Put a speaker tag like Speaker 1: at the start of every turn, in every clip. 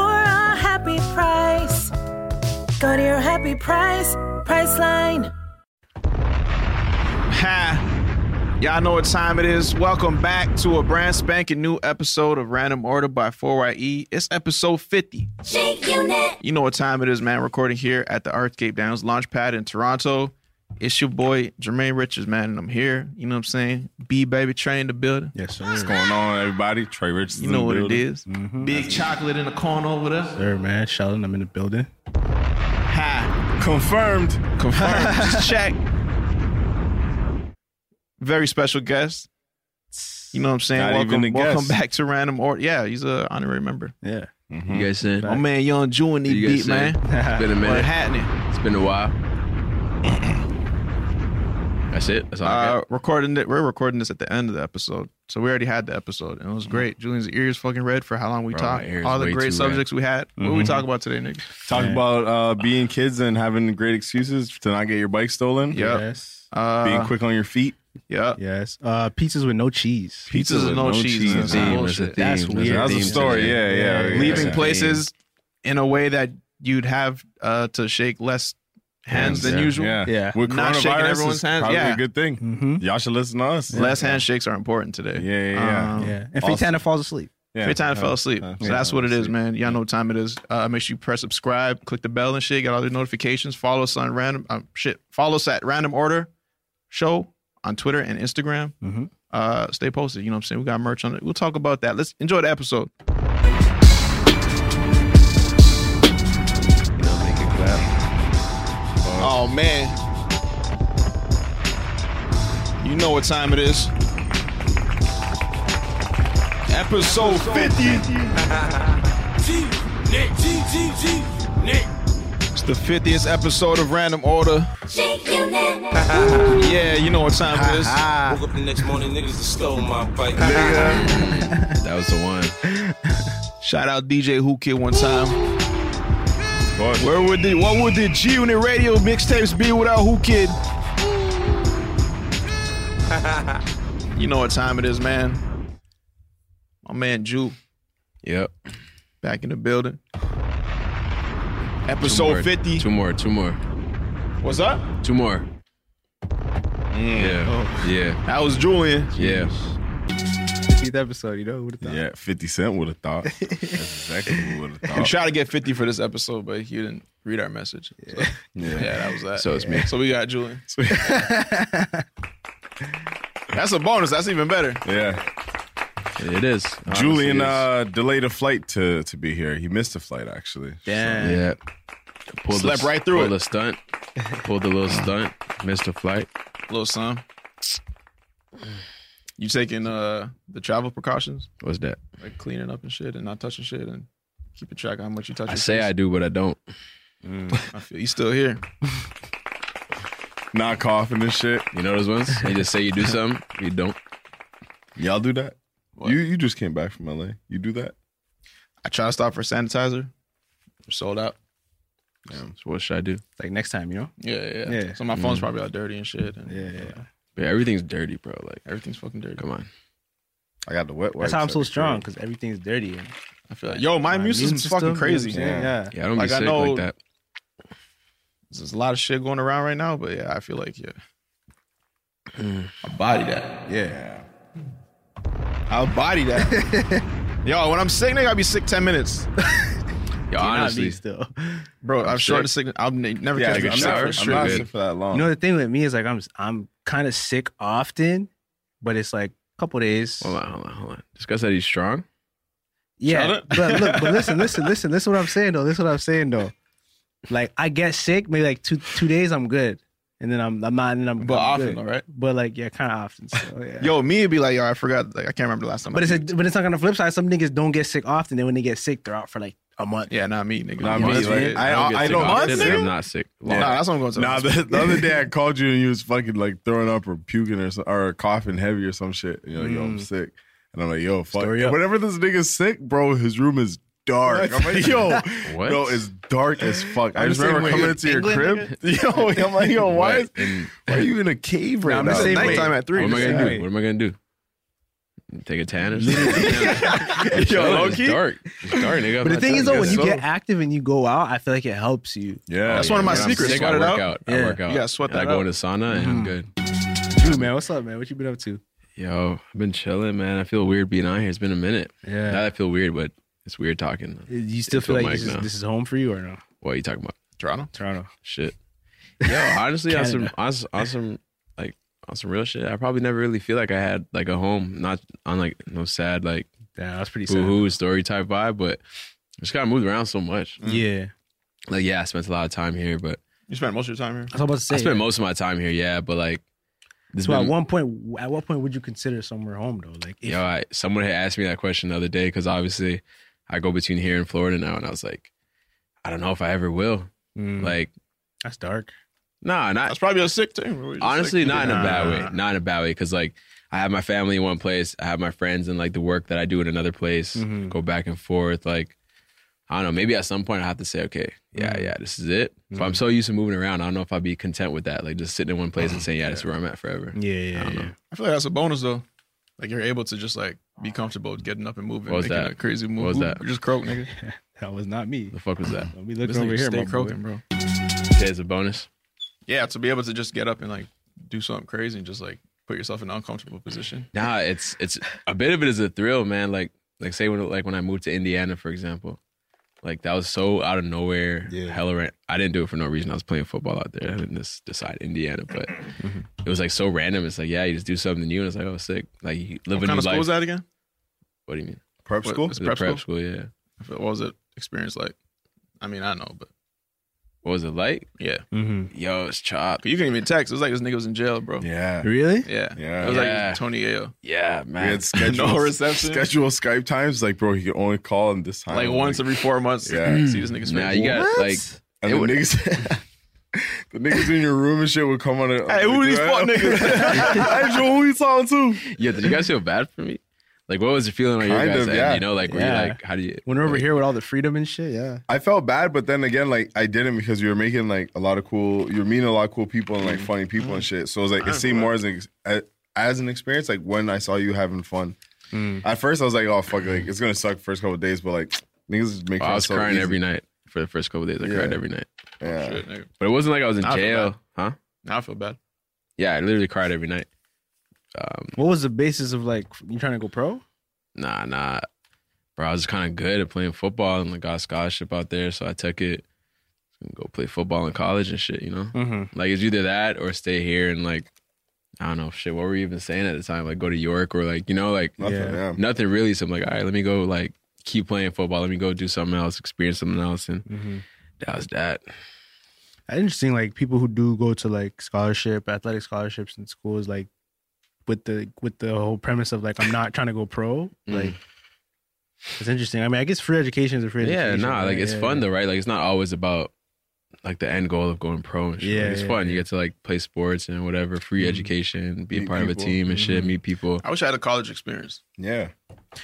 Speaker 1: a happy price. Go to your happy price, Priceline.
Speaker 2: Ha! Y'all know what time it is. Welcome back to a brand spanking new episode of Random Order by 4YE. It's episode 50. You know what time it is, man. Recording here at the Earthscape Downs launch pad in Toronto. It's your boy Jermaine Richards, man, and I'm here. You know what I'm saying? B Baby Train the building.
Speaker 3: Yes, sir. What's going on, everybody? Trey Richardson.
Speaker 2: You know what it is. Big chocolate in the corner over there.
Speaker 3: Sir, man. Sheldon, I'm in the building.
Speaker 2: Ha!
Speaker 3: Confirmed.
Speaker 2: Confirm. Just check. Very special guest. You know what I'm saying?
Speaker 3: Not
Speaker 2: welcome,
Speaker 3: even a
Speaker 2: welcome
Speaker 3: guest.
Speaker 2: back to Random Order. Yeah, he's a honorary member.
Speaker 3: Yeah.
Speaker 4: You guys saying?
Speaker 2: Oh man, Young Jew in the
Speaker 4: You guys
Speaker 2: beat,
Speaker 4: saying?
Speaker 2: man.
Speaker 4: It's been a
Speaker 2: What
Speaker 4: minute.
Speaker 2: happening?
Speaker 4: It's been a while. That's it. That's all I
Speaker 2: Uh,
Speaker 4: got.
Speaker 2: recording it. We're recording this at the end of the episode, so we already had the episode, and it was great. Julian's ears fucking red for how long we
Speaker 4: Bro, my
Speaker 2: talked.
Speaker 4: ears
Speaker 2: All the
Speaker 4: way
Speaker 2: great
Speaker 4: too
Speaker 2: subjects we had. What we talk about today, nigga?
Speaker 3: Talk about uh, being kids and having great excuses to not get your bike stolen.
Speaker 2: Yep.
Speaker 5: Yes.
Speaker 2: Uh,
Speaker 3: Being quick on your feet.
Speaker 2: Yeah.
Speaker 5: Yes. Uh, pizzas with no cheese.
Speaker 2: Pizzas and no cheese.
Speaker 4: That's a
Speaker 2: Nah,
Speaker 4: theme.
Speaker 2: bullshit.
Speaker 5: That's
Speaker 4: That's a theme.
Speaker 5: weird.
Speaker 3: That's
Speaker 5: That's
Speaker 3: a
Speaker 5: a
Speaker 3: story. Yeah, yeah.
Speaker 5: Yeah.
Speaker 3: yeah.
Speaker 2: Leaving
Speaker 3: Yeah.
Speaker 2: places in a way that you'd have uh, to shake less hands than
Speaker 4: yeah.
Speaker 2: usual.
Speaker 3: Yeah.
Speaker 5: Yeah.
Speaker 3: With
Speaker 2: Not shaking
Speaker 3: coronavirus,
Speaker 2: everyone's
Speaker 3: it's
Speaker 2: hands.
Speaker 3: Probably
Speaker 2: Yeah.
Speaker 3: a good thing.
Speaker 5: Mhm.
Speaker 3: Y'all should listen to us.
Speaker 2: Less handshakes are important today.
Speaker 3: Yeah, yeah,
Speaker 2: Um,
Speaker 5: Yeah. And
Speaker 3: Awesome.
Speaker 5: Faitana falls asleep.
Speaker 3: Yeah.
Speaker 2: Every time I fell asleep.
Speaker 3: Yeah.
Speaker 2: So that's what it is, man. Y'all know what time it is. Uh, make sure you press subscribe, click the bell and shit. Get all the notifications. Follow us on random um, shit. Follow us at Random Order Show on Twitter and Instagram.
Speaker 3: Mm-hmm.
Speaker 5: Mhm.
Speaker 2: Uh, stay posted. You know what I'm saying? We got merch on it. We'll talk about that. Let's enjoy the episode. Oh man. You know what time it is. Episode 50. It's the 50th episode of Random Order. yeah, you know what time it is.
Speaker 6: Woke up the next morning, niggas just stole my bike.
Speaker 4: That was the one.
Speaker 2: Shout out DJ Who Kid one time.
Speaker 3: Boy,
Speaker 2: Where would the what would the G Unit radio mixtapes be without Who Kid? you know what time it is, man. My man Ju
Speaker 4: Yep.
Speaker 2: back in the building.
Speaker 4: Two
Speaker 2: Episode
Speaker 4: more.
Speaker 2: 50.
Speaker 4: Two more. Two more.
Speaker 2: What's up?
Speaker 4: Two more.
Speaker 2: Oh.
Speaker 4: Yeah. Yeah.
Speaker 2: That was Julian.
Speaker 4: Yeah.
Speaker 5: 50th episode, you know? Who thought?
Speaker 3: Yeah, 50 Cent would have thought. That's exactly what would have
Speaker 2: We
Speaker 3: thought.
Speaker 2: tried to get 50 for this episode, but he didn't read our message. So, Yeah, that was that.
Speaker 4: So it's me.
Speaker 2: So we got Julian. That's a bonus. That's even better.
Speaker 3: Yeah.
Speaker 4: It is. Honestly,
Speaker 3: Julian
Speaker 4: it is.
Speaker 3: uh, delayed a flight to to be here. He missed a flight actually. uh,
Speaker 5: Damn.
Speaker 4: Yeah. Pulled
Speaker 2: Slept right through
Speaker 4: pulled
Speaker 2: it.
Speaker 4: a stunt. Pulled a little stunt. Missed a flight.
Speaker 2: Little son. You taking uh the travel precautions,
Speaker 4: What's that?
Speaker 2: like cleaning up and shit, and not touching shit, and keeping track of how much you touch.
Speaker 4: I say I do, but I don't.
Speaker 2: I feel you still here.
Speaker 3: Not coughing and shit.
Speaker 4: You know those ones? You just say you do something, you don't.
Speaker 3: Y'all do that? You you just came back from LA. You do that?
Speaker 2: I try to stop for sanitizer. Sold out.
Speaker 4: So what should I do?
Speaker 5: Like next time, you know?
Speaker 2: Yeah, yeah.
Speaker 5: Yeah.
Speaker 2: So my phone's probably all dirty and shit. And
Speaker 5: Yeah. yeah.
Speaker 4: But everything's dirty, bro. Like,
Speaker 2: Everything's fucking dirty.
Speaker 4: come on.
Speaker 3: I got the wet wipes.
Speaker 5: That's how I'm so
Speaker 3: at the
Speaker 5: strong,
Speaker 3: crib.
Speaker 5: because everything's dirty. and
Speaker 2: I feel like, yo, my,
Speaker 5: my
Speaker 2: immune system's fucking crazy.
Speaker 5: you know what I'm saying? Yeah.
Speaker 4: Yeah, I don't
Speaker 2: Like,
Speaker 4: be
Speaker 2: I
Speaker 4: sick
Speaker 2: know-
Speaker 4: like that.
Speaker 2: There's a lot of shit going around right now, but yeah, I feel like yeah, I body that.
Speaker 3: Yeah.
Speaker 2: I'll body that. Yo, when I'm sick, nigga, I be sick ten minutes,
Speaker 4: Yo,
Speaker 5: Cannot be
Speaker 4: honestly,
Speaker 5: still.
Speaker 2: bro. I'm, short
Speaker 4: sick.
Speaker 2: of sick. I'm ne- never
Speaker 3: Yeah,
Speaker 2: catch
Speaker 3: I'm,
Speaker 2: a
Speaker 3: not,
Speaker 2: shower.
Speaker 3: I'm not
Speaker 4: Good.
Speaker 3: sick for that long.
Speaker 5: You know, the thing with me is like I'm I'm kind of sick often, but it's like a couple days.
Speaker 4: Hold on, hold on, hold on. This guy said he's strong.
Speaker 5: Yeah,
Speaker 2: Shut up.
Speaker 5: but look, but listen, listen, listen. This is what I'm saying though. This is what I'm saying though. Like I get sick, maybe like two two days, I'm good, and then I'm I'm not, and I'm
Speaker 2: But
Speaker 5: I'm
Speaker 2: often
Speaker 5: good.
Speaker 2: though, right?
Speaker 5: But like yeah, kind of often. So, yeah.
Speaker 2: Yo, me it'd be like, yo, I forgot. Like, I can't remember the last time.
Speaker 5: but
Speaker 2: I
Speaker 5: it's a,
Speaker 2: peed.
Speaker 5: but it's like on the flip side, some niggas don't get sick often, and when they get sick, they're out for like
Speaker 3: A month.
Speaker 2: Yeah, not me, nigga.
Speaker 3: Not
Speaker 2: Yeah,
Speaker 3: me,
Speaker 2: that's what
Speaker 3: like,
Speaker 2: it is.
Speaker 3: I-
Speaker 4: don't get
Speaker 3: I
Speaker 4: sick
Speaker 3: don't-
Speaker 4: off
Speaker 3: Month,
Speaker 4: shit.
Speaker 3: nigga?
Speaker 4: I'm not sick.
Speaker 2: Nah,
Speaker 4: Long.
Speaker 2: that's what I'm going to.
Speaker 3: Nah, the, the other day I called you and you was fucking like throwing up or puking or so- or coughing heavy or some shit. And you're like, yo, I'm sick. And I'm like, yo, fuck.
Speaker 5: Mm. Story up.
Speaker 3: Whenever this nigga's sick, bro, his room is dark. I'm like, yo,
Speaker 4: What?
Speaker 3: no, it's dark as fuck. I
Speaker 2: I'm
Speaker 3: just
Speaker 2: the same
Speaker 3: remember
Speaker 2: way.
Speaker 3: coming into your
Speaker 2: England,
Speaker 3: crib. Yo, I'm like, yo, why, is,
Speaker 4: What? And
Speaker 3: why are you in a cave right
Speaker 5: I'm the
Speaker 3: now?
Speaker 5: same way.
Speaker 2: nighttime at
Speaker 4: what
Speaker 2: three.
Speaker 4: am I gonna
Speaker 2: Sorry.
Speaker 4: do? What am I gonna do? Take a tan or something? Yo, it's
Speaker 3: low-key.
Speaker 4: dark. It's dark, nigga. I'm
Speaker 5: But the
Speaker 4: not
Speaker 5: thing is,
Speaker 4: telling
Speaker 5: though, when you
Speaker 4: so-
Speaker 5: get active and you go out, I feel like it helps you.
Speaker 3: Yeah,
Speaker 2: That's one of my
Speaker 4: when I'm
Speaker 2: secrets.
Speaker 4: sick,
Speaker 2: Sweat
Speaker 4: I
Speaker 2: it
Speaker 4: work
Speaker 2: out.
Speaker 4: out.
Speaker 5: Yeah.
Speaker 4: I work out.
Speaker 2: You gotta sweat
Speaker 4: And
Speaker 2: that
Speaker 4: I go
Speaker 2: out. Mm.
Speaker 4: into sauna and I'm good.
Speaker 5: Dude, man, what's up, man? What you been up to?
Speaker 4: Yo, I've been chilling, man. I feel weird being out here. It's been a minute.
Speaker 5: Yeah.
Speaker 4: Now I feel weird, but it's weird talking.
Speaker 5: You still feel like
Speaker 4: Feel Mike
Speaker 5: this is,
Speaker 4: now.
Speaker 5: this is home for you or no?
Speaker 4: What are you talking about?
Speaker 2: Toronto.
Speaker 5: Toronto.
Speaker 4: Shit. Yo, honestly, on some,
Speaker 5: Canada.
Speaker 4: on, s- on some, like, on some real shit, I probably never really feel like I had like a home. Not on like no sad like
Speaker 5: Damn, that's pretty
Speaker 4: boo
Speaker 5: sad.
Speaker 4: hoo story type vibe, but I just got moved around so much.
Speaker 5: Yeah.
Speaker 4: Like, yeah, I spent a lot of time here, but
Speaker 2: You spent most of your time here.
Speaker 5: I was about to say.
Speaker 4: I spent most of my time here. Yeah, but like, this
Speaker 5: So at
Speaker 4: been-
Speaker 5: one point, at what point would you consider somewhere home though? Like, if,
Speaker 4: Yo, I, someone had asked me that question the other day because obviously I go between here and Florida now, and I was like, I don't know if I ever will.
Speaker 5: Mm,
Speaker 4: Like,
Speaker 5: that's dark.
Speaker 4: nah, not
Speaker 2: That's probably a sick thing.
Speaker 4: honestly, not in a
Speaker 3: nah,
Speaker 4: bad
Speaker 3: nah,
Speaker 4: way.
Speaker 3: nah.
Speaker 4: Not in a bad way because like I have my family in one place, I have my friends and like the work that I do in another place.
Speaker 5: Mhm.
Speaker 4: Go back and forth. Like, I don't know. Maybe at some point I have to say, okay, yeah, yeah, this is it. But I'm so used to moving around, I don't know if I'd be content with that. Like just sitting in one place and saying, yeah, that's where I'm at forever.
Speaker 5: Yeah, yeah,
Speaker 4: don't
Speaker 5: yeah.
Speaker 4: know.
Speaker 2: I feel like that's a bonus though. Like you're able to just like be comfortable with getting up and moving,
Speaker 4: What was
Speaker 2: making
Speaker 4: that?
Speaker 2: a crazy move.
Speaker 4: was that?
Speaker 2: You Just croak, nigga.
Speaker 5: That was not me.
Speaker 4: The fuck was that?
Speaker 5: Don't be looking
Speaker 2: This
Speaker 5: over
Speaker 2: nigga
Speaker 5: here,
Speaker 2: stay
Speaker 5: my boy.
Speaker 2: croaking, bro.
Speaker 4: Today's a bonus.
Speaker 2: Yeah, to be able to just get up and like do something crazy and just like put yourself in an uncomfortable position.
Speaker 4: Nah, it's it's a bit of it is a thrill, man. Like like say when like when I moved to Indiana, for example, like that was so out of nowhere.
Speaker 3: Yeah.
Speaker 4: Hella ran- I didn't do it for no reason. I was playing football out there. I didn't just decide Indiana, but
Speaker 2: Mm-hmm.
Speaker 4: it was like so random. It's like yeah, you just do something new, and it's like oh sick. Like you
Speaker 2: What
Speaker 4: live a new
Speaker 2: kind of
Speaker 4: life.
Speaker 2: school was that again?
Speaker 4: What do you mean?
Speaker 3: prep
Speaker 2: What-
Speaker 3: school.
Speaker 2: It's
Speaker 4: It was
Speaker 2: prep
Speaker 4: a
Speaker 2: school.
Speaker 4: Yeah.
Speaker 2: I feel- What was it experience like? I mean, I know, but
Speaker 4: What was it like?
Speaker 2: yeah,
Speaker 4: Yo, it's chop.
Speaker 2: you can even text. It was like this nigga was in jail, bro. Yeah,
Speaker 3: Yeah.
Speaker 5: Really?
Speaker 2: yeah.
Speaker 3: Yeah.
Speaker 2: It was
Speaker 4: Yeah.
Speaker 2: like Tony Ayo.
Speaker 4: Yeah,
Speaker 3: We
Speaker 4: man.
Speaker 3: had scheduled,
Speaker 2: reception.
Speaker 3: scheduled Skype times. Like, bro, he could only call in this time.
Speaker 2: Like
Speaker 3: I'm
Speaker 2: once every four months.
Speaker 3: Yeah.
Speaker 2: See this nigga's face.
Speaker 4: Nah, you got like
Speaker 3: And
Speaker 4: It
Speaker 3: the
Speaker 4: would-
Speaker 3: niggas, the niggas in your room and shit would come on. And,
Speaker 2: Hey, who these fuck niggas?
Speaker 3: hey, Joe, who you talking to?
Speaker 4: yeah. Did you guys feel bad for me? Like what was the feeling on your
Speaker 3: Kind
Speaker 4: guys?
Speaker 3: of,
Speaker 4: end?
Speaker 3: yeah.
Speaker 4: You know, like were you
Speaker 5: Yeah.
Speaker 4: like how do you?
Speaker 5: When we're over
Speaker 4: like,
Speaker 5: here with all the freedom and shit, yeah.
Speaker 3: I felt bad, but then again, like I didn't because you were making like a lot of cool, you were meeting a lot of cool people and like funny people and shit. So it was like it seemed more as an ex- a- as an experience. Like when I saw you having fun, at first I was like, oh fuck, like it's gonna suck first couple of days, but like niggas make.
Speaker 4: I
Speaker 3: fun
Speaker 4: was
Speaker 3: so
Speaker 4: crying
Speaker 3: easy.
Speaker 4: every night for the first couple days. I cried
Speaker 3: Yeah.
Speaker 4: every night.
Speaker 3: Yeah.
Speaker 2: Shit, nigga.
Speaker 4: But it wasn't like I was in
Speaker 2: I feel
Speaker 4: jail,
Speaker 2: bad.
Speaker 4: huh?
Speaker 2: Now I feel bad.
Speaker 4: Yeah, I literally cried every night. Um,
Speaker 5: What was the basis of like you trying to go pro?
Speaker 4: nah, nah, bro. I was kind of good at playing football and like got a scholarship out there, so I took it. and Go play football in college and shit, you know.
Speaker 5: Mm-hmm.
Speaker 4: Like it's either that or stay here and like I don't know shit. What were you even saying at the time? Like go to York or like you know like
Speaker 3: Nothing.
Speaker 5: Yeah.
Speaker 3: Yeah.
Speaker 4: nothing really. So I'm like, all right, let me go like keep playing football. Let me go do something else, experience something else, and
Speaker 5: Mhm.
Speaker 4: that was that.
Speaker 5: That's interesting. Like people who do go to like scholarship, athletic scholarships in schools, like with the with the whole premise of like I'm not trying to go pro. Like it's interesting. I mean, I guess free education is a free
Speaker 4: Yeah,
Speaker 5: education.
Speaker 4: nah,
Speaker 5: right?
Speaker 4: like it's
Speaker 5: Yeah,
Speaker 4: fun
Speaker 5: yeah.
Speaker 4: though, right? Like it's not always about like the end goal of going pro and shit. Like,
Speaker 5: Yeah,
Speaker 4: it's
Speaker 5: yeah, Mm-hmm.
Speaker 4: fun. You get to like play sports and whatever, free education, be a
Speaker 3: Meet
Speaker 4: part of a
Speaker 3: people.
Speaker 4: team and shit, meet people.
Speaker 2: I wish I had a college experience.
Speaker 3: yeah.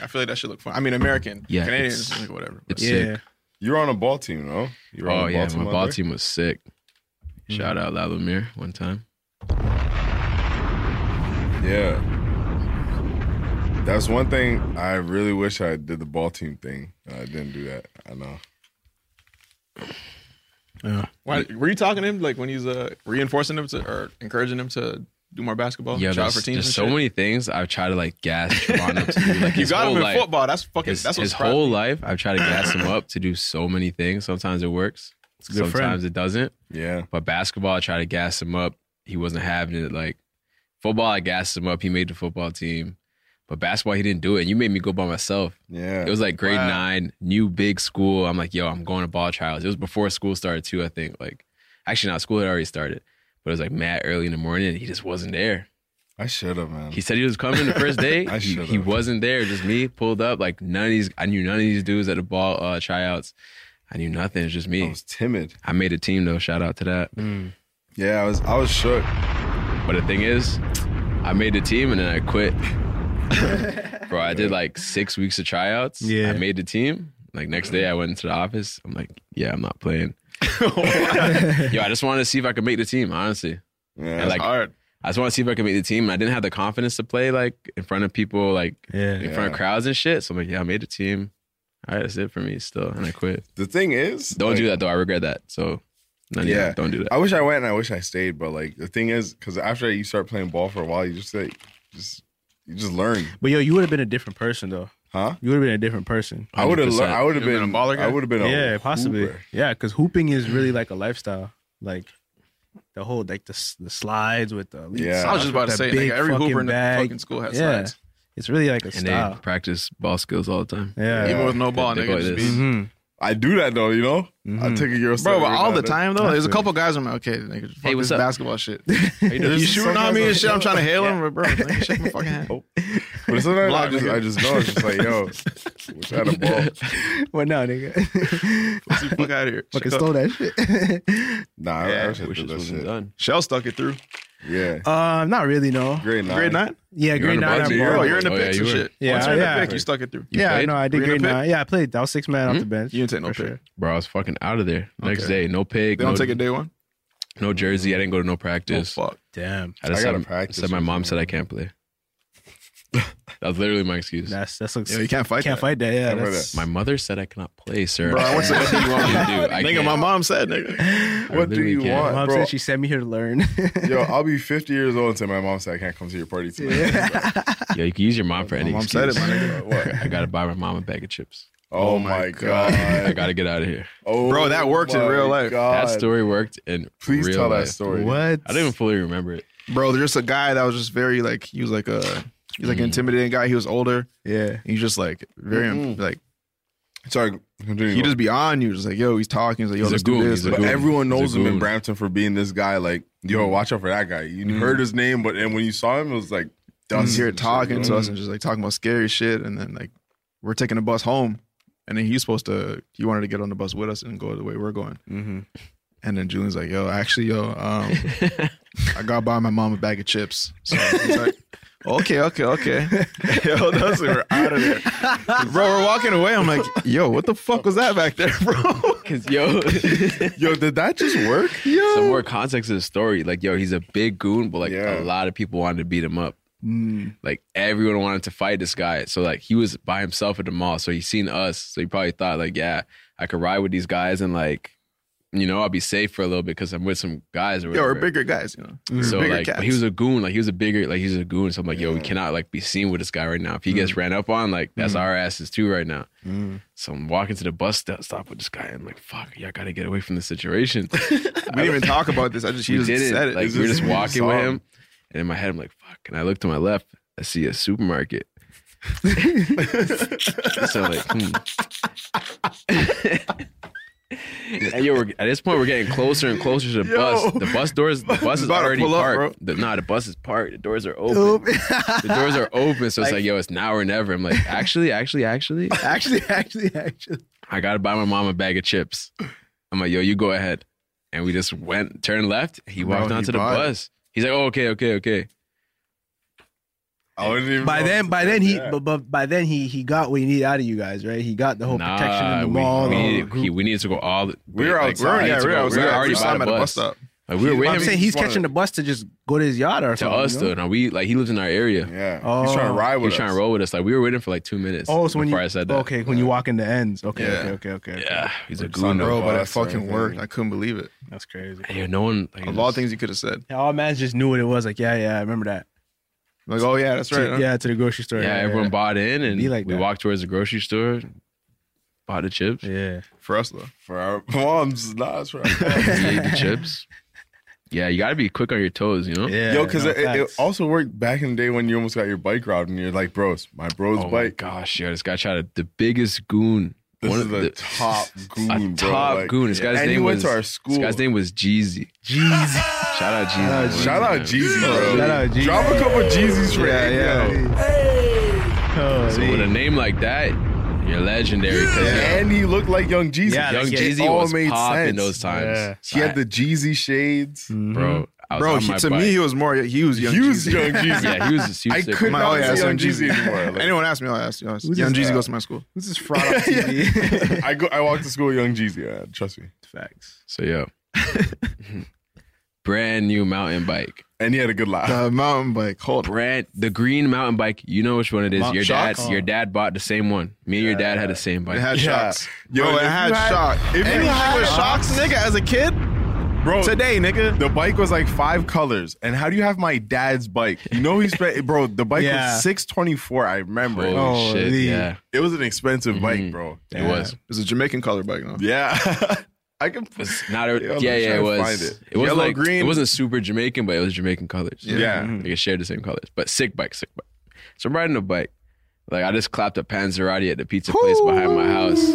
Speaker 2: I feel like that should look fun. I mean, American,
Speaker 4: Yeah,
Speaker 2: Canadians,
Speaker 4: it's-
Speaker 2: like whatever.
Speaker 4: It's
Speaker 5: Yeah.
Speaker 4: sick.
Speaker 3: You were on a ball team, no? You were on
Speaker 4: Oh
Speaker 3: a
Speaker 4: yeah, my
Speaker 3: out
Speaker 4: ball
Speaker 3: there?
Speaker 4: team was sick. Shout
Speaker 5: Mm-hmm.
Speaker 4: out Lalomir one time.
Speaker 3: Yeah. That's one thing I really wish I did the ball team thing. I didn't do that. I know.
Speaker 2: Why, were you talking to him like when he's uh, reinforcing him to or encouraging him to do more basketball?
Speaker 4: Yeah,
Speaker 2: try out
Speaker 4: there's,
Speaker 2: Oh, for teams.
Speaker 4: there's
Speaker 2: and
Speaker 4: so
Speaker 2: shit?
Speaker 4: many things I've tried to like gas Javon up to do. Like
Speaker 2: You
Speaker 4: his
Speaker 2: got
Speaker 4: whole
Speaker 2: him in
Speaker 4: life.
Speaker 2: football. That's fucking.
Speaker 4: His,
Speaker 2: that's what's
Speaker 4: his
Speaker 2: proud.
Speaker 4: whole life, I've tried to gas him up to do so many things. Sometimes it
Speaker 5: a
Speaker 4: works,
Speaker 5: good
Speaker 4: sometimes
Speaker 5: friend.
Speaker 4: it doesn't.
Speaker 3: Yeah.
Speaker 4: But basketball, I tried to gas him up. He wasn't having it. Like football, I gassed him up. He made the football team. But basketball, he didn't do it. And you made me go by myself.
Speaker 3: Yeah.
Speaker 4: It was like grade nine, new big school. I'm like, yo, I'm going to ball trials. It was before school started too, I think. Like, actually, not school had already started, but it was like mad early in the morning. And he just wasn't there.
Speaker 3: I should have, man.
Speaker 4: He said he was coming the first day.
Speaker 3: I
Speaker 4: he,
Speaker 3: should've.
Speaker 4: he wasn't there. Just me pulled up. Like none of these. I knew none of these dudes at the ball uh, tryouts. I knew nothing. It's just
Speaker 3: I
Speaker 4: me.
Speaker 3: was timid.
Speaker 4: I made a team though. Shout out to that.
Speaker 3: Yeah, I was. I was shook.
Speaker 4: But the thing is, I made the team and then I quit. Bro, I did like six weeks of tryouts.
Speaker 5: Yeah.
Speaker 4: I made the team. Like next day, I went into the office. I'm like, yeah, I'm not playing. Yo, I just wanted to see if I could make the team. Honestly,
Speaker 3: Yeah,
Speaker 4: and like,
Speaker 2: All right.
Speaker 4: I just want to see if I could make the team. And I didn't have the confidence to play like in front of people, like
Speaker 5: Yeah.
Speaker 4: in front of
Speaker 3: Yeah.
Speaker 4: crowds and shit. So I'm like, yeah, I made the team. All right, that's it for me still, and I quit.
Speaker 3: the thing is,
Speaker 4: Don't
Speaker 3: like,
Speaker 4: do that though. I regret that. So, no, yeah,
Speaker 3: Yeah.
Speaker 4: don't do that.
Speaker 3: I wish I went and I wish I stayed, but like the thing is, because after you start playing ball for a while, you just like just you just learn,
Speaker 5: But yo, you would have been a different person though.
Speaker 3: huh?
Speaker 5: You would have been a different person.
Speaker 3: I would have.
Speaker 4: 100%.
Speaker 3: I would have
Speaker 2: You'd
Speaker 3: been,
Speaker 2: have been a baller guy?
Speaker 3: I would have been. A
Speaker 5: yeah, possibly.
Speaker 3: hooper.
Speaker 5: Yeah, because hooping is really like a lifestyle. Like the whole like the s- the slides with the elite
Speaker 3: Yeah. I was
Speaker 5: socks
Speaker 2: just about
Speaker 5: with
Speaker 2: to
Speaker 5: that
Speaker 2: say, nigga,
Speaker 5: big
Speaker 2: every
Speaker 5: fucking
Speaker 2: hooper in the
Speaker 5: bag.
Speaker 2: fucking school has slides.
Speaker 5: It's really like a
Speaker 4: And
Speaker 5: style.
Speaker 4: they practice ball skills all the time.
Speaker 5: yeah.
Speaker 2: Even with no ball,
Speaker 4: They
Speaker 2: nigga.
Speaker 4: go
Speaker 2: Just
Speaker 4: like
Speaker 2: be,
Speaker 4: this.
Speaker 5: Mhm.
Speaker 3: I do that though, you know. I
Speaker 5: Mhm.
Speaker 3: take a Euro
Speaker 2: Bro,
Speaker 3: step
Speaker 2: but
Speaker 3: every
Speaker 2: all
Speaker 3: now
Speaker 2: the
Speaker 3: and then.
Speaker 2: time though, there's a couple guys I'm like, okay, nigga, fuck
Speaker 4: Hey, what's
Speaker 2: this
Speaker 4: up?
Speaker 2: basketball shit. you shooting on me and shit. I'm trying to hail him, but bro, nigga, shake my fucking
Speaker 4: Oh.
Speaker 2: hand.
Speaker 3: Oh. But sometimes I
Speaker 2: Block,
Speaker 3: just,
Speaker 2: nigga.
Speaker 3: I just know it's just like, yo, wish I had a ball.
Speaker 5: Well, no, nigga.
Speaker 2: Pussy, fuck out here.
Speaker 5: Fucking
Speaker 2: Check
Speaker 5: stole
Speaker 2: out.
Speaker 5: that shit.
Speaker 3: Nah, I- I
Speaker 2: Yeah,
Speaker 3: wish I
Speaker 4: Wish
Speaker 3: did
Speaker 4: this
Speaker 3: that
Speaker 4: wasn't
Speaker 3: shit.
Speaker 4: done.
Speaker 2: Shell stuck it through.
Speaker 3: Yeah,
Speaker 5: uh, not really, no.
Speaker 3: grade nine.
Speaker 2: Grade nine?
Speaker 5: Yeah,
Speaker 4: on
Speaker 5: grade
Speaker 4: the
Speaker 5: nine.
Speaker 4: ball
Speaker 5: I
Speaker 4: team.
Speaker 5: borrowed.
Speaker 2: Bro, you're in the
Speaker 4: Oh, yeah,
Speaker 2: picks
Speaker 4: you
Speaker 2: and
Speaker 4: were.
Speaker 2: shit.
Speaker 5: Yeah,
Speaker 2: Once you're in
Speaker 5: yeah.
Speaker 2: the pick, you stuck it through.
Speaker 4: You
Speaker 5: yeah,
Speaker 4: played?
Speaker 5: no, I
Speaker 2: Were
Speaker 5: did
Speaker 2: you in
Speaker 5: grade
Speaker 2: the pick?
Speaker 5: nine. Yeah, I played. I was six man off the bench.
Speaker 2: You didn't take no
Speaker 5: for
Speaker 2: pick. Oh,
Speaker 5: sure.
Speaker 4: Bro, I was fucking out of there. Next
Speaker 2: Okay.
Speaker 4: day, no pig,
Speaker 2: They don't
Speaker 4: no,
Speaker 2: take it day one?
Speaker 4: no jersey. I didn't go to no
Speaker 2: Oh,
Speaker 4: practice.
Speaker 2: fuck.
Speaker 5: Damn,
Speaker 4: I just
Speaker 3: I gotta
Speaker 4: said,
Speaker 3: practice
Speaker 4: said my
Speaker 3: or
Speaker 4: mom said
Speaker 3: something.
Speaker 4: I can't play. that was literally my excuse.
Speaker 5: that's that's looks.
Speaker 2: Yeah, you can't fight
Speaker 5: can't
Speaker 2: that.
Speaker 5: fight that. Yeah,
Speaker 3: Can't fight
Speaker 5: that's,
Speaker 4: my mother said I cannot play, sir.
Speaker 2: Bro, I went to
Speaker 4: what do you want me to do? I
Speaker 2: Nigga,
Speaker 4: can't.
Speaker 2: my mom said, nigga.
Speaker 4: I
Speaker 3: What do
Speaker 4: literally
Speaker 3: you
Speaker 4: can't.
Speaker 3: want?
Speaker 5: my mom
Speaker 3: bro.
Speaker 5: said she sent me here to learn.
Speaker 3: Yo, I'll be 50 years old and say my mom said I can't come to your party tonight.
Speaker 4: Yeah, you can use your mom for
Speaker 2: My
Speaker 4: any
Speaker 2: mom
Speaker 4: excuse.
Speaker 2: said it, my nigga.
Speaker 3: What?
Speaker 4: I gotta buy my mom a bag of chips.
Speaker 3: Oh, my god.
Speaker 4: I gotta get out of here.
Speaker 3: Oh
Speaker 2: Bro, that worked in
Speaker 3: my
Speaker 2: real life.
Speaker 3: God.
Speaker 4: That story worked in
Speaker 3: Please
Speaker 4: real
Speaker 3: tell
Speaker 4: life.
Speaker 3: that story.
Speaker 4: I don't even fully remember it.
Speaker 2: Bro, there's just a guy that was just very like he was like a he was like
Speaker 4: Mm.
Speaker 2: an intimidating guy. He was older.
Speaker 5: Yeah.
Speaker 2: He was just like very like
Speaker 3: Sorry, continue.
Speaker 2: he just be on you. Just like yo, he's talking. He's like yo,
Speaker 4: He's a
Speaker 2: let's do
Speaker 4: goon.
Speaker 2: this.
Speaker 4: He's a
Speaker 2: Like,
Speaker 3: but
Speaker 4: goon.
Speaker 3: everyone knows
Speaker 4: He's a
Speaker 3: him in
Speaker 4: goon.
Speaker 3: Brampton for being this guy. Like,
Speaker 4: Mm.
Speaker 3: yo, watch out for that guy. You heard his name, but and when you saw him, it was like dust.
Speaker 4: Mm.
Speaker 2: he's here talking to us and just like talking about scary shit. And then like we're taking a bus home, and then he's supposed to he wanted to get on the bus with us and go the way we're going.
Speaker 4: Mm-hmm.
Speaker 2: And then Julian's like, yo, actually, yo, um, I got to buy my mom a bag of chips. So he's like, okay, okay, okay. Yo, that's we're out of there. Bro, we're walking away. I'm like, yo, what the fuck was that back there, bro?
Speaker 4: Cause yo,
Speaker 3: Yo, did that just work?
Speaker 2: Yo.
Speaker 4: some more context of the story. Like, yo, he's a big goon, but like
Speaker 3: Yeah.
Speaker 4: a lot of people wanted to beat him up.
Speaker 2: Mm.
Speaker 4: Like everyone wanted to fight this guy. So like he was by himself at the mall. So he seen us. So he probably thought like, yeah, I could ride with these guys and like, you know, I'll be safe for a little bit because I'm with some guys or
Speaker 2: Yo,
Speaker 4: whatever.
Speaker 2: we're bigger guys, you know. We're
Speaker 4: So
Speaker 2: bigger
Speaker 4: like, but he was a goon. Like he was a bigger, like he's a goon. So I'm like, yo, we cannot like be seen with this guy right now. If he
Speaker 2: Mm.
Speaker 4: gets ran up on, like that's our asses too right now. So I'm walking to the bus stop, stop with this guy. I'm like, fuck, y'all gotta get away from this situation.
Speaker 2: we didn't even talk about this. I just he
Speaker 4: we
Speaker 2: just
Speaker 4: did
Speaker 2: said
Speaker 4: it.
Speaker 2: it.
Speaker 4: Like
Speaker 2: It's
Speaker 4: we were just
Speaker 2: we
Speaker 4: walking
Speaker 2: saw
Speaker 4: with him, and in my head I'm like, fuck. And I look to my left, I see a supermarket. so I'm like, hmm. and yo, we're, at this point we're getting closer and closer to the bus. The bus doors, the bus is
Speaker 2: About to
Speaker 4: already
Speaker 2: pull up,
Speaker 4: parked. the, nah, the bus is parked. The doors are open. the doors are open. So it's like, yo, it's now or never. I'm like, actually, actually, actually,
Speaker 5: actually, actually, actually.
Speaker 4: I gotta buy my mom a bag of chips. I'm like, yo, you go ahead. And we just went, turned left. He walked
Speaker 2: he
Speaker 4: onto the
Speaker 2: bought it.
Speaker 4: bus. He's like, oh, okay, okay, okay.
Speaker 3: I wouldn't even
Speaker 5: By
Speaker 3: know.
Speaker 5: then, by then he,
Speaker 3: Yeah.
Speaker 5: but, but by then he he got what he needed out of you guys, right? He got the whole protection in the
Speaker 4: we,
Speaker 5: mall.
Speaker 4: we,
Speaker 5: the whole
Speaker 4: needed,
Speaker 5: group.
Speaker 4: he, we needed to go all the
Speaker 3: We were
Speaker 4: like,
Speaker 3: outside.
Speaker 4: we needed
Speaker 3: Yeah,
Speaker 4: to
Speaker 3: we were
Speaker 4: go- we were
Speaker 3: outside.
Speaker 4: already
Speaker 3: We
Speaker 2: saw
Speaker 4: by
Speaker 2: him
Speaker 4: the
Speaker 2: at a bus
Speaker 4: bus.
Speaker 2: stop.
Speaker 4: Like, we were
Speaker 5: But I'm
Speaker 4: with
Speaker 5: saying
Speaker 4: him
Speaker 5: he's
Speaker 3: wanted-
Speaker 5: catching the bus to just go to his yard or
Speaker 4: to
Speaker 5: something,
Speaker 4: us
Speaker 5: you
Speaker 4: though.
Speaker 5: know?
Speaker 4: Now we like he lives in our area.
Speaker 3: yeah,
Speaker 5: Oh.
Speaker 3: he's trying to ride
Speaker 4: He
Speaker 3: with
Speaker 4: was trying
Speaker 3: us.
Speaker 4: to roll with us. Like we were with him for like two minutes.
Speaker 5: Oh, so when you
Speaker 4: before I said that.
Speaker 5: okay, when you walk in the ends, okay,
Speaker 2: Yeah.
Speaker 5: okay, okay, okay, okay.
Speaker 4: Yeah, he's a
Speaker 3: We're just on
Speaker 4: goon.
Speaker 3: the
Speaker 4: Bro,
Speaker 2: Bro, but it
Speaker 3: bus or
Speaker 2: fucking
Speaker 3: anything.
Speaker 2: worked. I couldn't believe it.
Speaker 5: that's crazy.
Speaker 4: yeah, no one. Like,
Speaker 2: Of all things you could have said.
Speaker 5: Yeah, all man just knew what it was. Like, yeah, yeah, I remember that.
Speaker 2: Like, oh yeah, that's right.
Speaker 5: To-
Speaker 2: huh?
Speaker 5: Yeah, to the grocery store.
Speaker 4: Yeah, everyone bought in, and
Speaker 5: Be like
Speaker 4: we
Speaker 5: that.
Speaker 4: walked towards the grocery store, bought the chips,
Speaker 5: Yeah.
Speaker 2: For us though.
Speaker 3: for our moms. Nah, it's for our
Speaker 4: we ate the chips. Yeah, you gotta be quick on your toes, you know.
Speaker 5: Yeah.
Speaker 3: Yo, because
Speaker 5: no,
Speaker 3: it, it
Speaker 5: facts.
Speaker 3: also worked back in the day when you almost got your bike robbed and you're like, bros, my bro's
Speaker 4: oh my
Speaker 3: bike.
Speaker 4: gosh, yo, this guy tried to, the biggest goon
Speaker 3: This
Speaker 4: One
Speaker 3: is
Speaker 4: of
Speaker 3: a
Speaker 4: the-
Speaker 3: top goon,
Speaker 4: a
Speaker 3: bro.
Speaker 4: top
Speaker 3: like-
Speaker 4: goon. This guy's
Speaker 3: and
Speaker 4: name
Speaker 3: he went
Speaker 4: was
Speaker 3: to our school.
Speaker 4: This guy's name was Jeezy.
Speaker 5: Jeez.
Speaker 4: Shout out Jeezy. man.
Speaker 3: Shout out Jeezy, bro.
Speaker 5: Shout out Jeezy.
Speaker 3: Drop a couple Jeezys for
Speaker 2: Yeah,
Speaker 3: him,
Speaker 2: yeah.
Speaker 3: yo.
Speaker 5: Oh,
Speaker 4: So with a name like that, you're legendary. 'cause
Speaker 3: And he looked like Young Jeezy.
Speaker 5: Yeah,
Speaker 4: Young
Speaker 5: like, it
Speaker 4: Jeezy
Speaker 3: all
Speaker 4: was
Speaker 3: made
Speaker 4: popping
Speaker 3: sense.
Speaker 4: those times.
Speaker 5: Yeah.
Speaker 3: He had Mm-hmm. the Jeezy shades.
Speaker 2: Mm.
Speaker 4: bro. I was
Speaker 2: Bro,
Speaker 4: on
Speaker 2: he,
Speaker 4: my
Speaker 2: to
Speaker 4: bike.
Speaker 2: me, he was more. He was young.
Speaker 3: He was
Speaker 2: Jeezy.
Speaker 3: Young Jeezy.
Speaker 4: yeah, he was. A super
Speaker 3: I
Speaker 4: sick
Speaker 3: could
Speaker 4: one.
Speaker 3: not
Speaker 2: My, oh, yeah,
Speaker 3: see
Speaker 2: that's
Speaker 3: Young
Speaker 2: Young
Speaker 3: Jeezy
Speaker 2: Jeezy
Speaker 3: anymore. Like-
Speaker 2: Anyone ask me, I'll ask you. I'll ask you.
Speaker 5: Who's
Speaker 2: Young
Speaker 5: this
Speaker 2: Jeezy
Speaker 5: guy?
Speaker 2: goes to my school.
Speaker 5: Who's this fraud on TV?
Speaker 3: I go. I walked to school with Young Jeezy. Yeah, trust me.
Speaker 5: Facts.
Speaker 4: So yeah, brand new mountain bike.
Speaker 3: And he had a good laugh.
Speaker 2: The mountain bike. Hold on.
Speaker 4: Brand the green mountain bike. You know which one it is.
Speaker 2: Mount
Speaker 4: your
Speaker 2: Shock?
Speaker 4: dad. Your dad bought the same one. Me and your dad had the same bike.
Speaker 2: It had
Speaker 3: Yeah.
Speaker 2: shocks.
Speaker 3: Yo,
Speaker 2: Yo,
Speaker 3: if
Speaker 2: it
Speaker 3: you
Speaker 2: had,
Speaker 3: had-
Speaker 2: shocks.
Speaker 3: if
Speaker 2: If
Speaker 3: you
Speaker 2: you
Speaker 3: had
Speaker 2: wear shocks, nigga, as a kid,
Speaker 3: bro.
Speaker 2: today, nigga.
Speaker 3: The bike was like five colors. And how do you have my dad's bike? You know he spent, bro. The bike
Speaker 5: Yeah.
Speaker 3: was six twenty four. I remember.
Speaker 4: Holy
Speaker 5: Oh,
Speaker 4: shit!
Speaker 5: the-
Speaker 4: Yeah,
Speaker 3: It was an expensive bike,
Speaker 4: Mhm.
Speaker 3: bro.
Speaker 4: it was.
Speaker 2: It's a Jamaican color bike now.
Speaker 3: Yeah, I can.
Speaker 4: It's not.
Speaker 3: Yeah,
Speaker 4: A,
Speaker 3: I'm
Speaker 4: yeah,
Speaker 3: trying
Speaker 4: yeah,
Speaker 3: to
Speaker 4: it was.
Speaker 3: find it.
Speaker 4: It, was
Speaker 3: Yellow,
Speaker 4: like
Speaker 3: green.
Speaker 4: It wasn't super Jamaican, but it was Jamaican colors.
Speaker 3: Yeah.
Speaker 4: Like it shared the same colors, but sick bike, sick bike. So I'm riding a bike. Like I just clapped a Panzerati at the pizza place behind my house.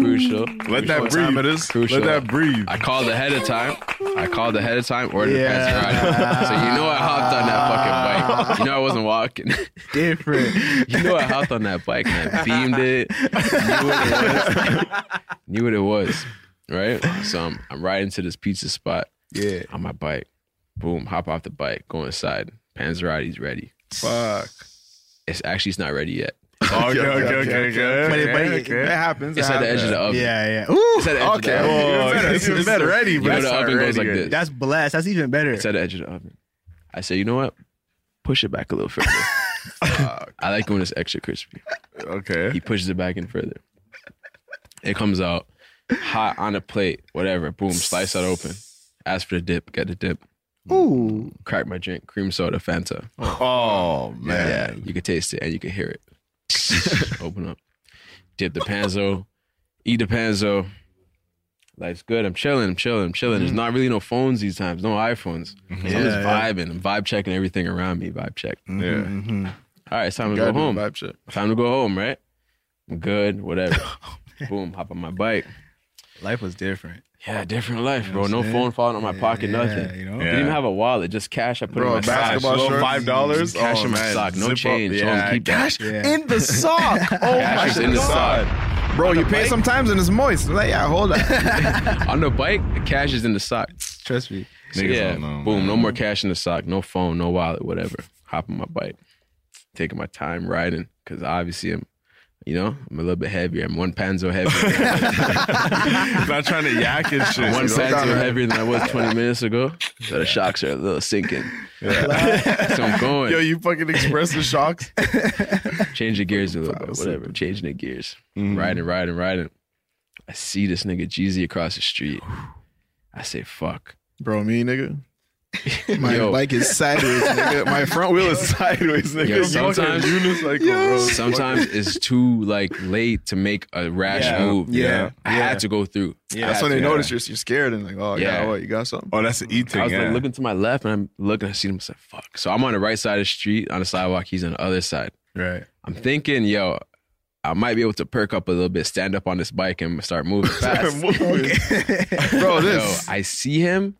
Speaker 4: Crucial.
Speaker 3: Let
Speaker 4: Crucial.
Speaker 3: that breathe.
Speaker 4: Crucial.
Speaker 3: Let that breathe.
Speaker 4: I called ahead of time. I called ahead of time, ordered
Speaker 5: Yeah.
Speaker 4: a Panzerati. So you know I hopped on that fucking bike. You know I wasn't walking.
Speaker 5: Different.
Speaker 4: you know I hopped on that bike and I beamed it. Knew what it was. knew what it was. Right? So I'm, I'm riding to this pizza spot
Speaker 3: Yeah.
Speaker 4: on my bike. Boom, hop off the bike, go inside. Panzerati's ready.
Speaker 2: Fuck.
Speaker 4: It's actually it's not ready yet.
Speaker 3: Okay, okay, okay,
Speaker 2: But
Speaker 3: okay.
Speaker 2: it, but it,
Speaker 3: okay.
Speaker 2: it happens.
Speaker 4: It's
Speaker 2: it
Speaker 4: at the edge
Speaker 2: happens.
Speaker 4: of the oven.
Speaker 5: Yeah, yeah. Ooh,
Speaker 4: It's at the edge
Speaker 3: Okay,
Speaker 4: of the oven.
Speaker 3: well,
Speaker 2: It's better.
Speaker 3: it's
Speaker 2: It's
Speaker 3: better already,
Speaker 4: You
Speaker 3: but
Speaker 4: know
Speaker 3: it's
Speaker 4: the
Speaker 3: not
Speaker 4: oven goes
Speaker 3: ready
Speaker 4: like
Speaker 3: yet.
Speaker 4: this.
Speaker 5: that's blessed. That's even better.
Speaker 4: It's at the edge of the oven. I say, you know what? Push it back a little further. I like it when it's extra crispy.
Speaker 3: Okay.
Speaker 4: He pushes it back in further. It comes out hot on a plate, whatever. Boom, slice that open. Ask for the dip, get the dip.
Speaker 5: Ooh.
Speaker 4: Crack my drink, cream soda, Fanta.
Speaker 3: Oh
Speaker 4: Yeah,
Speaker 3: man.
Speaker 4: you can taste it and you can hear it. Open up, dip the panzo, eat the panzo. Life's good. I'm chilling. I'm chilling. I'm chilling. There's not really no phones these times. No iPhones. So I'm just
Speaker 5: Yeah,
Speaker 4: vibing. I'm vibe checking everything around me. Vibe check.
Speaker 3: Yeah.
Speaker 4: All right, it's time to
Speaker 2: Gotta do the
Speaker 4: go home.
Speaker 2: vibe check.
Speaker 4: Time to go home, right? I'm good. Whatever. Boom. Hop on my bike.
Speaker 5: Life was different.
Speaker 4: Yeah, different life, bro. No phone falling on my pocket.
Speaker 5: Yeah,
Speaker 4: nothing.
Speaker 5: you know?
Speaker 3: Yeah.
Speaker 4: Didn't even have a wallet. Just cash. I put in
Speaker 2: Bro,
Speaker 4: my sock.
Speaker 2: basketball shorts.
Speaker 3: Five dollars. Oh,
Speaker 4: Cash in my sock, no change. Tell him keep that.
Speaker 3: cash
Speaker 5: Yeah.
Speaker 3: in the sock. Oh
Speaker 4: Cash is
Speaker 3: my
Speaker 4: in the
Speaker 3: god.
Speaker 2: Bro, you pay sometimes and it's moist. Like, yeah, hold on.
Speaker 4: On the bike, the cash is in the sock.
Speaker 5: Trust me.
Speaker 4: So
Speaker 3: Niggas
Speaker 4: yeah,
Speaker 3: don't know,
Speaker 4: boom,
Speaker 3: man.
Speaker 4: no more cash in the sock, no phone, no wallet, whatever. Hop on my bike, taking my time riding because obviously I'm, you know, I'm a little bit heavier. I'm one panzo heavier,
Speaker 3: Not trying to yak and shit.
Speaker 4: one
Speaker 3: You know?
Speaker 4: panzo heavier than I was 20 minutes ago. So the shocks are a little sinking. so I'm going.
Speaker 3: Yo, you fucking express the shocks.
Speaker 4: Change the gears a little bit, whatever. I'm changing the gears. Riding, riding, riding. I see this nigga Jeezy across the street. I say, fuck.
Speaker 2: Bro, me, nigga. My
Speaker 4: Yo.
Speaker 2: bike is sideways, nigga. My front wheel is sideways, nigga.
Speaker 4: Yo,
Speaker 2: You
Speaker 4: sometimes-
Speaker 2: fucking unicycle, bro.
Speaker 4: Sometimes it's too like late to make a rash
Speaker 5: Yeah.
Speaker 4: move.
Speaker 2: Yeah.
Speaker 4: I had to go through. I
Speaker 2: That's
Speaker 4: had
Speaker 2: when they
Speaker 4: to.
Speaker 2: notice you're, you're scared and like, oh, yeah,
Speaker 4: Yeah.
Speaker 2: what, you got something?
Speaker 3: Oh, that's an E thing.
Speaker 4: I was
Speaker 3: yeah.
Speaker 4: like looking to my left and I'm looking, I see him I said, fuck. So I'm on the right side of the street on the sidewalk, he's on the other side.
Speaker 5: Right.
Speaker 4: I'm thinking, yo, I might be able to perk up a little bit, stand up on this bike and start moving fast.
Speaker 2: Bro,
Speaker 4: yo,
Speaker 2: this.
Speaker 4: I see him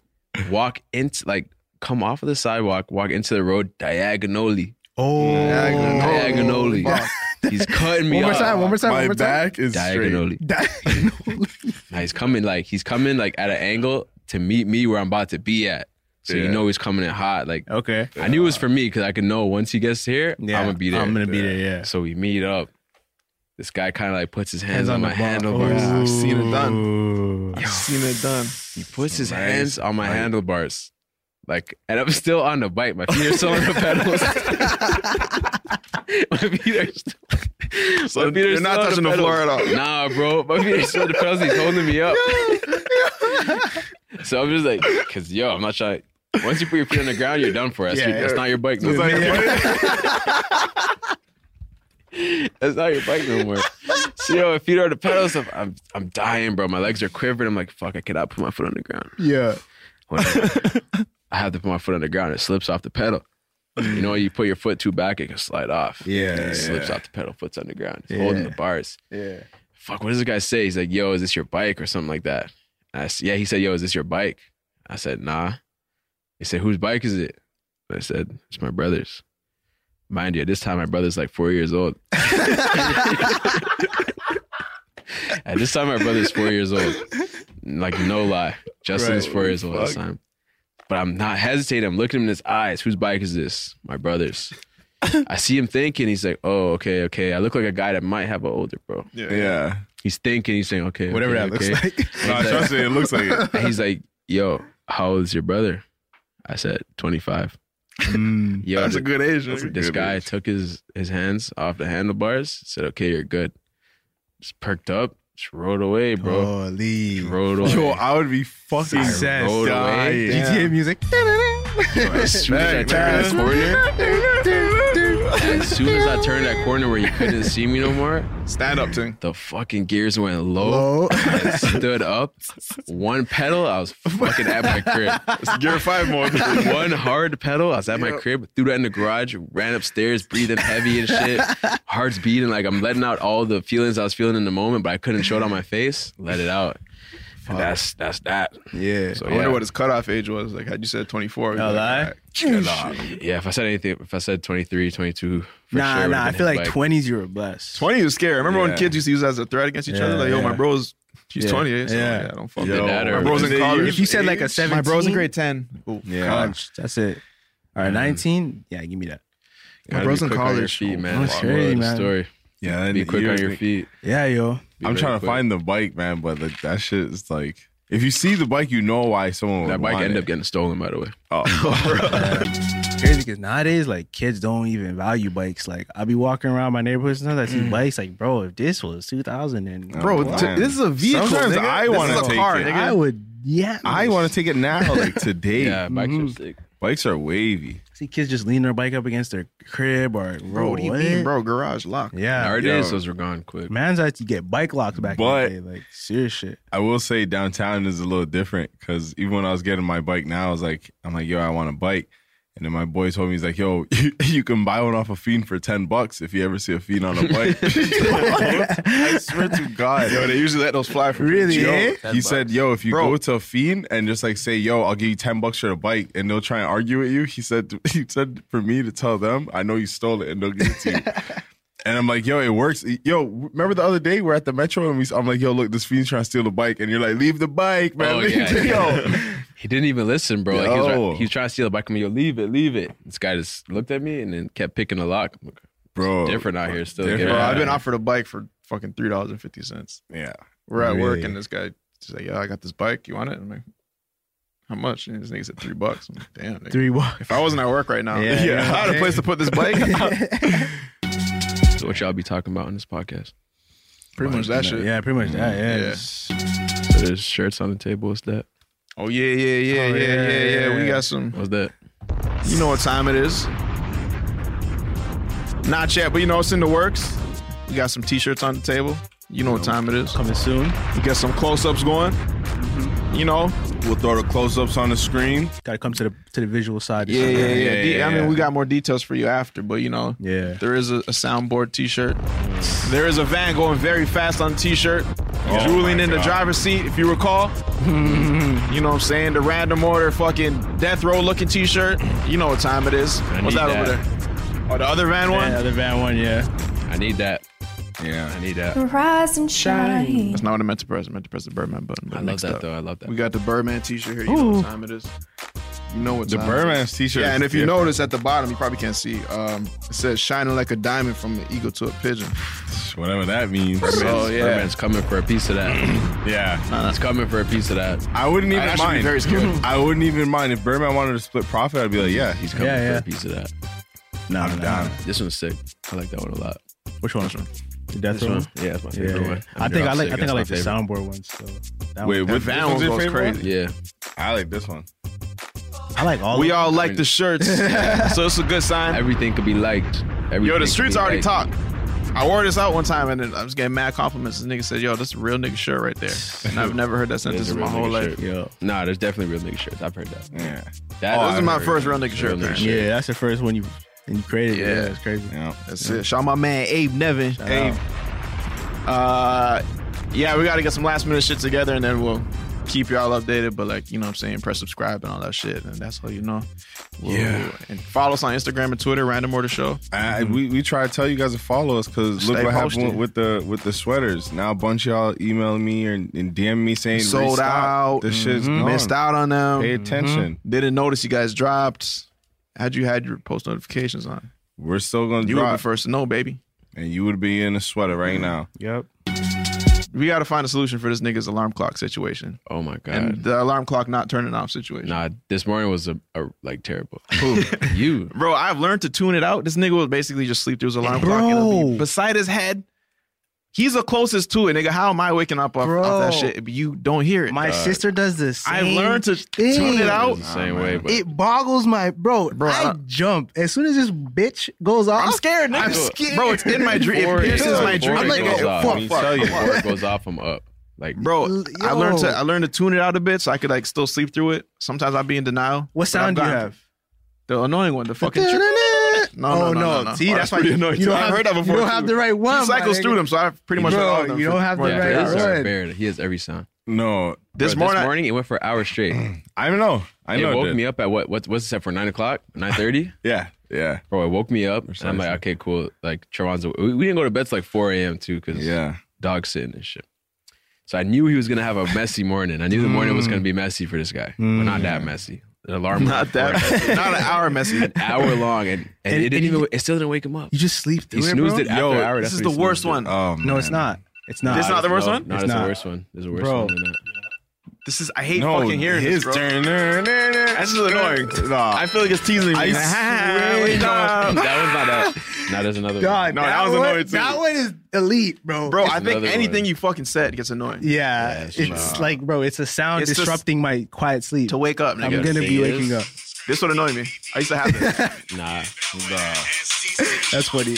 Speaker 4: walk into like come off of the sidewalk, walk into the road diagonally.
Speaker 5: Oh.
Speaker 4: diagonally.
Speaker 2: fuck.
Speaker 4: He's cutting me
Speaker 5: One more
Speaker 4: off.
Speaker 5: time. One more time.
Speaker 3: My
Speaker 5: one more time.
Speaker 3: back is
Speaker 4: Diagonally.
Speaker 5: Diagonally.
Speaker 4: Now he's coming like he's coming like at an angle to meet me where I'm about to be at. So you
Speaker 3: Yeah.
Speaker 4: know he's coming in hot. Like
Speaker 5: okay.
Speaker 4: I knew it was for me because I could know once he gets here, I'm gonna be there.
Speaker 5: I'm gonna be there. Yeah.
Speaker 4: So we meet up. This guy kind of like puts his hands, on, Oh, my handlebars.
Speaker 2: I've seen it done.
Speaker 5: done.
Speaker 2: I've seen it done.
Speaker 4: He puts his
Speaker 3: Nice.
Speaker 4: hands on my
Speaker 3: Right.
Speaker 4: handlebars. Like, and I'm still on the bike. My feet are still on the pedals. my feet are still.
Speaker 2: So you're not
Speaker 4: on
Speaker 2: touching the
Speaker 4: pedals.
Speaker 2: floor at all?
Speaker 4: Nah, bro. My feet are still on the pedals. He's holding me up. so I'm just like, cause yo, I'm not trying. Once you put your feet on the ground, you're done for. That's,
Speaker 5: Yeah,
Speaker 4: your- that's
Speaker 5: yeah.
Speaker 4: not your bike. No
Speaker 3: It's like,
Speaker 4: more. That's not your bike no more. So yo, my feet are on the pedals. I'm, I'm I'm dying, bro. My legs are quivering. I'm like, fuck, I cannot put my foot on the ground.
Speaker 5: Yeah.
Speaker 4: When I I have to put my foot on the ground. It slips off the pedal. You know, you put your foot too back, it can slide off.
Speaker 5: Yeah,
Speaker 4: It slips
Speaker 3: yeah.
Speaker 4: off the pedal, foot's on the ground. It's holding the bars.
Speaker 5: Yeah.
Speaker 4: fuck, what does this guy say? He's like, yo, is this your bike or something like that? And I said, yeah, he said, yo, is this your bike? I said, nah. He said, whose bike is it? I said, it's my brother's. Mind you, at this time, my brother's like four years old. at this time, my brother's four years old. Like, no lie. Justin
Speaker 3: Right,
Speaker 4: is four
Speaker 3: what
Speaker 4: years
Speaker 3: the
Speaker 4: old at this
Speaker 3: fuck?
Speaker 4: time. But I'm not hesitating. I'm looking him in his eyes. Whose bike is this? My brother's. I see him thinking. He's like, oh, okay, okay. I look like a guy that might have an older bro.
Speaker 3: Yeah.
Speaker 4: He's thinking. He's saying, okay,
Speaker 5: Whatever
Speaker 4: okay,
Speaker 5: that looks
Speaker 4: okay.
Speaker 5: like.
Speaker 3: Nah, trust me, it looks like it.
Speaker 4: And he's like, yo, how old is your brother? I said, 25.
Speaker 5: Mm.
Speaker 4: Yo,
Speaker 2: That's a
Speaker 4: th-
Speaker 2: good age. nigga.
Speaker 4: this guy took his, his hands off the handlebars, said, okay, you're good. Just perked up, just rolled away, bro.
Speaker 5: Holy.
Speaker 4: Just rolled away.
Speaker 3: Yo, I would be fucking
Speaker 5: Success.
Speaker 4: rolled away.
Speaker 3: dying.
Speaker 5: GTA music.
Speaker 4: As soon as I turned that corner, as soon as I turned that corner where you couldn't see me no more,
Speaker 2: Stand up, ting.
Speaker 4: the fucking gears went
Speaker 5: Low.
Speaker 4: I stood up, one pedal, I was fucking at my crib.
Speaker 3: It's Gear 5 mode.
Speaker 4: one hard pedal. I was at my crib, threw that in the garage, ran upstairs, breathing heavy and shit. Heart's beating, like I'm letting out all the feelings I was feeling in the moment, but I couldn't show it on my face. Let it out. And that's that's that.
Speaker 5: Yeah.
Speaker 4: So
Speaker 2: I
Speaker 4: yeah.
Speaker 2: wonder what his cutoff age was. Like, had you said 24?
Speaker 5: No
Speaker 2: like,
Speaker 5: lie.
Speaker 2: all right.
Speaker 4: yeah, if I said anything, if I said 23, 22, for
Speaker 5: nah,
Speaker 4: sure, it would've
Speaker 5: nah. I
Speaker 4: been
Speaker 5: feel
Speaker 4: his
Speaker 5: like
Speaker 4: bike.
Speaker 5: twenties you're a blessed.
Speaker 2: 20 was scary. Remember when
Speaker 3: Yeah.
Speaker 2: kids used to use that as a threat against each other?
Speaker 5: Yeah,
Speaker 2: Like, yo, my
Speaker 5: yeah.
Speaker 2: bro's, she's
Speaker 5: Yeah.
Speaker 2: 28. So,
Speaker 5: Yeah.
Speaker 2: yeah, I don't fuck
Speaker 3: Yo,
Speaker 2: with
Speaker 4: that
Speaker 2: that.
Speaker 4: or-
Speaker 2: My bro's in
Speaker 3: They
Speaker 2: college.
Speaker 3: use
Speaker 5: If you said like a
Speaker 3: age?
Speaker 5: seventeen,
Speaker 2: My bro's in grade 10. Ooh,
Speaker 3: Yeah.
Speaker 5: College. That's it. All right, nineteen. Yeah, give me that.
Speaker 4: Gotta
Speaker 2: my bro's
Speaker 4: be
Speaker 2: in
Speaker 4: quick on your
Speaker 2: college.
Speaker 4: feet, man.
Speaker 5: Oh,
Speaker 4: That's the
Speaker 5: wow.
Speaker 4: moral of the
Speaker 5: man.
Speaker 4: story.
Speaker 3: Yeah, and
Speaker 4: Be quick on
Speaker 3: years-
Speaker 4: your feet.
Speaker 5: Yeah, yo.
Speaker 4: Be
Speaker 3: I'm
Speaker 4: very
Speaker 3: trying to
Speaker 4: quick.
Speaker 3: find the bike, man, but like, that shit is like. If you see the bike, you know why someone would
Speaker 4: that bike
Speaker 3: want
Speaker 4: ended
Speaker 3: it. Oh.
Speaker 4: up getting stolen, by the way.
Speaker 5: Crazy because nowadays, like kids don't even value bikes. Like I'll be walking around my neighborhood sometimes I see bikes. Like, bro, if this was 2000 and
Speaker 2: Mm. Bro,
Speaker 3: Oh,
Speaker 2: t-
Speaker 3: man.
Speaker 2: this is a vehicle.
Speaker 3: Sometimes
Speaker 2: nigga.
Speaker 3: I
Speaker 2: This
Speaker 3: wanna
Speaker 2: is a
Speaker 3: take
Speaker 2: car,
Speaker 3: it.
Speaker 2: nigga.
Speaker 5: I would, yeah,
Speaker 3: I want to take it now, like today.
Speaker 4: Yeah, bikes are sick.
Speaker 3: Bikes are wavy.
Speaker 5: see kids just lean their bike up against their crib or
Speaker 2: Bro, what do you mean, bro? Garage lock.
Speaker 5: Yeah,
Speaker 4: Nowadays,
Speaker 3: yo.
Speaker 4: those were gone quick.
Speaker 5: man's had to get bike locks back
Speaker 3: But-
Speaker 5: in the day. Like serious shit.
Speaker 3: I will say downtown is a little different because even when I was getting my bike now, I was like, I'm like, yo, I want a bike. And then my boy told me, he's like, yo, you, can buy one off a fiend for 10 bucks if you ever see a fiend on a bike. I swear to God.
Speaker 2: Yo, they usually let those fly for
Speaker 5: Really,
Speaker 2: Yo,
Speaker 5: eh?
Speaker 3: He said, yo, if you
Speaker 2: Bro.
Speaker 3: go to a fiend and just like say, yo, I'll give you 10 bucks for the bike and they'll try and argue with you. He said, he said for me to tell them, I know you stole it and they'll give it to you. And I'm like, yo, it works. Yo, remember the other day we're at the metro and we, I'm like, yo, look, this fiend's trying to steal the bike, and you're like, leave the bike, man.
Speaker 4: Oh,
Speaker 3: leave
Speaker 4: yeah,
Speaker 3: the-
Speaker 4: yeah.
Speaker 3: Yo,
Speaker 4: He didn't even listen, bro. Like he, was,
Speaker 3: Yo.
Speaker 4: right- he was trying to steal the bike from me. Yo, leave it, leave it. This guy just looked at me and then kept picking the lock. I'm like,
Speaker 3: bro,
Speaker 4: different out here still.
Speaker 3: Different.
Speaker 4: Get it
Speaker 2: Bro,
Speaker 4: out
Speaker 2: I've
Speaker 4: of
Speaker 2: been
Speaker 4: here.
Speaker 2: offered a bike for fucking three dollars and fifty cents.
Speaker 3: Yeah,
Speaker 2: We're at work
Speaker 3: Really?
Speaker 2: and this guy just like, "Yeah, I got this bike. You want it?" I'm like, "How much?" And this nigga said three bucks. I'm like, "Damn, nigga.
Speaker 5: Three walks.
Speaker 2: if I wasn't at work right now,
Speaker 5: Yeah,
Speaker 2: yeah,
Speaker 5: yeah.
Speaker 2: I had a place to put this bike.
Speaker 4: So what y'all be talking about in this podcast?
Speaker 2: Pretty much that shit.
Speaker 5: Yeah, pretty much that. Yeah.
Speaker 2: Yeah.
Speaker 5: Just-
Speaker 4: So there's shirts on the table. What's that?
Speaker 2: Oh yeah, yeah, yeah,
Speaker 5: Oh,
Speaker 2: yeah,
Speaker 5: yeah,
Speaker 2: yeah, yeah,
Speaker 5: yeah.
Speaker 2: We got some.
Speaker 4: What's that?
Speaker 2: You know what time it is? Not yet, but you know it's in the works. We got some t-shirts on the table. You know what time it is.
Speaker 5: Coming soon.
Speaker 2: We got some close-ups going. You know,
Speaker 3: we'll throw the close ups on the screen.
Speaker 5: Got to come to the to the visual side. of
Speaker 2: Yeah,
Speaker 5: shit.
Speaker 2: yeah, yeah.
Speaker 3: Yeah,
Speaker 2: De-
Speaker 3: yeah,
Speaker 2: I mean,
Speaker 3: yeah.
Speaker 2: we got more details for you after, but you know,
Speaker 5: Yeah.
Speaker 2: there is a, a soundboard T-shirt. There is a van going very fast on T-shirt, drooling
Speaker 3: my
Speaker 2: in the
Speaker 3: God.
Speaker 2: driver's seat. If you recall, you know what I'm saying the random order fucking death row looking T-shirt. You know what time it is? What's
Speaker 4: need
Speaker 2: that, over
Speaker 4: that.
Speaker 2: there? Oh, the other van one.
Speaker 5: Yeah, other van one. Yeah.
Speaker 4: I need that. I
Speaker 3: Yeah,
Speaker 4: need that.
Speaker 7: Rise and shine.
Speaker 2: That's not what I meant to press. I meant to press the Birdman button. but
Speaker 4: I love
Speaker 2: next
Speaker 4: that
Speaker 2: up.
Speaker 4: though. I love
Speaker 2: We
Speaker 4: that.
Speaker 2: got the Birdman T-shirt here. You know what time it is? You know what
Speaker 3: the
Speaker 2: time it is.
Speaker 3: Birdman's T-shirt.
Speaker 2: Yeah,
Speaker 3: is
Speaker 2: and if you
Speaker 3: different.
Speaker 2: notice at the bottom, you probably can't see. Um, it says "shining like a diamond from an eagle to a pigeon."
Speaker 3: whatever that means. Oh,
Speaker 2: So yeah,
Speaker 4: Birdman's coming for a piece of that.
Speaker 3: yeah,
Speaker 4: He's coming for a piece of Uh, that.
Speaker 3: I wouldn't even
Speaker 2: I should be
Speaker 3: mind.
Speaker 2: very scared.
Speaker 3: I wouldn't even mind if Birdman wanted to split profit. I'd be like, yeah,
Speaker 4: He's coming
Speaker 5: Yeah,
Speaker 4: for
Speaker 5: yeah.
Speaker 4: a piece of that.
Speaker 5: Nah,
Speaker 3: I'm
Speaker 5: nah.
Speaker 3: down.
Speaker 4: This one's sick. I like that one a lot.
Speaker 5: Which one? The death
Speaker 4: This
Speaker 5: row.
Speaker 4: one? Yeah, it's my
Speaker 5: Yeah,
Speaker 4: favorite one.
Speaker 5: I think I
Speaker 4: dropped
Speaker 5: like.
Speaker 4: sick.
Speaker 5: I think
Speaker 4: That's
Speaker 5: I
Speaker 4: my
Speaker 5: like the
Speaker 4: favorite.
Speaker 5: soundboard ones. So that
Speaker 3: Wait,
Speaker 5: one-
Speaker 3: what
Speaker 2: That
Speaker 3: this
Speaker 2: one
Speaker 3: one's your
Speaker 2: goes
Speaker 3: favorite one?
Speaker 2: crazy.
Speaker 4: Yeah.
Speaker 3: I like this one.
Speaker 5: I like all.
Speaker 2: we
Speaker 5: of
Speaker 2: all like the shirts, so it's a good sign.
Speaker 4: Everything could be liked. Everything
Speaker 2: Yo, the
Speaker 4: could
Speaker 2: streets
Speaker 4: be
Speaker 2: already
Speaker 4: liked.
Speaker 2: talk. I wore this out one time and then I was getting mad compliments. This nigga said, "Yo, this is a real nigga shirt right there," and I've never heard that
Speaker 4: There's
Speaker 2: sentence
Speaker 4: a
Speaker 2: in my
Speaker 4: real
Speaker 2: whole
Speaker 4: nigga
Speaker 2: life.
Speaker 4: shirt.
Speaker 5: Yo.
Speaker 4: Nah, there's definitely real nigga shirts. I've heard that.
Speaker 3: Yeah,
Speaker 4: That
Speaker 2: Oh, this is my
Speaker 4: I've
Speaker 2: first
Speaker 4: heard.
Speaker 2: real nigga shirt,
Speaker 4: Real
Speaker 2: man.
Speaker 4: nigga
Speaker 5: Yeah, that's the first one you and you created. Yeah,
Speaker 2: Yeah.
Speaker 5: yeah it's crazy.
Speaker 3: yeah.
Speaker 2: That's it. Shout my man Abe Nevin. Abe, Uh, yeah, we got to get some last minute shit together and then we'll keep y'all updated. But, like, you know what I'm saying? Press subscribe and all that shit. And that's all you know. We'll-
Speaker 4: Yeah.
Speaker 2: And follow us on Instagram and Twitter, Random Order Show.
Speaker 3: I, we we try to tell you guys to follow us because look
Speaker 2: Mm-hmm. Stay
Speaker 3: what
Speaker 2: posted.
Speaker 3: happened with the with the sweaters. Now a bunch of y'all email me or, and DM me saying
Speaker 2: Sold
Speaker 3: "Restock."
Speaker 2: out. Mm-hmm.
Speaker 3: The shit's gone.
Speaker 2: Missed out Mm-hmm. on them.
Speaker 3: Pay attention.
Speaker 2: Didn't notice you guys dropped. Had you had your post notifications on?
Speaker 3: We're still gonna
Speaker 2: You would Mm-hmm. be
Speaker 3: drop,
Speaker 2: first to know, baby.
Speaker 3: and you would be in a sweater right now.
Speaker 5: Yep.
Speaker 2: We got to find a solution for this nigga's alarm clock situation
Speaker 4: Oh my god.
Speaker 2: and the alarm clock not turning off situation.
Speaker 4: Nah, this morning was a, a like terrible. you
Speaker 2: Bro, I've learned to tune it out. This nigga will basically just sleep through his alarm clock and it'll be
Speaker 5: Bro.
Speaker 2: beside his head. He's the closest to it, nigga. How am I waking up off, off that
Speaker 5: Bro.
Speaker 2: shit? if You don't hear it.
Speaker 5: My
Speaker 2: dog?
Speaker 5: sister does this.
Speaker 2: I've learned to tune it out.
Speaker 4: the same way, but
Speaker 5: It boggles my bro.
Speaker 2: Bro, I
Speaker 5: I
Speaker 2: don't-
Speaker 5: jump as soon as this bitch goes off.
Speaker 2: I'm scared, nigga.
Speaker 5: I'm scared.
Speaker 2: Bro, it's in my dream. It
Speaker 4: Before
Speaker 2: pierces
Speaker 4: it-
Speaker 2: my
Speaker 4: before
Speaker 2: dream.
Speaker 4: it
Speaker 5: I'm like,
Speaker 4: goes
Speaker 5: oh,
Speaker 4: off,
Speaker 5: fuck,
Speaker 4: let me
Speaker 5: fuck,
Speaker 4: tell you,
Speaker 5: fuck.
Speaker 4: before it goes off, I'm up. Like
Speaker 2: Bro,
Speaker 5: L-
Speaker 2: I learned to
Speaker 5: yo.
Speaker 2: I learned to tune it out a bit so I could like still sleep through it. Sometimes I'll be in denial.
Speaker 5: What
Speaker 2: but I've
Speaker 5: sound do you
Speaker 2: gotten-
Speaker 5: have?
Speaker 2: The annoying one, the fucking.
Speaker 5: Da-da-da-da.
Speaker 2: No, no,
Speaker 5: Oh,
Speaker 2: no, no, no.
Speaker 5: See,
Speaker 2: Oh,
Speaker 5: that's,
Speaker 2: that's
Speaker 5: why
Speaker 2: pretty annoying,
Speaker 5: You
Speaker 2: too.
Speaker 5: don't
Speaker 2: I've
Speaker 5: have,
Speaker 2: heard that
Speaker 5: you
Speaker 2: before,
Speaker 5: don't
Speaker 2: too.
Speaker 5: have the right
Speaker 2: He
Speaker 5: one. my
Speaker 2: cycles
Speaker 5: nigga.
Speaker 2: through them, so I pretty much
Speaker 5: Bro,
Speaker 2: heard all of them
Speaker 5: you
Speaker 2: for-
Speaker 5: don't have
Speaker 2: for
Speaker 5: the
Speaker 2: that.
Speaker 5: right-
Speaker 4: This
Speaker 5: alright.
Speaker 4: is bad. He has every sound.
Speaker 3: No,
Speaker 2: This
Speaker 4: Bro,
Speaker 2: morning,
Speaker 4: this
Speaker 2: I-
Speaker 4: morning it went for an hour straight.
Speaker 3: I don't know. I
Speaker 4: it
Speaker 3: know.
Speaker 4: woke
Speaker 3: did.
Speaker 4: me up at what? What? What's it set for? Nine o'clock? Nine thirty?
Speaker 3: Yeah, yeah,
Speaker 4: Bro, it woke me up. And I'm like, okay, cool. Like Trevon's. We, we didn't go to bed till like four a.m. too, because
Speaker 3: yeah.
Speaker 4: dog sitting and shit. So I knew he was gonna have a messy morning. I knew the morning was gonna be messy for this guy, but not that messy. An alarm,
Speaker 2: Mm.
Speaker 4: went
Speaker 2: not
Speaker 4: for
Speaker 2: that,
Speaker 4: an
Speaker 2: messy. not an hour messy.
Speaker 4: hour long, and,
Speaker 5: And-
Speaker 4: and, it didn't
Speaker 5: and
Speaker 4: even.
Speaker 5: you-
Speaker 4: It still didn't wake him up.
Speaker 5: You just sleep through
Speaker 4: He
Speaker 5: it,
Speaker 4: snoozed
Speaker 5: bro?
Speaker 4: it after an hour.
Speaker 2: This
Speaker 4: That's
Speaker 2: is
Speaker 4: what
Speaker 2: the
Speaker 4: he
Speaker 2: worst
Speaker 4: snoozed
Speaker 2: one.
Speaker 4: it.
Speaker 3: Oh,
Speaker 5: No, it's
Speaker 3: man.
Speaker 5: not. It's
Speaker 2: This
Speaker 5: not.
Speaker 2: is not the worst
Speaker 4: no,
Speaker 2: one?
Speaker 4: No,
Speaker 5: It's
Speaker 4: it's the
Speaker 5: not.
Speaker 4: worst one. It's the worst
Speaker 5: Bro.
Speaker 4: one. Than that.
Speaker 2: This is I hate
Speaker 3: No,
Speaker 2: fucking hearing this,
Speaker 3: his
Speaker 2: bro.
Speaker 3: turn. That's
Speaker 2: This is annoying. I
Speaker 3: Nah.
Speaker 2: feel like it's teasing me.
Speaker 3: I swear
Speaker 2: Wake
Speaker 3: to
Speaker 2: up.
Speaker 4: that one's not that. No, there's another
Speaker 5: God,
Speaker 3: No, that was
Speaker 5: one-
Speaker 3: annoying, too.
Speaker 5: That one is elite, bro.
Speaker 2: bro, I think
Speaker 4: another
Speaker 2: anything
Speaker 4: one.
Speaker 2: you fucking said gets annoying.
Speaker 5: yeah, it's like, bro, it's a sound
Speaker 2: It's just-
Speaker 5: disrupting my quiet sleep.
Speaker 2: To wake up,
Speaker 5: I'm
Speaker 2: nigga.
Speaker 5: gonna
Speaker 4: See,
Speaker 5: be waking
Speaker 4: it's-
Speaker 5: up.
Speaker 2: This would annoy me. I used to have this.
Speaker 4: one. Nah.
Speaker 5: That's funny.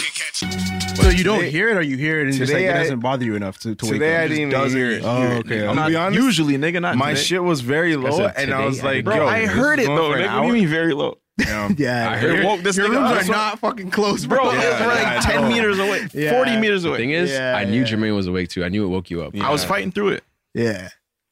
Speaker 5: So you don't
Speaker 3: today-
Speaker 5: hear it, or you hear it, and just like
Speaker 3: today
Speaker 5: it
Speaker 3: I-
Speaker 5: doesn't bother you enough to, to wake up.
Speaker 3: Today I
Speaker 5: It just
Speaker 3: didn't
Speaker 5: doesn't-
Speaker 3: hear it.
Speaker 5: Oh, okay.
Speaker 3: I'm gonna be honest.
Speaker 2: Usually, nigga, not
Speaker 3: my
Speaker 2: today.
Speaker 3: shit was very low,
Speaker 4: said
Speaker 3: and I
Speaker 4: today
Speaker 3: was
Speaker 4: I
Speaker 3: like,
Speaker 4: didn't-
Speaker 2: Bro,
Speaker 3: yo,
Speaker 2: I
Speaker 3: this
Speaker 2: heard
Speaker 3: is
Speaker 2: it
Speaker 3: going
Speaker 2: though.
Speaker 3: for
Speaker 2: Nigga,
Speaker 3: an
Speaker 2: what do you
Speaker 3: hour?
Speaker 2: mean very low?
Speaker 3: Damn.
Speaker 5: Yeah,
Speaker 4: I heard
Speaker 2: It woke this
Speaker 5: Your
Speaker 2: nigga up.
Speaker 5: rooms are not fucking close, bro.
Speaker 2: Bro, it was
Speaker 3: Yeah,
Speaker 2: like
Speaker 3: I
Speaker 2: 10
Speaker 3: know.
Speaker 2: meters away,
Speaker 5: Yeah.
Speaker 2: 40 meters
Speaker 4: The
Speaker 2: away.
Speaker 4: thing is,
Speaker 5: Yeah,
Speaker 4: I knew
Speaker 5: yeah.
Speaker 4: Jermaine was awake too. I knew it woke you up.
Speaker 2: I was fighting through it.
Speaker 5: Yeah.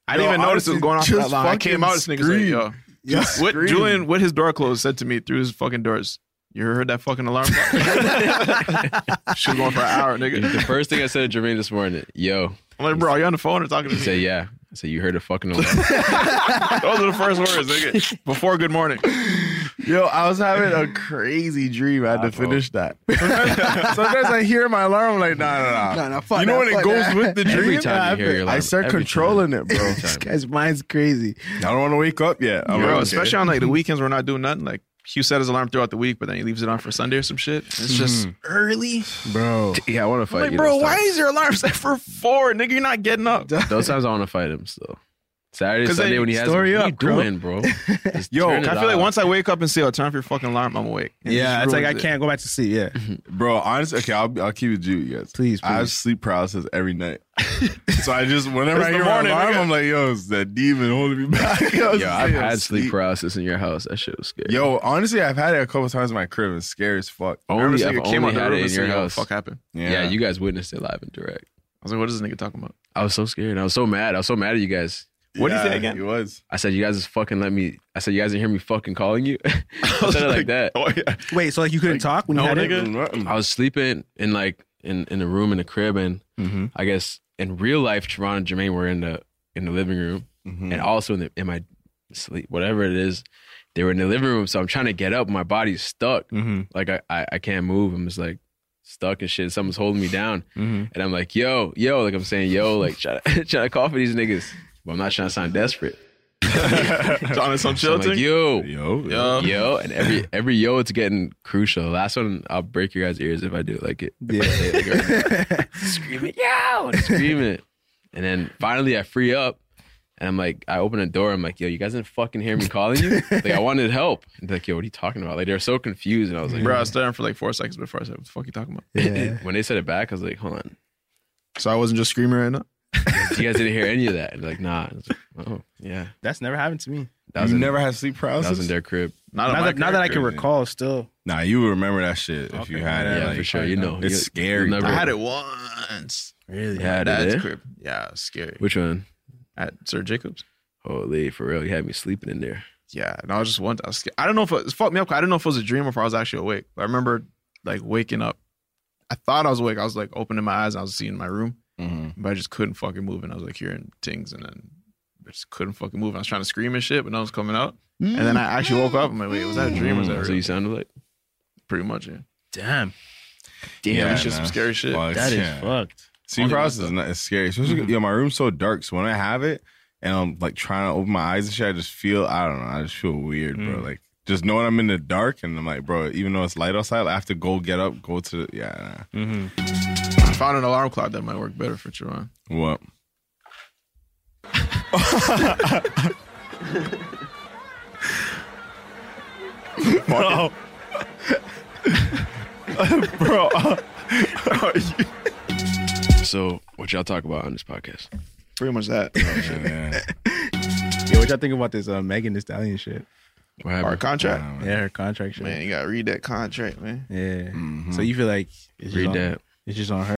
Speaker 2: I didn't
Speaker 3: Yo,
Speaker 2: even notice it was
Speaker 3: honestly,
Speaker 2: going off for that
Speaker 3: just
Speaker 2: long. I came
Speaker 3: fucking
Speaker 2: out, this nigga's like, yo.
Speaker 5: Yeah.
Speaker 2: What Julian, with his door closed, said to me through his fucking doors, you heard that fucking alarm clock? she was going for an hour,
Speaker 4: The
Speaker 2: nigga.
Speaker 4: first thing I said to Jermaine this morning, yo,
Speaker 2: I'm like, bro, are you on the phone or talking to
Speaker 4: he
Speaker 2: me?
Speaker 4: said, yeah. I said, you heard a fucking alarm.
Speaker 2: Those are the first words, nigga. Before good morning.
Speaker 3: Yo, I was having a crazy dream. I had to
Speaker 4: bro.
Speaker 3: finish that. Sometimes, sometimes I hear my alarm. I'm like, nah, nah, nah.
Speaker 5: Nah, nah, fuck
Speaker 3: you know
Speaker 5: that,
Speaker 3: when it
Speaker 5: fuck
Speaker 3: goes
Speaker 5: that.
Speaker 3: with the dream?
Speaker 4: Every time you hear your alarm.
Speaker 3: I start
Speaker 4: every
Speaker 3: controlling it, bro.
Speaker 4: Every
Speaker 5: This
Speaker 4: time.
Speaker 5: guy's mind's crazy.
Speaker 3: I don't want to wake up yet. I'm
Speaker 2: Bro,
Speaker 3: like,
Speaker 2: especially on like the weekends, we're not doing nothing. Like, Hugh set his alarm throughout the week, but then he leaves it on for Sunday or some shit. And it's just early.
Speaker 5: Bro.
Speaker 4: Yeah, I want to fight
Speaker 2: I'm like,
Speaker 4: you.
Speaker 2: bro,
Speaker 4: those
Speaker 2: why
Speaker 4: times.
Speaker 2: is your alarm set for four? Nigga, you're not getting up.
Speaker 4: Those times I want to fight him still. Saturday,
Speaker 2: 'Cause
Speaker 4: Sunday
Speaker 2: then
Speaker 4: when he has
Speaker 5: story
Speaker 4: what
Speaker 5: up,
Speaker 4: you
Speaker 5: bro.
Speaker 4: doing, bro? Just
Speaker 3: Yo,
Speaker 4: turn
Speaker 2: I
Speaker 4: it
Speaker 2: feel like
Speaker 4: off.
Speaker 2: once I wake up and say, oh, turn off your fucking alarm, I'm awake. And
Speaker 5: Yeah,
Speaker 2: it just
Speaker 5: it's like I
Speaker 2: ruins it.
Speaker 5: can't go back to sleep. Yeah.
Speaker 3: Bro, honestly, okay, I'll, I'll keep it to you guys.
Speaker 5: Please,
Speaker 3: I have
Speaker 5: please.
Speaker 3: sleep paralysis every night. so I just, whenever
Speaker 2: It's
Speaker 3: I
Speaker 2: the
Speaker 3: hear
Speaker 2: morning,
Speaker 3: my alarm,
Speaker 2: nigga.
Speaker 3: I'm like, yo, it's that demon holding me back. Yo,
Speaker 4: Yo, I've had sleep paralysis in your house. That shit was scary.
Speaker 3: Yo, honestly, I've had it a couple times in my crib. It's scary as fuck.
Speaker 2: Remember
Speaker 4: only,
Speaker 2: this
Speaker 4: I've
Speaker 2: nigga came
Speaker 4: only
Speaker 2: out the
Speaker 4: had
Speaker 2: room
Speaker 4: it
Speaker 2: and
Speaker 4: in your
Speaker 2: said, yo,
Speaker 4: house.
Speaker 2: fuck happened?
Speaker 4: yeah. you guys witnessed it live and direct.
Speaker 2: I was like, what is this nigga talking about?
Speaker 4: I was so scared. I was so mad. I was so mad at you guys.
Speaker 2: What do you say again?
Speaker 3: It was.
Speaker 4: I said, you guys just fucking let me. I said, you guys didn't hear me fucking calling you. I said it like that.
Speaker 2: Oh, yeah.
Speaker 5: Wait, so like you couldn't talk when you
Speaker 2: no,
Speaker 5: had it?
Speaker 2: nigga.
Speaker 4: I was sleeping in like in in a room in a crib, and
Speaker 3: Mhm.
Speaker 4: I guess in real life, Teron and Jermaine were in the in the living room,
Speaker 3: Mhm.
Speaker 4: and also in the in my sleep, whatever it is, they were in the living room. So I'm trying to get up, my body's stuck.
Speaker 3: Mhm.
Speaker 4: Like I, I I can't move. I'm just like stuck and shit. Someone's holding me down,
Speaker 3: Mhm.
Speaker 4: and I'm like, yo, yo, like I'm saying, yo, like try to try to call for these niggas, but I'm not trying to sound desperate.
Speaker 2: John is some
Speaker 4: So I'm
Speaker 2: children.
Speaker 4: like, yo,
Speaker 3: Yo,
Speaker 2: Yo.
Speaker 4: yo, and every every yo, it's getting crucial. The last one, I'll break your guys' ears if I do it like it. If I say it like it right now. screaming, yo, and screaming it. And then finally, I free up, and I'm like, I open the door. I'm like, yo, you guys didn't fucking hear me calling you. Like, I wanted help. And they're like, yo, what are you talking about? Like, they're so confused, and I was like,
Speaker 2: Bro, I was staring for like four seconds before I said, what the fuck you talking about?
Speaker 5: Yeah.
Speaker 4: when they said it back, I was like, hold on,
Speaker 2: So I wasn't just screaming right now?
Speaker 4: you guys didn't hear any of that. And they're like, nah. I was like, oh, yeah.
Speaker 5: That's never happened to me.
Speaker 4: That was
Speaker 3: you
Speaker 4: in,
Speaker 3: never had sleep
Speaker 4: that was in
Speaker 3: paralysis.
Speaker 4: their crib.
Speaker 2: Not,
Speaker 5: Now that, now that I can recall, still.
Speaker 3: Nah, you would remember that shit if
Speaker 5: Okay.
Speaker 3: you had it.
Speaker 4: Yeah,
Speaker 3: like,
Speaker 4: for sure. You know,
Speaker 3: it's
Speaker 4: you-
Speaker 3: scary.
Speaker 4: you'll never-
Speaker 2: I had it once.
Speaker 5: Really?
Speaker 4: You had it,
Speaker 2: That's
Speaker 4: eh?
Speaker 2: crib. Yeah, it was scary.
Speaker 4: Which one?
Speaker 2: At Sir Jacobs.
Speaker 4: Holy, for real, you had me sleeping in there.
Speaker 2: Yeah, and I was just one. I, was scared. I don't know if it, it fucked me up. 'cause I didn't know if it was a dream or if I was actually awake. But I remember like waking up. I thought I was awake. I was like opening my eyes and I was seeing my room,
Speaker 4: Mm-hmm.
Speaker 3: Mhm.
Speaker 2: but I just couldn't fucking move. And I was like hearing things, and then I just couldn't fucking move. And I was trying to scream and shit, but no one was coming out. And then I actually woke up. I'm like, wait, was that a dream or was that
Speaker 4: Mm,
Speaker 2: real?
Speaker 4: So you sounded like
Speaker 2: Pretty much, yeah.
Speaker 5: Damn.
Speaker 4: damn.
Speaker 3: Yeah,
Speaker 2: Yeah, it's just some
Speaker 3: nah.
Speaker 2: scary shit.
Speaker 3: Well, it's-
Speaker 5: that is
Speaker 3: yeah.
Speaker 5: fucked.
Speaker 3: Sleep paralysis is not it's scary. Especially, yo, my room's so dark. So when I have it and I'm like trying to open my eyes and shit, I just feel, I don't know, I just feel weird, bro. Like just knowing I'm in the dark and I'm like, bro, even though it's light outside, I have to go get up, go to, the, yeah. nah.
Speaker 2: I found an alarm clock that might work better for Chiron.
Speaker 3: What? bro. bro.
Speaker 4: So what y'all talk about on this podcast?
Speaker 2: Pretty much that.
Speaker 3: Yeah,
Speaker 5: Yo, what y'all think about this uh, Megan Thee Stallion shit?
Speaker 4: What
Speaker 2: Our
Speaker 4: happened?
Speaker 2: contract,
Speaker 3: yeah.
Speaker 5: Yeah, her contract shit.
Speaker 2: man. You gotta read that contract, man.
Speaker 5: Yeah. So you feel like it's just
Speaker 4: Read
Speaker 5: on-
Speaker 4: that.
Speaker 5: It's just on her.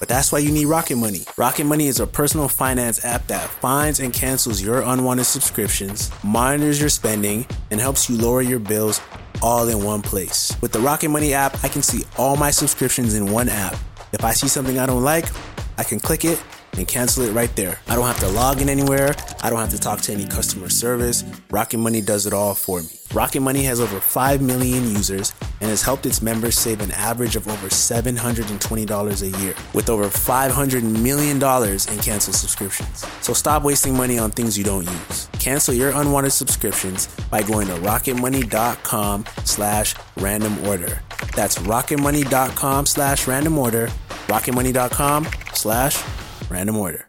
Speaker 8: But that's why you need Rocket Money. Rocket Money is a personal finance app that finds and cancels your unwanted subscriptions, monitors your spending, and helps you lower your bills all in one place. With the Rocket Money app, I can see all my subscriptions in one app. If I see something I don't like, I can click it and cancel it right there. I don't have to log in anywhere. I don't have to talk to any customer service. Rocket Money does it all for me. Rocket Money has over 5 million users and has helped its members save an average of over $720 a year with over $500 million in canceled subscriptions. So stop wasting money on things you don't use. Cancel your unwanted subscriptions by going to rocketmoney.com slash random order. That's rocketmoney.com slash random order, rocketmoney.com slash Random order.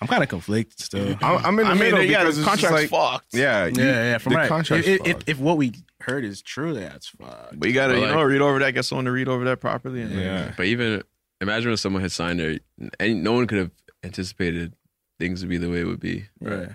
Speaker 5: I'm kind of conflicted still.
Speaker 3: I'm, I'm in the
Speaker 2: I mean,
Speaker 3: middle
Speaker 2: yeah,
Speaker 3: because
Speaker 2: the
Speaker 3: it's just
Speaker 2: contract's
Speaker 3: like,
Speaker 2: fucked.
Speaker 3: Yeah, you-
Speaker 5: yeah, yeah. From
Speaker 3: the
Speaker 5: right.
Speaker 3: contract's
Speaker 5: if, if,
Speaker 3: fucked.
Speaker 5: if what we heard is true, that's fucked.
Speaker 2: But you gotta,
Speaker 4: But
Speaker 2: you
Speaker 4: like-
Speaker 2: know, read over that. Get someone to read over that properly. And like,
Speaker 3: yeah.
Speaker 4: But even imagine if someone had signed there, and no one could have anticipated things would be the way it would be.
Speaker 5: Right.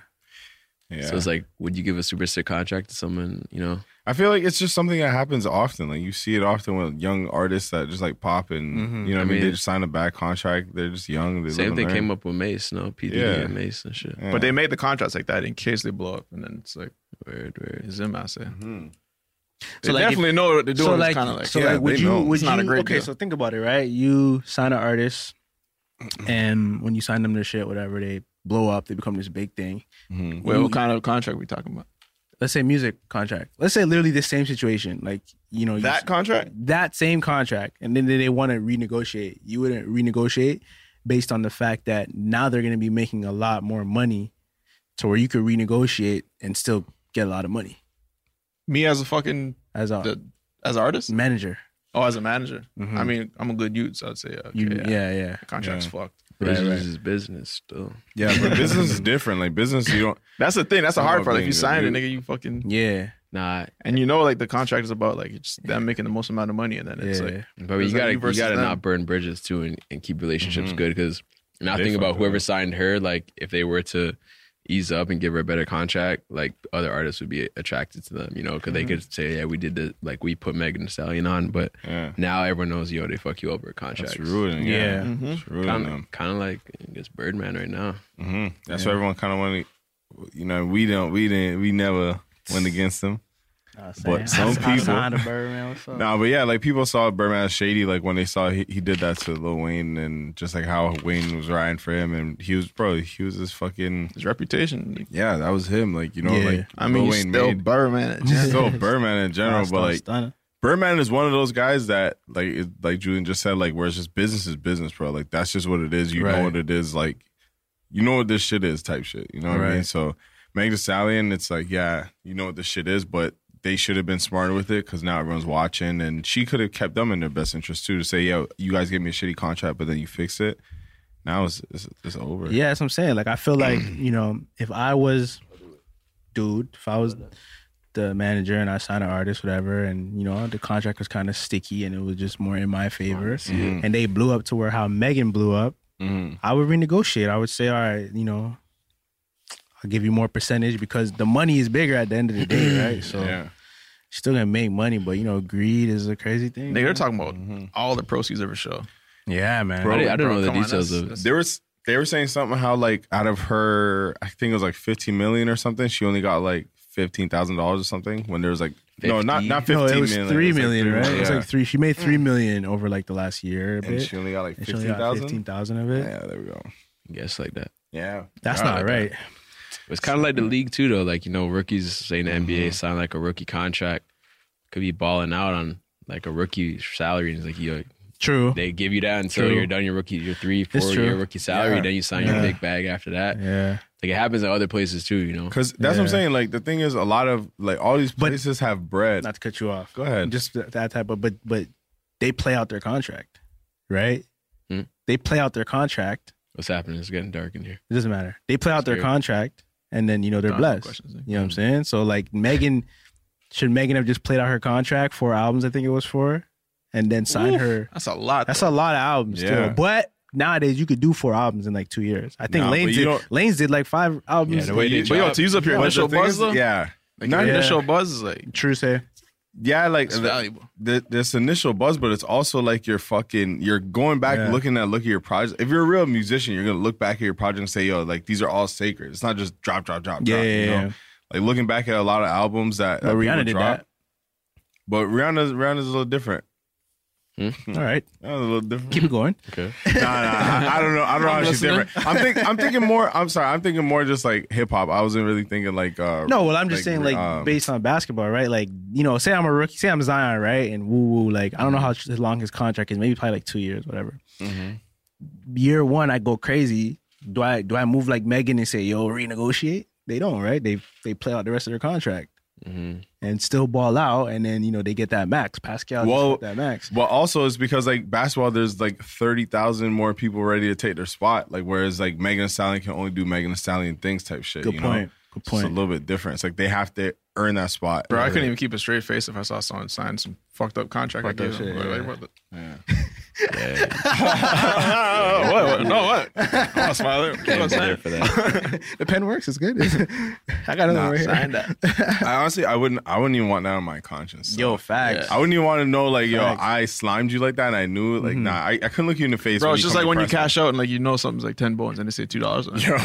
Speaker 3: Yeah.
Speaker 4: So it's like, would you give a super sick contract to someone? You know,
Speaker 3: I feel like it's just something that happens often. Like you see it often with young artists that just like pop and you know what I
Speaker 4: I
Speaker 3: mean, they
Speaker 4: mean-
Speaker 3: just sign a bad contract. They're just young. They
Speaker 4: same thing came up with Mace, no PD
Speaker 3: Yeah.
Speaker 4: and Mace and shit.
Speaker 2: But they made the contracts like that in case they blow up, and then it's like,
Speaker 4: Weird, weird.
Speaker 2: it's them I say.
Speaker 3: Mm-hmm.
Speaker 2: They
Speaker 5: So like if-
Speaker 2: definitely know what they're doing.
Speaker 5: so
Speaker 2: it's
Speaker 5: like,
Speaker 2: kind of like,
Speaker 5: so
Speaker 3: yeah,
Speaker 5: like, would
Speaker 3: they
Speaker 5: you?
Speaker 3: know.
Speaker 5: Would
Speaker 2: It's
Speaker 5: you?
Speaker 2: not a great
Speaker 5: okay,
Speaker 2: deal.
Speaker 5: so think about it, right? You sign an artist,
Speaker 2: Mm-hmm.
Speaker 5: and when you sign them to shit, whatever, they blow up. They become this big thing.
Speaker 3: Mm-hmm.
Speaker 2: Wait, what kind of contract we talking about?
Speaker 5: Let's say music contract. Let's say literally the same situation. Like you know you-
Speaker 2: That contract?
Speaker 5: that same contract, and then they want to renegotiate. You wouldn't renegotiate based on the fact that now they're going to be making a lot more money, to where you could renegotiate and still get a lot of money
Speaker 2: Me as a fucking
Speaker 5: as a
Speaker 2: the, as an artist?
Speaker 5: manager.
Speaker 2: Oh, as a manager.
Speaker 5: Mhm.
Speaker 2: I mean, I'm a good youth, so I'd say, okay,
Speaker 5: You,
Speaker 2: yeah.
Speaker 5: yeah, yeah.
Speaker 2: The contract's fucked.
Speaker 4: Business
Speaker 5: right.
Speaker 4: is business still.
Speaker 3: Yeah, but business is different. Like business, you don't.
Speaker 2: That's the thing. That's the
Speaker 3: Talk
Speaker 2: hard
Speaker 3: about
Speaker 2: part. Like,
Speaker 3: being
Speaker 2: if you
Speaker 3: good
Speaker 2: sign it,
Speaker 3: youth.
Speaker 2: nigga, you fucking
Speaker 5: Yeah,
Speaker 4: Nah,
Speaker 2: and you know, like the contract is about like it's them making the most amount of money, and then it's
Speaker 5: Yeah.
Speaker 2: like
Speaker 4: but
Speaker 2: It's
Speaker 4: you
Speaker 2: like
Speaker 4: gotta
Speaker 2: you
Speaker 4: you,
Speaker 2: versus
Speaker 4: gotta
Speaker 2: them.
Speaker 4: not burn bridges too and, and keep relationships good because now
Speaker 3: They
Speaker 4: think about
Speaker 3: Mm-hmm. fucked
Speaker 4: whoever
Speaker 3: up.
Speaker 4: signed her. Like if they were to ease up and give her a better contract, like other artists would be attracted to them. You know, because they
Speaker 3: Mm-hmm.
Speaker 4: could say, yeah, we did the like we put Megan Thee Stallion on, but
Speaker 3: Yeah,
Speaker 4: now everyone knows yo they fuck you over with contracts.
Speaker 3: it's ruining. Yeah,
Speaker 5: Yeah.
Speaker 3: it's ruining
Speaker 4: Kind
Speaker 3: them.
Speaker 4: of, kind of like I guess Birdman right now.
Speaker 3: hmm That's why everyone kind of wanted. You know, we don't. We didn't. We never went against them.
Speaker 5: Uh,
Speaker 3: But some people,
Speaker 5: Birdman, what's up?
Speaker 3: nah, but yeah, like people saw Birdman as shady, like when they saw he, he did that to Lil Wayne, and just like how Wayne was riding for him, and he was bro, he was his fucking
Speaker 2: his reputation.
Speaker 3: Yeah, that was him. Like you know,
Speaker 2: Yeah.
Speaker 3: like
Speaker 2: I mean,
Speaker 3: Lil
Speaker 2: he's
Speaker 3: Wayne
Speaker 2: still
Speaker 3: made-
Speaker 2: Birdman in
Speaker 3: He's
Speaker 2: general.
Speaker 3: still Birdman in general,
Speaker 2: Nah,
Speaker 3: but like
Speaker 2: stunner, stunner.
Speaker 3: Birdman is one of those guys that like it, like Julian just said, like where it's just business is business, bro. Like that's just what it is. You
Speaker 4: Right.
Speaker 3: know what it is. Like you know what this shit is, type shit. You know what I mean?
Speaker 4: Right.
Speaker 3: So Meg Thee Stallion, it's like yeah, you know what this shit is, but they should have been smarter with it because now everyone's watching, and she could have kept them in their best interest too to say, yo, you guys gave me a shitty contract, but then you fix it. Now it's it's, it's over.
Speaker 5: Yeah, that's what I'm saying. Like I feel like you know, if I was, dude, if I was the manager and I signed an artist, whatever, and you know the contract was kind of sticky and it was just more in my favor,
Speaker 4: Mhm.
Speaker 5: and they blew up to where how Megan blew up, I would renegotiate. I would say, all right, you know, I'll give you more percentage because the money is bigger at the end of the day, right? So.
Speaker 2: Yeah.
Speaker 5: you're Still gonna make money, but you know, greed is a crazy thing.
Speaker 2: Nigga, they're
Speaker 5: man.
Speaker 2: talking about all the proceeds of a show.
Speaker 5: Yeah, man.
Speaker 2: Bro, I didn't- I didn't know bro, the come on, details that's- of it.
Speaker 3: There was they were saying something how like out of her, I think it was like fifteen million or something. She only got like fifteen thousand dollars or something. When there was like no, not not
Speaker 5: No,
Speaker 3: fifteen
Speaker 5: it
Speaker 3: million.
Speaker 5: was three million,
Speaker 3: like,
Speaker 5: right? It was
Speaker 3: yeah.
Speaker 5: like three. She made three million over like the last year, a
Speaker 3: And
Speaker 5: bit.
Speaker 3: she only got, like,
Speaker 5: And she only
Speaker 3: 15,000?
Speaker 5: Fifteen thousand of it.
Speaker 3: Yeah, there we go.
Speaker 4: Guess like that.
Speaker 3: Yeah,
Speaker 5: That's
Speaker 4: All
Speaker 5: not right.
Speaker 4: It's kind of like the league too, though. Like you know, rookies saying the
Speaker 5: Mm-hmm.
Speaker 4: NBA signed like a rookie contract could be balling out on like a rookie salary, and it's like you.
Speaker 5: True.
Speaker 4: They give you that until
Speaker 5: True.
Speaker 4: you're done your rookie, your three,
Speaker 5: It's
Speaker 4: four year
Speaker 5: true.
Speaker 4: rookie salary.
Speaker 3: Yeah.
Speaker 4: Then you sign
Speaker 3: Yeah.
Speaker 4: your big bag after that.
Speaker 5: Yeah.
Speaker 4: Like it happens at other places too, you know.
Speaker 3: Because that's what I'm saying. Like the thing is, a lot of like all these places have bread.
Speaker 5: Not to cut you off.
Speaker 3: Go ahead.
Speaker 5: Just th- that type of, but but they play out their contract, right?
Speaker 2: Hmm.
Speaker 5: They play out their contract.
Speaker 4: What's happening? It's getting dark in here.
Speaker 5: It doesn't matter. They play out their
Speaker 4: Scary.
Speaker 5: contract, and then you know they're
Speaker 4: Don't ask no
Speaker 5: blessed.
Speaker 4: questions,
Speaker 5: you know what I'm saying? So like Megan, should Megan have just played out her contract? Four albums, I think it was four, and then sign
Speaker 2: Oof,
Speaker 5: her.
Speaker 2: That's a lot.
Speaker 5: That's a lot of albums
Speaker 2: Yeah.
Speaker 5: still. But nowadays you could do four albums in like two years. I think
Speaker 2: Nah,
Speaker 5: Lanes
Speaker 2: but you
Speaker 5: did,
Speaker 2: don't-
Speaker 5: Lanes did like five albums.
Speaker 2: Yeah, the way But they you- but yo, drop- to use up your
Speaker 5: But the
Speaker 2: initial
Speaker 5: thing
Speaker 2: buzz,
Speaker 5: is-
Speaker 2: though,
Speaker 3: Yeah.
Speaker 2: Like, your initial buzz is like
Speaker 5: true say.
Speaker 3: Yeah, like
Speaker 2: It's
Speaker 3: the-
Speaker 2: valuable.
Speaker 3: the- this initial buzz, but it's also like you're fucking. You're going back,
Speaker 2: Yeah.
Speaker 3: looking at look at your project. If you're a real musician, you're gonna look back at your project and say, "Yo, like these are all sacred. It's not just drop, drop, drop,
Speaker 5: Yeah,
Speaker 3: drop."
Speaker 5: yeah,
Speaker 3: you know?
Speaker 5: yeah.
Speaker 3: Like looking back at a lot of albums that,
Speaker 5: But
Speaker 3: that people
Speaker 5: Rihanna did
Speaker 3: drop.
Speaker 5: that.
Speaker 3: But Rihanna's Rihanna's a little different.
Speaker 2: Hmm.
Speaker 5: All right,
Speaker 3: that was a little different.
Speaker 5: Keep it going.
Speaker 4: Okay.
Speaker 3: nah, nah, I, I don't know. I don't know
Speaker 5: I'm
Speaker 3: how she's
Speaker 5: listening.
Speaker 3: different. I'm think, I'm thinking more. I'm sorry. I'm thinking more just like hip hop. I wasn't really thinking like. uh
Speaker 5: No, well, I'm just saying, like,
Speaker 3: um,
Speaker 5: based on basketball, right? Like, you know, say I'm a rookie, say I'm Zion, right? And woo woo, like, I don't know how sh- long his contract is, maybe probably like two years, whatever. Year one, I go crazy. Do I do I move like Megan and say, yo, renegotiate? They don't, right? They they play out the rest of their contract Mm-hmm. and still ball out, and then you know they get that max. Pascal, just
Speaker 3: Well-
Speaker 5: got that max.
Speaker 3: Well, also it's because like basketball, there's like thirty thousand more people ready to take their spot. Like whereas like Megan Thee Stallion can only do Megan Thee Stallion things type shit.
Speaker 5: Good
Speaker 3: you
Speaker 5: point.
Speaker 3: Know?
Speaker 5: Good
Speaker 3: It's
Speaker 5: point.
Speaker 3: a little bit different. It's like they have to earn that spot.
Speaker 2: Bro, I couldn't even keep a straight face if I saw someone sign some fucked up contract.
Speaker 3: Fucked
Speaker 2: I
Speaker 3: up
Speaker 2: gave them.
Speaker 3: shit,
Speaker 2: Like,
Speaker 3: yeah.
Speaker 2: like, what the-
Speaker 3: Yeah.
Speaker 2: what, what? No, what? I'm smiling.
Speaker 3: Can't be there for
Speaker 5: that. the pen works. It's good. I got another
Speaker 3: Nah,
Speaker 5: one right
Speaker 3: sign
Speaker 5: here.
Speaker 3: I honestly, I wouldn't. I wouldn't even want that on my conscience.
Speaker 5: Yo, facts.
Speaker 3: I wouldn't even want to know, like, yo,
Speaker 2: Facts.
Speaker 3: I slimed you like that, and I knew, it. like,
Speaker 5: Mm-hmm.
Speaker 2: Mhm.
Speaker 3: nah, I, I couldn't look you in the face.
Speaker 2: Bro, it's just
Speaker 3: come
Speaker 2: like when you
Speaker 3: across
Speaker 2: cash out and like you know something's like ten bones and they say two dollars. Yo,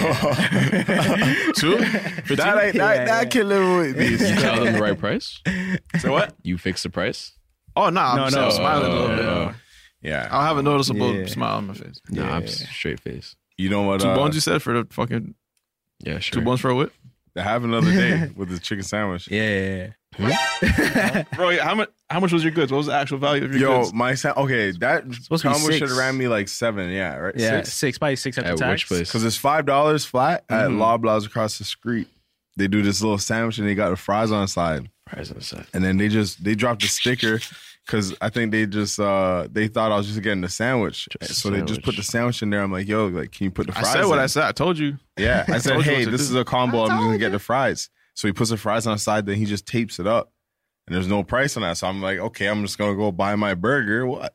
Speaker 2: two.
Speaker 3: me. that, ain't- that,
Speaker 2: Yeah,
Speaker 3: that
Speaker 2: yeah.
Speaker 3: can live with me.
Speaker 4: You tell them the right price.
Speaker 2: So what?
Speaker 4: You fix the price.
Speaker 2: Oh no, I'm
Speaker 4: No,
Speaker 2: just
Speaker 4: no,
Speaker 2: smiling a
Speaker 4: uh,
Speaker 2: little bit.
Speaker 4: uh,
Speaker 3: yeah,
Speaker 2: I'll have a noticeable
Speaker 4: Yeah.
Speaker 2: smile on my face.
Speaker 4: Nah, I'm straight face.
Speaker 3: You know what?
Speaker 2: Two
Speaker 3: uh,
Speaker 2: bones you said for the fucking
Speaker 4: yeah,
Speaker 3: sure.
Speaker 2: Two bones for a whip.
Speaker 3: To have another day with the chicken sandwich.
Speaker 5: Yeah.
Speaker 2: Bro, how much? How much was your goods? What was the actual value of your
Speaker 3: Yo,
Speaker 2: goods?
Speaker 3: my sa- okay, that
Speaker 2: supposed to be
Speaker 3: combo
Speaker 2: six.
Speaker 3: should have ran me like seven. Yeah, right.
Speaker 5: Yeah, six, probably six after At tax. which place?
Speaker 3: Because it's five dollars flat at
Speaker 2: Mm-hmm.
Speaker 5: Mhm.
Speaker 3: Loblaws across the street. They do this little sandwich and they got the fries on the side.
Speaker 4: Fries on the side.
Speaker 3: And then they just they dropped the sticker because I think they just uh they thought I was just getting the sandwich. so they just put the sandwich in there. I'm like, yo, like, can you put the
Speaker 2: I
Speaker 3: fries?
Speaker 2: said what
Speaker 3: in?
Speaker 2: I said. I told you.
Speaker 3: Yeah, I said,
Speaker 2: told you
Speaker 3: hey,
Speaker 2: what to
Speaker 3: this
Speaker 2: do.
Speaker 3: is a combo. I'm just gonna get the fries. So he puts the fries on the side, then he just tapes it up, and there's no price on that. So I'm like, okay, I'm just gonna go buy my burger. What?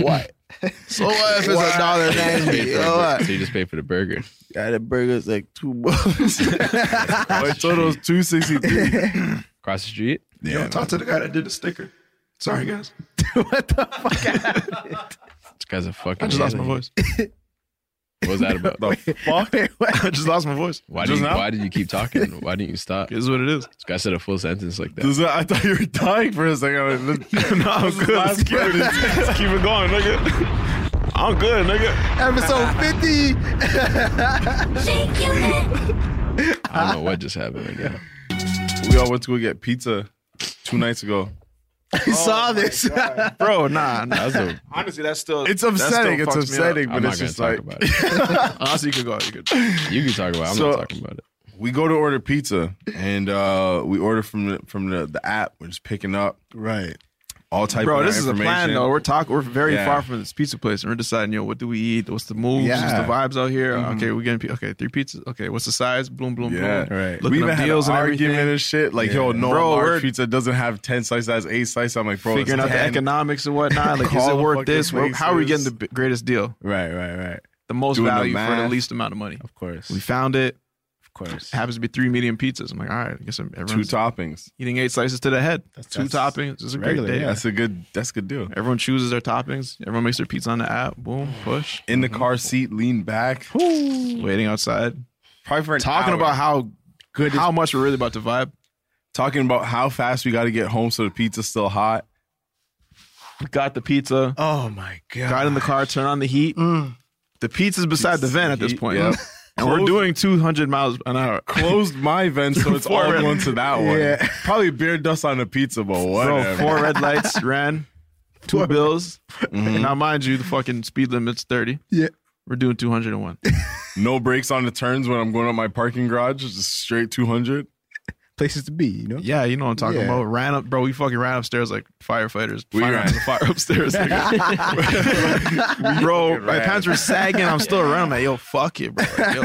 Speaker 3: What?
Speaker 9: So
Speaker 2: Oh,
Speaker 9: what if it's a dollar ninety? You know what?
Speaker 4: So you just pay for the burger.
Speaker 9: Yeah, the burger's like two bucks.
Speaker 3: My total's two sixty three.
Speaker 4: Across the street.
Speaker 3: Yeah, man.
Speaker 2: talk to the guy that did the sticker. Sorry, guys.
Speaker 4: This guy's a fucking.
Speaker 2: I just lost my
Speaker 4: alien.
Speaker 2: voice.
Speaker 4: What was that about? the
Speaker 2: fuck? I just lost my voice.
Speaker 4: Why did
Speaker 2: Just
Speaker 4: you,
Speaker 2: now?
Speaker 4: Why did you keep talking? Why didn't you stop?
Speaker 2: This is what it is.
Speaker 4: This guy said a full sentence like that.
Speaker 3: Does that- I thought you were dying for a second. I was-
Speaker 2: no, I'm
Speaker 3: this is
Speaker 2: good. Let's
Speaker 3: last
Speaker 2: keep, it,
Speaker 3: word.
Speaker 2: let's keep it going, nigga. I'm good, nigga.
Speaker 7: Episode 50. Shake your head.
Speaker 4: I don't know what just happened right now.
Speaker 3: We all went to go get pizza two nights ago.
Speaker 9: I
Speaker 2: Oh
Speaker 9: saw this.
Speaker 2: Bro, nah. nah.
Speaker 4: That's a-
Speaker 2: Honestly, that's still.
Speaker 3: It's
Speaker 2: that still
Speaker 3: upsetting. It's
Speaker 2: fucks me up.
Speaker 3: upsetting,
Speaker 4: I'm
Speaker 3: but it's
Speaker 4: not gonna
Speaker 3: just
Speaker 4: talk
Speaker 3: like
Speaker 4: about it.
Speaker 2: Honestly, Oh, you could go. You could.
Speaker 4: You can talk about. it. I'm
Speaker 3: So-
Speaker 4: not talking about it.
Speaker 3: we go to order pizza, and uh, we order from the, from the, the app. We're just picking up
Speaker 9: Right.
Speaker 3: all type.
Speaker 2: Bro,
Speaker 3: of
Speaker 2: this is a plan
Speaker 3: information.
Speaker 2: though. We're talking. We're very
Speaker 3: Yeah.
Speaker 2: far from this pizza place, and we're deciding, yo, what do we eat? What's the moves? What's
Speaker 9: Yeah.
Speaker 2: the vibes out here? Okay, we're getting pi- okay three pizzas. Okay, what's the size? Bloom, bloom,
Speaker 3: Yeah,
Speaker 2: bloom.
Speaker 5: Right.
Speaker 2: Looking
Speaker 3: we even
Speaker 2: up
Speaker 3: had
Speaker 2: deals
Speaker 3: an
Speaker 2: and
Speaker 3: argument
Speaker 2: everything.
Speaker 3: and shit. Like, yo, no,
Speaker 2: Bro, we're-
Speaker 3: large pizza doesn't have ten slices. Has eight slices. I'm like, bro,
Speaker 2: Figuring out
Speaker 3: it's
Speaker 2: the
Speaker 3: 10.
Speaker 2: economics and whatnot. Like, is it
Speaker 3: Call the
Speaker 2: worth
Speaker 3: fucking
Speaker 2: this? Where- How are we getting
Speaker 3: places.
Speaker 2: the b- greatest deal?
Speaker 5: Right, right, right.
Speaker 2: The most
Speaker 3: Doing the
Speaker 2: value for the
Speaker 3: math.
Speaker 2: least amount of money.
Speaker 5: Of course.
Speaker 2: We found it.
Speaker 5: Of course.
Speaker 2: Happens to be three medium pizzas. I'm like, all right, I guess I'm-
Speaker 3: two
Speaker 2: everyone's
Speaker 3: toppings.
Speaker 2: eating eight slices to the head.
Speaker 5: That's-
Speaker 2: two
Speaker 5: that's
Speaker 2: toppings. It's a
Speaker 5: regular,
Speaker 2: great day.
Speaker 5: yeah.
Speaker 3: That's a good. That's a good deal.
Speaker 2: Everyone chooses their toppings. Everyone makes their pizza on the app. Boom, push.
Speaker 3: In the car seat, lean back.
Speaker 2: Waiting outside.
Speaker 3: Probably for an
Speaker 2: Talking
Speaker 3: hour.
Speaker 2: about how good, how much we're really about to vibe.
Speaker 3: talking about how fast we got to get home so the pizza's still hot.
Speaker 2: Got the pizza.
Speaker 5: Oh my god.
Speaker 2: Got in the car. Turn on the heat. The pizza's beside the van at this
Speaker 3: Heat,
Speaker 2: point.
Speaker 3: yeah.
Speaker 2: And we're doing 200 miles an hour.
Speaker 3: Closed my vent, so it's all
Speaker 2: Four-
Speaker 3: going to that one.
Speaker 9: Yeah.
Speaker 3: Probably beer dust on the pizza, but
Speaker 2: Bro,
Speaker 3: whatever.
Speaker 2: four red lights ran, two bills.
Speaker 3: Mm-hmm.
Speaker 2: Now, mind you, the fucking speed limit's 30.
Speaker 9: Yeah.
Speaker 2: We're doing 201.
Speaker 3: no brakes on the turns when I'm going up my parking garage. Just straight 200.
Speaker 5: places to be, you know?
Speaker 2: Yeah, you know what I'm talking
Speaker 9: Yeah.
Speaker 2: about. Ran up, bro. We fucking ran upstairs like firefighters.
Speaker 3: We
Speaker 2: Fire-
Speaker 3: ran.
Speaker 2: the fire upstairs, nigga. bro. My
Speaker 3: ran.
Speaker 2: pants were sagging. I'm still running. I'm like, yo, fuck it, bro. Like, yo,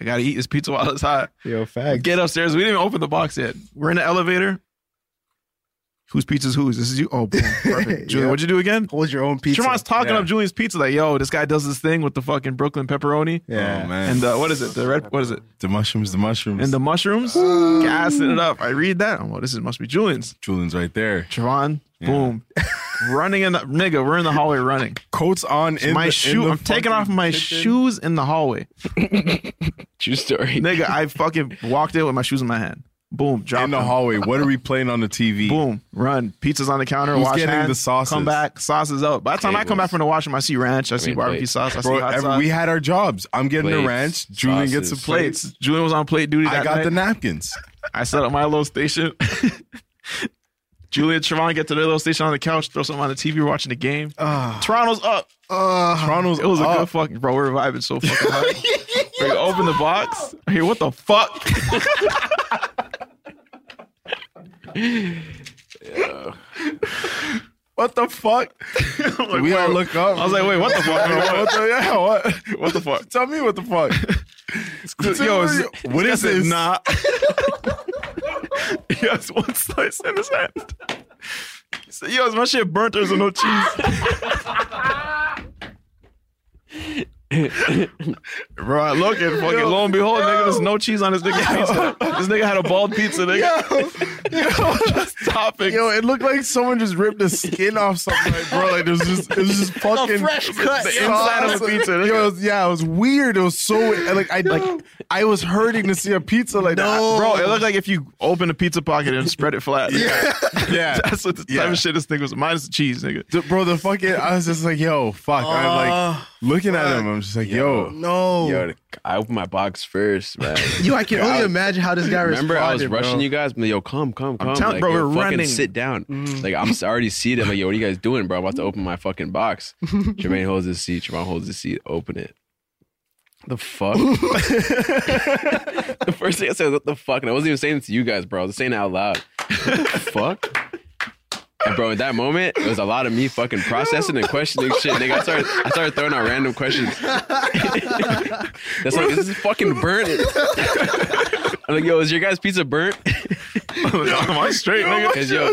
Speaker 2: I gotta eat this pizza while it's hot.
Speaker 5: Yo, fact.
Speaker 2: Get upstairs. We didn't even open the box yet. We're in the elevator. Whose pizza's whose? This is you. Oh, boom. perfect. Julian,
Speaker 5: Yeah.
Speaker 2: what'd you do again?
Speaker 5: Hold your own pizza.
Speaker 2: Tremont's talking
Speaker 3: Yeah.
Speaker 2: up Julian's pizza. Like, yo, this guy does this thing with the fucking Brooklyn pepperoni.
Speaker 5: Yeah.
Speaker 3: Oh, man.
Speaker 2: And uh, what is it? The red. What is it?
Speaker 3: the mushrooms, the mushrooms.
Speaker 2: And the mushrooms.
Speaker 3: Uh,
Speaker 2: Gassing it up. I read that. I'm like, this is, must be Julian's.
Speaker 3: Julian's right there.
Speaker 2: Javon, boom, running in the nigga. We're in the hallway running.
Speaker 3: Coats on in
Speaker 2: my
Speaker 3: the, in
Speaker 2: shoe.
Speaker 3: the
Speaker 2: I'm taking off
Speaker 3: fucking
Speaker 2: my
Speaker 3: kitchen.
Speaker 2: shoes in the hallway.
Speaker 4: True story.
Speaker 2: Nigga, I fucking walked in with my shoes in my hand. Boom, drop
Speaker 3: in the hallway. What are we playing on the TV?
Speaker 2: Boom, run. Pizza's on the counter.
Speaker 3: Who's
Speaker 2: wash
Speaker 3: getting
Speaker 2: hands,
Speaker 3: the sauces?
Speaker 2: Come back. Sauces out. By the time I come
Speaker 4: Tables.
Speaker 2: back from the washroom, I see ranch. I, see
Speaker 4: mean,
Speaker 2: barbecue
Speaker 4: plates.
Speaker 2: sauce. I
Speaker 3: Bro,
Speaker 2: see hot
Speaker 3: every-
Speaker 2: sauce.
Speaker 3: we had our jobs. I'm getting the
Speaker 4: Plates,
Speaker 3: ranch. Julian gets
Speaker 4: sauces.
Speaker 3: the plates.
Speaker 2: plates. Julian was on plate duty. That
Speaker 3: I got
Speaker 2: night.
Speaker 3: the napkins.
Speaker 2: I set up my little station. Julian and Trevon get to their little station on the couch, throw something on the TV, we're watching the game. Toronto's up.
Speaker 3: Toronto's
Speaker 2: It was a
Speaker 3: Ah. up.
Speaker 2: good fucking bro. We're vibing so fucking hard. we open the box. I hear what the fuck?
Speaker 3: What the fuck? we all look up.
Speaker 2: I was like, wait, what the fuck?
Speaker 3: Yeah,
Speaker 2: Bro,
Speaker 3: what the, yeah, what?
Speaker 2: What the fuck?
Speaker 3: Tell me what the fuck.
Speaker 2: what, yo, is,
Speaker 3: what is this?
Speaker 2: Nah. he has one slice in his hand. He said, yo, is my shit burnt or is there no cheese? Bro, I look at fucking lo and behold, nigga, there's no cheese on this nigga pizza. This nigga had a bald pizza, nigga. Just toppings.
Speaker 3: Yo, it looked like someone just ripped the skin off something, like, bro. Like it was just, it was just fucking
Speaker 2: cut. The inside of a pizza.
Speaker 3: Yo, it was- yeah, it was weird. It was so weird. like I like I was hurting to see a pizza like that,
Speaker 2: Bro, it looked like if you open a pizza pocket and spread it flat. Yeah.
Speaker 3: yeah.
Speaker 2: That's what the type
Speaker 3: Yeah.
Speaker 2: of shit this thing was. Minus the cheese, nigga.
Speaker 3: The- bro, the fucking I was just like, yo, fuck. I'm
Speaker 2: Ah,
Speaker 3: like looking at him. I'm just like, yo,
Speaker 9: No.
Speaker 3: yo, the-
Speaker 4: I opened my box first, man.
Speaker 5: Yo, I can only imagine how this guy
Speaker 4: Remember, I was
Speaker 5: responded,
Speaker 4: rushing
Speaker 5: bro.
Speaker 4: you guys. I'm like, yo, come, come, come.
Speaker 2: telling-
Speaker 4: like,
Speaker 2: bro,
Speaker 4: yo,
Speaker 2: we're
Speaker 4: fucking
Speaker 2: running.
Speaker 4: Sit down. Like, I'm s- already seated. I'm like, yo, what are you guys doing, bro? I'm about to open my fucking box. Jermaine holds his seat. Jermaine holds his seat. Open it. The fuck? the first thing I said was, what the fuck? And I wasn't even saying it to you guys, bro. I was saying it out loud. What the fuck? And bro, at that moment, it was a lot of me fucking processing and questioning shit. Nigga, I started, I started throwing out random questions. That's like, this is fucking burning. I'm like, yo, is your guys' pizza burnt?
Speaker 2: Am I straight, nigga?
Speaker 4: Because yo,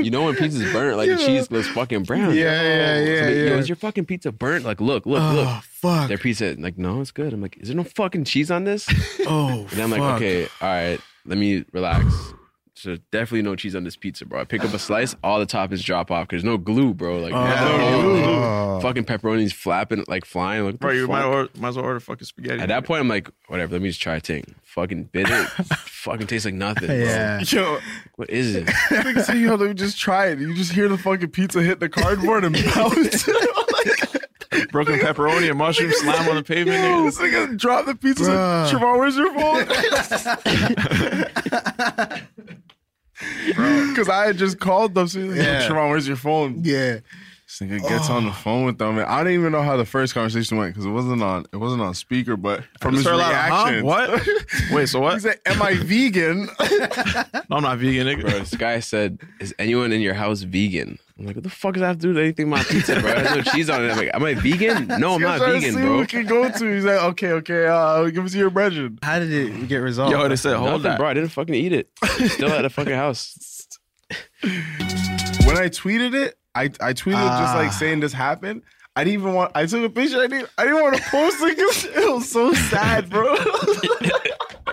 Speaker 4: you know when pizza's burnt, like the cheese looks fucking
Speaker 9: Yeah,
Speaker 4: brown.
Speaker 9: yeah,
Speaker 4: So,
Speaker 9: yeah,
Speaker 4: like, Yo,
Speaker 9: yeah.
Speaker 4: is your fucking pizza burnt? Like, look, look,
Speaker 9: Oh
Speaker 2: Ah,
Speaker 4: look.
Speaker 9: fuck.
Speaker 4: Their pizza, like, no, it's good. I'm like, is there no fucking cheese on this?
Speaker 9: Oh.
Speaker 4: And I'm like,
Speaker 9: fuck.
Speaker 4: okay, all right, let me relax. So there's definitely no cheese on this pizza, bro. I pick up a slice, all the toppings drop off because there's no glue, bro. Like,
Speaker 2: Oh.
Speaker 4: no glue. Fucking pepperoni's flapping, like flying. Like, what
Speaker 2: Bro,
Speaker 4: the
Speaker 2: you might,
Speaker 4: fuck?
Speaker 2: or, might as well order fucking spaghetti.
Speaker 4: At that point, I'm like, whatever. Let me just try a thing. Fucking bit it. fucking tastes like nothing. Bro.
Speaker 3: Yeah. Yo.
Speaker 4: what is it?
Speaker 3: Nigga say, yo, let me just try it. You just hear the fucking pizza hit the cardboard and bounce.
Speaker 2: Broken pepperoni and mushroom slime on the pavement.
Speaker 3: Yo,
Speaker 2: nigga.
Speaker 3: this nigga dropped the pizza. said,
Speaker 2: Bruh.
Speaker 3: Trevor, where's your phone? Because I had just called them. So yeah.
Speaker 9: Yeah.
Speaker 3: Trevor, where's your phone?
Speaker 9: Yeah.
Speaker 3: This nigga gets
Speaker 2: Oh.
Speaker 3: on the phone with them. And I didn't even know how the first conversation went because it wasn't on it wasn't on speaker, but from
Speaker 2: just
Speaker 3: his
Speaker 2: heard a lot of, huh?
Speaker 3: reaction.
Speaker 2: What? Wait, so what?
Speaker 3: He said, Am I vegan?
Speaker 2: No, I'm not vegan, nigga.
Speaker 4: Bro, this guy said, "Is anyone in your house vegan?" I'm like, "What the fuck does that have to do with anything with my pizza, bro? There's no cheese on it." I'm like, "Am I vegan? No, I'm not
Speaker 3: trying to
Speaker 4: vegan,
Speaker 3: see
Speaker 4: bro."
Speaker 3: Who we can go to? He's like, okay, okay, uh, give us your brethren.
Speaker 5: How did it get resolved?
Speaker 4: Nothing, bro. I didn't fucking eat it. Still at the fucking house.
Speaker 3: When I tweeted it, I I tweeted
Speaker 9: Ah.
Speaker 3: just like saying this happened. I didn't even want. I took a picture. I didn't. I didn't want to post it. 'cause It was so sad, bro.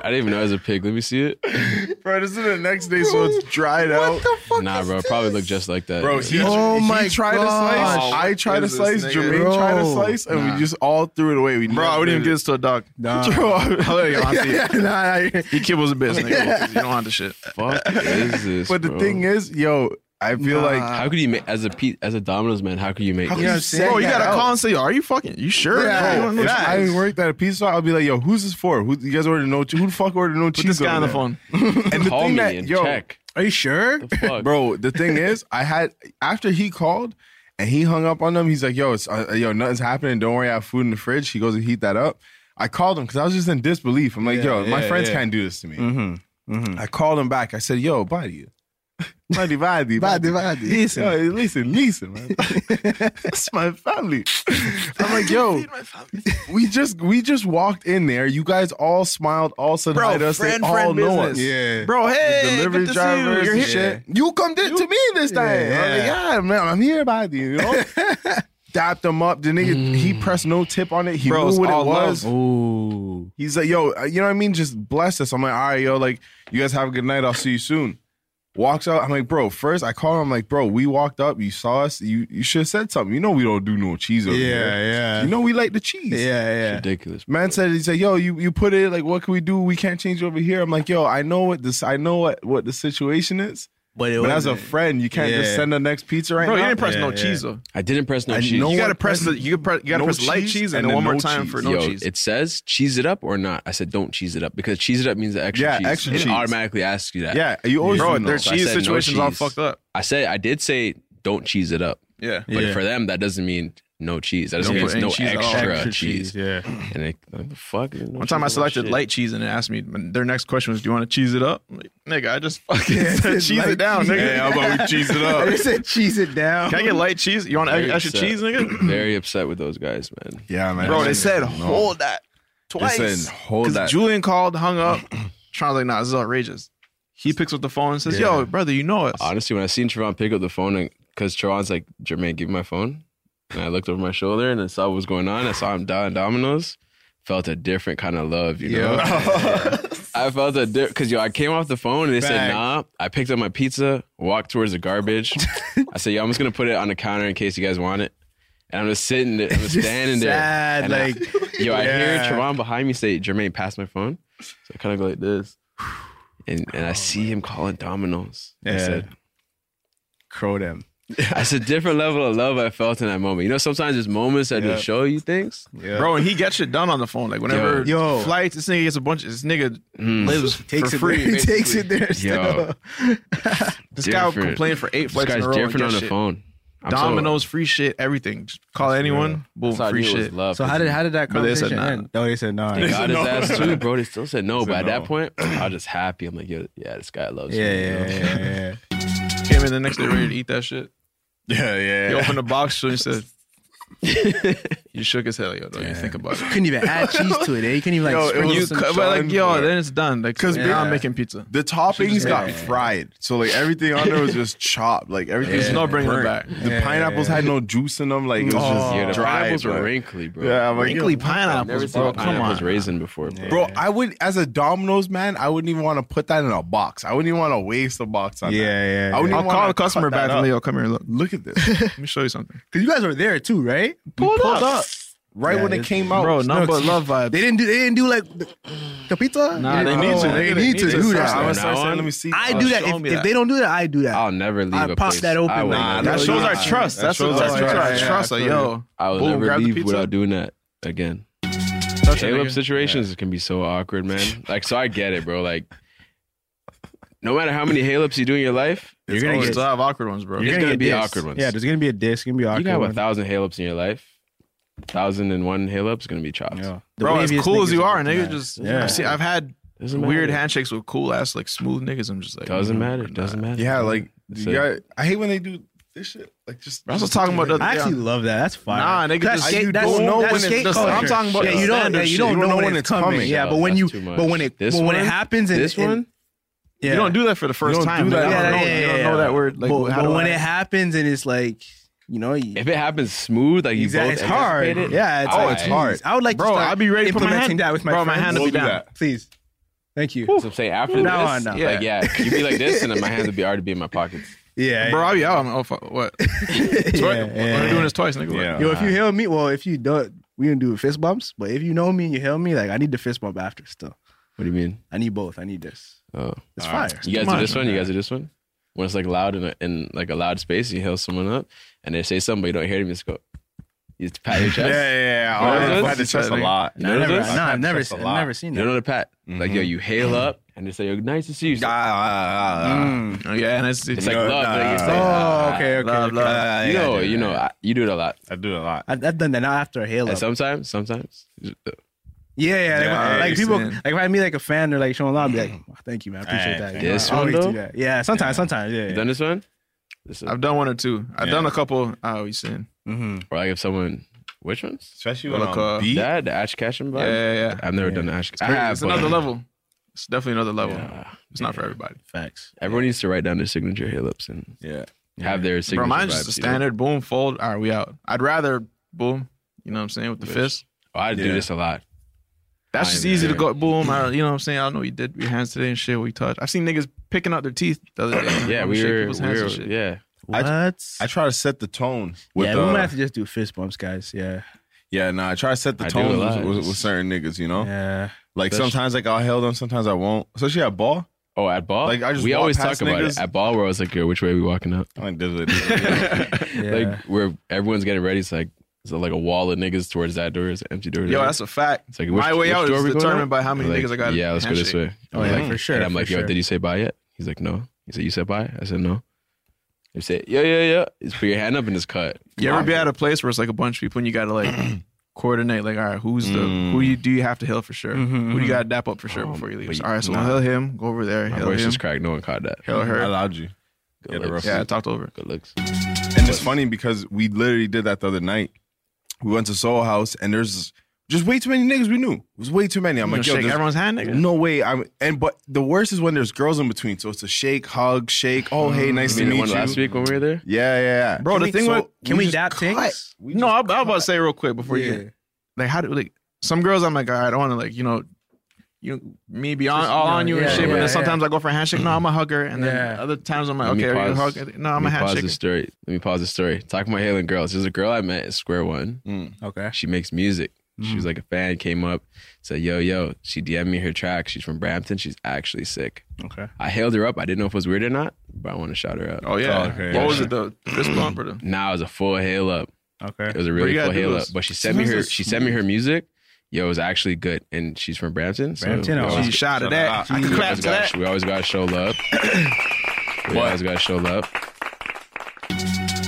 Speaker 4: I didn't even know it was a pig. Let me see it.
Speaker 3: bro, this is the next day, so it's dried out.
Speaker 4: Nah, bro. it Probably looked just like that.
Speaker 3: Bro, he, he tried a slice. I tried a slice. Jermaine tried a slice, and we just all threw it away. We
Speaker 2: Bro, I wouldn't even give this to a dog.
Speaker 3: Nah.
Speaker 2: Bro, I'll let you I'll see it.
Speaker 5: nah, nah,
Speaker 2: You kibbles a bitch, nigga. You don't want the shit.
Speaker 4: Fuck is this?
Speaker 3: But the
Speaker 4: bro?
Speaker 3: thing is, yo, I feel like
Speaker 4: how could you make as a pe- as a Domino's man? How could you make?
Speaker 3: How could
Speaker 4: this?
Speaker 3: you say Bro, you that gotta out?
Speaker 2: Call and say, are you fucking? You sure?
Speaker 3: Yeah,
Speaker 2: Bro,
Speaker 3: if
Speaker 2: relax.
Speaker 3: I worked at a pizza store, I'll be like, yo, who's this for? Who you guys ordered no? che- Who the fuck ordered no
Speaker 2: this
Speaker 3: cheese?
Speaker 2: guy
Speaker 3: over
Speaker 2: on the
Speaker 3: there?
Speaker 2: phone.
Speaker 3: And the
Speaker 2: Call
Speaker 3: thing
Speaker 2: me
Speaker 3: that,
Speaker 2: and
Speaker 3: yo,
Speaker 2: check.
Speaker 5: Are you sure?
Speaker 3: Bro, the thing is, I had after he called and he hung up on them. He's like, "Yo, it's, uh, yo, nothing's happening. Don't worry, I have food in the fridge." He goes and heat that up. I called him because I was just in disbelief. I'm like,
Speaker 9: Yeah,
Speaker 3: "Yo, my
Speaker 9: yeah,
Speaker 3: friends
Speaker 9: yeah.
Speaker 3: can't do this to me."
Speaker 2: Mm-hmm,
Speaker 3: I called him back. I said, "Yo, buddy, buddy, buddy,
Speaker 9: Buddy, buddy.
Speaker 3: listen, yo, listen, listen, man. That's my family." I'm like, "Yo, we just we just walked in there. You guys all smiled, all said hi to us. they all know us,
Speaker 2: Bro, hey,
Speaker 3: the delivery
Speaker 2: good to
Speaker 3: drivers
Speaker 2: see you.
Speaker 3: and
Speaker 2: You're
Speaker 3: shit.
Speaker 2: here.
Speaker 3: You come did to me this time. I'm like,
Speaker 2: yeah.
Speaker 3: yeah, man, I'm here by you. You know, dapped him up. The nigga, he pressed no tip on it. He
Speaker 2: Bro, it's
Speaker 3: knew what
Speaker 2: all
Speaker 3: it was.
Speaker 2: love.
Speaker 5: Ooh.
Speaker 3: He's like, yo, uh, you know what I mean? Just bless us. I'm like, all right, yo, like you guys have a good night. I'll see you soon. Walks out. I'm like, bro. First, I call him. I'm like, bro, we walked up. You saw us. You you should have said something. You know we don't do no cheese over
Speaker 9: Yeah,
Speaker 3: here.
Speaker 9: yeah.
Speaker 3: You know we like the cheese.
Speaker 9: yeah.
Speaker 4: Ridiculous.
Speaker 3: Man said he said, "Yo, you you put it like, what can we do? We can't change over here." I'm like, "Yo, I know what this, I know what what the situation is,
Speaker 9: But it
Speaker 3: but as a
Speaker 9: wasn't.
Speaker 3: friend, you can't just
Speaker 9: Yeah.
Speaker 3: send the next pizza right
Speaker 2: Bro,
Speaker 3: now."
Speaker 2: you didn't press no cheese though.
Speaker 4: I didn't press no
Speaker 3: I-
Speaker 4: cheese.
Speaker 3: no
Speaker 2: You gotta
Speaker 3: one
Speaker 2: press the.
Speaker 3: pressed-
Speaker 2: You, pre- you gotta
Speaker 3: no
Speaker 2: press light
Speaker 3: cheese
Speaker 2: cheese
Speaker 3: and
Speaker 2: and then
Speaker 3: then
Speaker 2: one more
Speaker 3: no
Speaker 2: time
Speaker 3: cheese.
Speaker 2: for no
Speaker 4: Yo,
Speaker 2: cheese.
Speaker 4: it says cheese it up or not. I said don't cheese it up because cheese it up means the extra
Speaker 3: Yeah,
Speaker 4: cheese.
Speaker 3: extra
Speaker 4: it
Speaker 3: cheese.
Speaker 4: automatically asks you that.
Speaker 3: Yeah, you always
Speaker 2: Bro,
Speaker 3: do
Speaker 2: their
Speaker 3: no.
Speaker 4: So I
Speaker 2: cheese
Speaker 4: said no
Speaker 2: situation's all
Speaker 4: cheese.
Speaker 2: fucked up.
Speaker 4: I said I did say don't cheese it up.
Speaker 2: Yeah.
Speaker 4: But
Speaker 2: Yeah.
Speaker 4: for them, that doesn't mean no cheese. That doesn't
Speaker 2: Don't
Speaker 4: mean
Speaker 2: put
Speaker 4: it's no
Speaker 2: any cheese at all.
Speaker 4: extra
Speaker 2: Extra
Speaker 4: cheese.
Speaker 2: cheese,
Speaker 5: Yeah.
Speaker 4: And they, like, the fuck? No
Speaker 2: One time I
Speaker 4: cheese on my
Speaker 2: selected
Speaker 4: shit.
Speaker 2: light cheese and it asked me, their next question was, Do you want to cheese it up? I'm like, nigga, I just fucking said
Speaker 5: it's
Speaker 2: cheese
Speaker 5: light
Speaker 2: it down,
Speaker 5: cheese.
Speaker 2: nigga.
Speaker 5: Hey, how about we cheese it up? They said cheese it down.
Speaker 2: Can I get light cheese? You want
Speaker 4: Very
Speaker 2: extra
Speaker 4: upset.
Speaker 2: cheese, nigga?
Speaker 4: Very upset with those guys, man.
Speaker 3: Yeah, man.
Speaker 2: Bro, they
Speaker 3: That's-
Speaker 2: said,
Speaker 3: no.
Speaker 2: Hold that. Twice.
Speaker 3: They said, "Hold that."
Speaker 2: Because Julian called, hung up. Trying like, nah, this is outrageous. He picks up the phone and says,
Speaker 4: Yeah.
Speaker 2: Yo, brother, you know us.
Speaker 4: Honestly, when I seen Trevon pick up the phone, because Trevon's like, Jermaine, give me my phone. And I looked over my shoulder and I saw what was going on. I saw him down Domino's. Felt a different kind of love, you know? I felt a different, because yo, I came off the phone and they said,
Speaker 9: Facts.
Speaker 4: nah. I picked up my pizza, walked towards the garbage. I said, yo, I'm just going to put it on the counter in case you guys want it. And I'm just sitting there, I'm just
Speaker 9: Just
Speaker 4: standing there.
Speaker 9: sad,
Speaker 4: And I-
Speaker 9: like,
Speaker 4: yo, I hear
Speaker 9: yeah.
Speaker 4: Trevon behind me say, Jermaine, pass my phone. So I kind of go like this. And, and I see him calling Domino's. I
Speaker 9: Yeah.
Speaker 4: said,
Speaker 9: Crow them.
Speaker 4: it's a different level of love I felt in that moment. You know, sometimes there's moments that
Speaker 2: Yeah.
Speaker 4: just show you things.
Speaker 9: Yeah.
Speaker 2: Bro, and he gets shit done on the phone. Like whenever
Speaker 5: Yo.
Speaker 2: flights, this nigga gets a bunch. This nigga
Speaker 4: Hmm.
Speaker 2: lives
Speaker 5: Takes
Speaker 2: for
Speaker 5: it
Speaker 2: free.
Speaker 5: there. He takes it there.
Speaker 2: basically.
Speaker 5: Yo.
Speaker 2: this guy would
Speaker 4: Different.
Speaker 2: complain for eight
Speaker 4: This
Speaker 2: flights. in
Speaker 4: guy's
Speaker 2: a row and
Speaker 4: different
Speaker 2: get
Speaker 4: on the
Speaker 2: shit.
Speaker 4: phone. I'm so-
Speaker 2: Domino's free shit, everything. Just call anyone, boom,
Speaker 4: That's how I
Speaker 2: free
Speaker 4: knew it was
Speaker 2: shit.
Speaker 4: love.
Speaker 5: So how did how did that
Speaker 2: But they said
Speaker 5: conversation
Speaker 2: nah.
Speaker 5: end? Oh, they said no.
Speaker 4: They got his ass too, bro. They still said no, but at that point, I was just happy. I'm like, yo, yeah, this guy loves
Speaker 5: Yeah,
Speaker 4: me. you
Speaker 5: yeah,
Speaker 4: know?
Speaker 5: yeah, yeah.
Speaker 2: Came in the next day ready to eat that shit.
Speaker 3: Yeah, yeah.
Speaker 2: He opened the box and he said, You shook as hell, yo. Don't even think about it.
Speaker 5: Couldn't even add cheese to it, eh? You couldn't even like
Speaker 2: Yo,
Speaker 5: sprinkle
Speaker 2: it was
Speaker 5: some
Speaker 2: cut- but like, yo, then it's done. Like,
Speaker 3: Because
Speaker 2: because now I'm making pizza.
Speaker 3: The toppings got fried, so like everything on there was just chopped. Like everything,
Speaker 2: There's
Speaker 3: was
Speaker 2: no
Speaker 3: just
Speaker 2: bringing them
Speaker 3: burnt.
Speaker 2: back.
Speaker 3: The
Speaker 2: Yeah,
Speaker 3: pineapples
Speaker 2: yeah,
Speaker 3: had
Speaker 2: yeah.
Speaker 3: no juice in them. Like it was just
Speaker 4: Yeah, the
Speaker 3: dry.
Speaker 4: pineapples were
Speaker 3: but-
Speaker 4: wrinkly, bro.
Speaker 3: Yeah, I'm like,
Speaker 2: Wrinkly
Speaker 3: yo,
Speaker 2: pineapples,
Speaker 4: seen
Speaker 2: bro.
Speaker 4: a
Speaker 2: Come
Speaker 4: pineapple's
Speaker 2: on.
Speaker 4: raisin before, bro.
Speaker 3: Bro, I would as a Domino's man, I wouldn't even want to put that in a box. I wouldn't even want to waste a box on
Speaker 5: Yeah,
Speaker 3: that.
Speaker 5: yeah, yeah.
Speaker 3: I wouldn't even
Speaker 5: I'll call
Speaker 3: wanna
Speaker 5: the customer
Speaker 3: cut that
Speaker 5: back and
Speaker 3: up.
Speaker 2: Yo, come here. Look.
Speaker 3: Look at this.
Speaker 2: Let me show you something.
Speaker 5: Cause you guys were there too, right?
Speaker 3: Pulled,
Speaker 5: pulled
Speaker 3: up.
Speaker 5: up.
Speaker 3: right
Speaker 5: Yeah,
Speaker 3: when it
Speaker 5: it's-
Speaker 3: came out.
Speaker 2: Bro, number
Speaker 5: excuse-
Speaker 2: love vibes.
Speaker 5: They didn't do. They didn't do like the, the pizza.
Speaker 2: Nah, they
Speaker 5: didn't-
Speaker 2: need to.
Speaker 5: oh,
Speaker 2: They
Speaker 5: They, need
Speaker 2: need
Speaker 5: to
Speaker 2: to.
Speaker 5: do
Speaker 2: Stop
Speaker 5: that.
Speaker 2: saying
Speaker 3: I
Speaker 2: that.
Speaker 3: was starting
Speaker 4: now
Speaker 3: saying,
Speaker 4: on,
Speaker 3: let me see.
Speaker 5: I
Speaker 2: Oh,
Speaker 5: do that.
Speaker 2: show me
Speaker 5: If, if
Speaker 2: that.
Speaker 5: they don't do that, I do that.
Speaker 4: I'll never leave.
Speaker 5: I
Speaker 4: a
Speaker 5: pop
Speaker 4: place.
Speaker 5: that open,
Speaker 4: I will
Speaker 5: nah,
Speaker 4: never
Speaker 2: That
Speaker 4: leave.
Speaker 2: shows our
Speaker 3: yeah.
Speaker 2: trust.
Speaker 3: That
Speaker 2: That shows
Speaker 3: shows
Speaker 2: our trust.
Speaker 3: our trust.
Speaker 2: Our
Speaker 3: Yeah,
Speaker 2: trust. Like, yo,
Speaker 4: I will
Speaker 2: boom,
Speaker 4: never
Speaker 2: grab the
Speaker 4: leave
Speaker 2: pizza.
Speaker 4: without doing that again. Caleb situations can be so awkward, man. Like, so I get it, bro. Like, no matter how many Halups you do in your life,
Speaker 5: You're gonna
Speaker 2: Oh,
Speaker 5: get.
Speaker 2: still have awkward ones, bro.
Speaker 5: You're
Speaker 4: It's
Speaker 5: gonna,
Speaker 4: gonna
Speaker 5: get
Speaker 4: be
Speaker 5: dissed.
Speaker 4: awkward ones.
Speaker 5: Yeah, there's gonna be a disc. Gonna be
Speaker 4: you
Speaker 5: awkward.
Speaker 4: can have a
Speaker 5: ones.
Speaker 4: thousand Halups in your life. Thousand and one Halups gonna be chopped.
Speaker 5: Yeah. The
Speaker 2: Bro, as
Speaker 5: waviest
Speaker 2: cool as
Speaker 5: niggas
Speaker 2: you are,
Speaker 5: looking
Speaker 2: nigga,
Speaker 5: at.
Speaker 2: just
Speaker 5: Yeah.
Speaker 2: I've seen. I've had
Speaker 4: Doesn't matter.
Speaker 2: weird handshakes with cool ass, like smooth niggas. I'm just like,
Speaker 4: Doesn't
Speaker 2: mm,
Speaker 4: matter.
Speaker 2: nah.
Speaker 4: Doesn't matter.
Speaker 3: Yeah, like
Speaker 4: That's
Speaker 3: you
Speaker 4: it.
Speaker 3: got, I hate when they do this shit. Like just
Speaker 2: I was just talking about the other
Speaker 5: I
Speaker 2: day.
Speaker 5: actually love that. That's fire.
Speaker 2: Nah, nigga,
Speaker 5: That's
Speaker 2: just-
Speaker 5: skate-
Speaker 2: you
Speaker 5: that's-
Speaker 2: don't know
Speaker 5: that's
Speaker 2: when it's-
Speaker 5: skate
Speaker 2: that's-
Speaker 5: culture.
Speaker 2: I'm talking about
Speaker 5: Yeah,
Speaker 2: the
Speaker 5: you don't.
Speaker 2: standard
Speaker 5: Yeah, you
Speaker 2: shit.
Speaker 5: don't
Speaker 2: You
Speaker 5: know when it's coming. Yeah, but when you, but when it,
Speaker 4: this
Speaker 5: but when it
Speaker 4: one?
Speaker 5: happens, and
Speaker 4: this
Speaker 5: and-
Speaker 4: one,
Speaker 5: yeah,
Speaker 2: You don't do that for the first
Speaker 3: don't
Speaker 2: time.
Speaker 3: do that.
Speaker 2: nigga. I
Speaker 5: Yeah,
Speaker 2: don't know-
Speaker 5: yeah,
Speaker 2: You don't
Speaker 5: yeah,
Speaker 2: know
Speaker 5: yeah.
Speaker 2: that word. Like,
Speaker 5: but,
Speaker 2: how
Speaker 5: but
Speaker 2: do
Speaker 5: when
Speaker 2: I-
Speaker 5: it happens, and it's like, you know, you-
Speaker 4: if it happens smooth, like you
Speaker 5: Exactly.
Speaker 4: both
Speaker 5: It's hard.
Speaker 4: anticipated,
Speaker 5: Yeah, it's
Speaker 4: oh,
Speaker 5: like,
Speaker 4: it's
Speaker 5: geez,
Speaker 4: hard.
Speaker 5: I would like
Speaker 2: Bro,
Speaker 5: to start
Speaker 2: I'll be ready to put my
Speaker 5: implementing
Speaker 2: hand-
Speaker 5: that with my
Speaker 2: bro, my
Speaker 5: friends.
Speaker 2: hand will be We'll do down. that.
Speaker 5: Please, thank you.
Speaker 4: So I'm saying after
Speaker 5: Whew.
Speaker 4: this,
Speaker 5: Now I know.
Speaker 4: like yeah, you'd be like this, and then my hands would be already be in my pockets.
Speaker 5: Yeah,
Speaker 2: Bro, I'll be out. I'm oh fuck, what? It's
Speaker 5: Yeah,
Speaker 2: right.
Speaker 5: yeah.
Speaker 2: We're doing this twice, nigga.
Speaker 3: Yeah.
Speaker 2: Like,
Speaker 5: Yo, if you hail me, well, if you don't, we don't do fist bumps. But if you know me and you hail me, like I need the fist bump after. Still,
Speaker 4: What do you mean?
Speaker 5: I need both. I need this.
Speaker 4: Oh,
Speaker 5: It's
Speaker 3: All right.
Speaker 5: fire.
Speaker 4: you guys
Speaker 2: too
Speaker 4: do
Speaker 2: much,
Speaker 4: this one. You guys do this one. When it's like loud in, a, in like a loud space, you hail someone up, and they say something, but you don't hear them. You just go, you just pat your
Speaker 3: Yeah, yeah,
Speaker 4: chest. You know
Speaker 3: yeah.
Speaker 4: those?
Speaker 3: I had to chest a lot.
Speaker 4: You know
Speaker 5: Never,
Speaker 4: those?
Speaker 5: nah, I've never,
Speaker 3: That's a
Speaker 5: seen,
Speaker 3: lot.
Speaker 5: I've never seen
Speaker 4: You
Speaker 5: that.
Speaker 4: don't know the pat. Like yo,
Speaker 3: Mhm.
Speaker 4: you hail up, and they say, "Yo, nice to see you." sir."
Speaker 3: Ah, ah, ah,
Speaker 2: Oh, yeah, and it's,
Speaker 4: Mm. It's
Speaker 2: it's
Speaker 4: like
Speaker 3: No,
Speaker 4: love.
Speaker 3: nah.
Speaker 4: like, you say,
Speaker 5: Oh,
Speaker 4: "Ah."
Speaker 5: okay, okay.
Speaker 2: Blah,
Speaker 5: okay.
Speaker 2: blah.
Speaker 3: ah.
Speaker 4: You know,
Speaker 3: Yeah, yeah,
Speaker 4: you know, I- you do it a lot.
Speaker 3: I do it a lot.
Speaker 5: I've, I've done that now after a hail
Speaker 4: And
Speaker 5: up.
Speaker 4: sometimes, sometimes.
Speaker 5: Yeah, yeah. Like,
Speaker 3: Yeah,
Speaker 5: like
Speaker 3: you
Speaker 5: people,
Speaker 2: seen.
Speaker 5: like if I meet like a fan, they're like showing love. I'll be like, "Oh, thank you, man. I appreciate
Speaker 3: Alright,
Speaker 5: that.
Speaker 3: thank
Speaker 5: You know,
Speaker 4: you.
Speaker 5: I always
Speaker 4: This
Speaker 5: do
Speaker 4: one,
Speaker 5: that. Yeah, sometimes, sometimes. Yeah.
Speaker 4: You
Speaker 5: yeah.
Speaker 4: done this one? This is,
Speaker 2: I've done one or two. I've
Speaker 3: Yeah.
Speaker 2: done a couple. Oh, you seen?
Speaker 4: or like if someone, which ones?
Speaker 3: Especially when
Speaker 2: Look, uh,
Speaker 3: I'm beat.
Speaker 4: That the Ash Ketchum vibe.
Speaker 2: Yeah, yeah, yeah.
Speaker 4: I've never done the Ash. I have,
Speaker 2: It's
Speaker 4: but-
Speaker 2: another level. It's definitely another level.
Speaker 4: Yeah.
Speaker 2: It's not for everybody.
Speaker 5: Facts.
Speaker 4: Everyone needs to write down their signature halups and
Speaker 3: Yeah.
Speaker 4: have their signature.
Speaker 2: Bro, mine's just a
Speaker 4: vibes, you know?
Speaker 2: standard boom fold. All right, we out. I'd rather boom. You know what I'm saying with the fist.
Speaker 4: Oh, I do
Speaker 3: Yeah.
Speaker 4: this a lot.
Speaker 2: That's
Speaker 4: I
Speaker 2: just
Speaker 4: ain't
Speaker 2: easy to
Speaker 4: there.
Speaker 2: go boom. I, you know what I'm saying. I know you did your hands today and shit. We touched. I've seen niggas picking out their teeth the other day.
Speaker 4: Yeah,
Speaker 2: I'm
Speaker 4: we
Speaker 2: shaking
Speaker 4: were,
Speaker 2: people's
Speaker 4: we
Speaker 2: hands
Speaker 4: were
Speaker 2: and shit.
Speaker 4: yeah.
Speaker 5: What?
Speaker 3: I try to set the tone with
Speaker 5: yeah,
Speaker 3: uh,
Speaker 5: we might have to just do fist bumps, guys. Yeah.
Speaker 3: yeah, no, I try to set the
Speaker 4: I do a
Speaker 3: tone
Speaker 4: lot.
Speaker 3: with, with, with certain niggas, you know?
Speaker 5: Yeah.
Speaker 3: Like
Speaker 4: Especially-
Speaker 3: sometimes like I'll hail them, sometimes I won't. Especially at ball.
Speaker 4: Oh, at ball.
Speaker 3: Like, I just
Speaker 4: we
Speaker 3: walk
Speaker 4: always talk
Speaker 3: past
Speaker 4: about it
Speaker 3: niggas.
Speaker 4: at ball. Where I was like, "Yo, which way are we walking up?"
Speaker 3: I'm like, this is what it is.
Speaker 5: Yeah.
Speaker 4: Like where everyone's getting ready. It's like it's like a wall of niggas towards that door. It's an empty door.
Speaker 2: Yo,
Speaker 4: there.
Speaker 2: that's a fact.
Speaker 4: It's like, which-
Speaker 2: My way
Speaker 4: which
Speaker 2: out
Speaker 4: door
Speaker 2: is
Speaker 4: we going
Speaker 2: determined
Speaker 4: up?
Speaker 2: by how many
Speaker 4: Like,
Speaker 2: niggas I got.
Speaker 4: Yeah, let's go this
Speaker 2: handshake.
Speaker 4: way.
Speaker 5: Oh,
Speaker 4: I'm
Speaker 5: yeah,
Speaker 4: like-
Speaker 5: for sure,
Speaker 4: And I'm
Speaker 5: for
Speaker 4: like, yo,
Speaker 5: sure.
Speaker 4: did you say bye yet? He's like, no. He's like, you said bye? I said, no. He said, yeah, yeah, yeah. Just put your hand up and just cut.
Speaker 2: You ever be at a place where it's like a bunch of people and you gotta like coordinate? Like, all right, who's the
Speaker 4: Mm.
Speaker 2: who you do you have to hill for sure?
Speaker 5: Mm-hmm,
Speaker 2: Who you gotta dap up for sure before you leave?
Speaker 4: but
Speaker 2: So,
Speaker 4: you-
Speaker 2: all right, so
Speaker 4: Oh, nah.
Speaker 2: we'll hill him. Go over there.
Speaker 4: My
Speaker 2: Hill
Speaker 4: voice
Speaker 2: him.
Speaker 4: just cracked. No one caught that.
Speaker 2: Hill
Speaker 3: I
Speaker 2: her.
Speaker 3: allowed you.
Speaker 4: Good
Speaker 3: Yeah, the
Speaker 4: looks.
Speaker 2: Yeah, I talked over.
Speaker 4: Good looks.
Speaker 3: And it's funny because we literally did that the other night. We went to Soul House and there's just way too many niggas we knew. It was way too many. I'm
Speaker 2: I'm gonna
Speaker 3: like, yo,
Speaker 2: shake
Speaker 3: there's-
Speaker 2: everyone's hand, nigga.
Speaker 3: no way. I'm and but the worst is when there's girls in between. So it's a shake, hug, shake. Oh, hey, nice
Speaker 4: You
Speaker 3: to
Speaker 4: mean the
Speaker 3: meet
Speaker 4: one
Speaker 3: you.
Speaker 4: last week when we were there?
Speaker 3: Yeah, yeah, yeah.
Speaker 2: Bro, the thing with-
Speaker 5: Can we
Speaker 3: just
Speaker 5: dap
Speaker 3: cut.
Speaker 5: things?
Speaker 3: We
Speaker 2: No,
Speaker 3: just
Speaker 2: I, I was about to
Speaker 3: cut.
Speaker 2: say real quick before you get like how do like some girls I'm like all right, I don't want to like you know you me be on all
Speaker 5: you know,
Speaker 2: on you and
Speaker 5: yeah,
Speaker 2: shit, but
Speaker 5: yeah,
Speaker 2: then sometimes I go for a handshake. No, I'm a hugger, and then
Speaker 5: Yeah.
Speaker 2: other times I'm like
Speaker 4: Let me
Speaker 2: okay, are you a
Speaker 4: pause-
Speaker 2: hugger? No, I'm a
Speaker 4: Let me pause
Speaker 2: handshake.
Speaker 4: the story. Let me pause the story. Talking about hailing girls. There's a girl I met at Square One.
Speaker 2: Mm.
Speaker 5: Okay.
Speaker 4: She makes music. She was like a fan, came up, said, Yo, yo. She DM'd me her track. She's from Brampton. She's actually sick.
Speaker 5: Okay.
Speaker 4: I hailed her up. I didn't know if it was weird or not, but I want to shout her out.
Speaker 2: Oh yeah,
Speaker 3: okay,
Speaker 2: what
Speaker 3: yeah,
Speaker 2: was
Speaker 3: sure.
Speaker 2: it the fist bump or the?
Speaker 4: Now it was a full hail up. It
Speaker 5: Okay.
Speaker 4: was a
Speaker 2: But
Speaker 4: really
Speaker 2: you
Speaker 4: full
Speaker 2: gotta do
Speaker 4: hail up.
Speaker 2: those-
Speaker 4: But she sent me her
Speaker 2: sometimes
Speaker 4: she sent me her music. Yo, it was actually good. And she's from Brampton. So
Speaker 5: Brampton,
Speaker 4: we
Speaker 5: oh,
Speaker 4: always-
Speaker 2: She shot at
Speaker 3: Shut
Speaker 2: that.
Speaker 3: up.
Speaker 2: I can
Speaker 4: we
Speaker 2: clap
Speaker 4: always
Speaker 2: to
Speaker 4: gotta-
Speaker 2: that.
Speaker 4: we always gotta show love. we always gotta show love.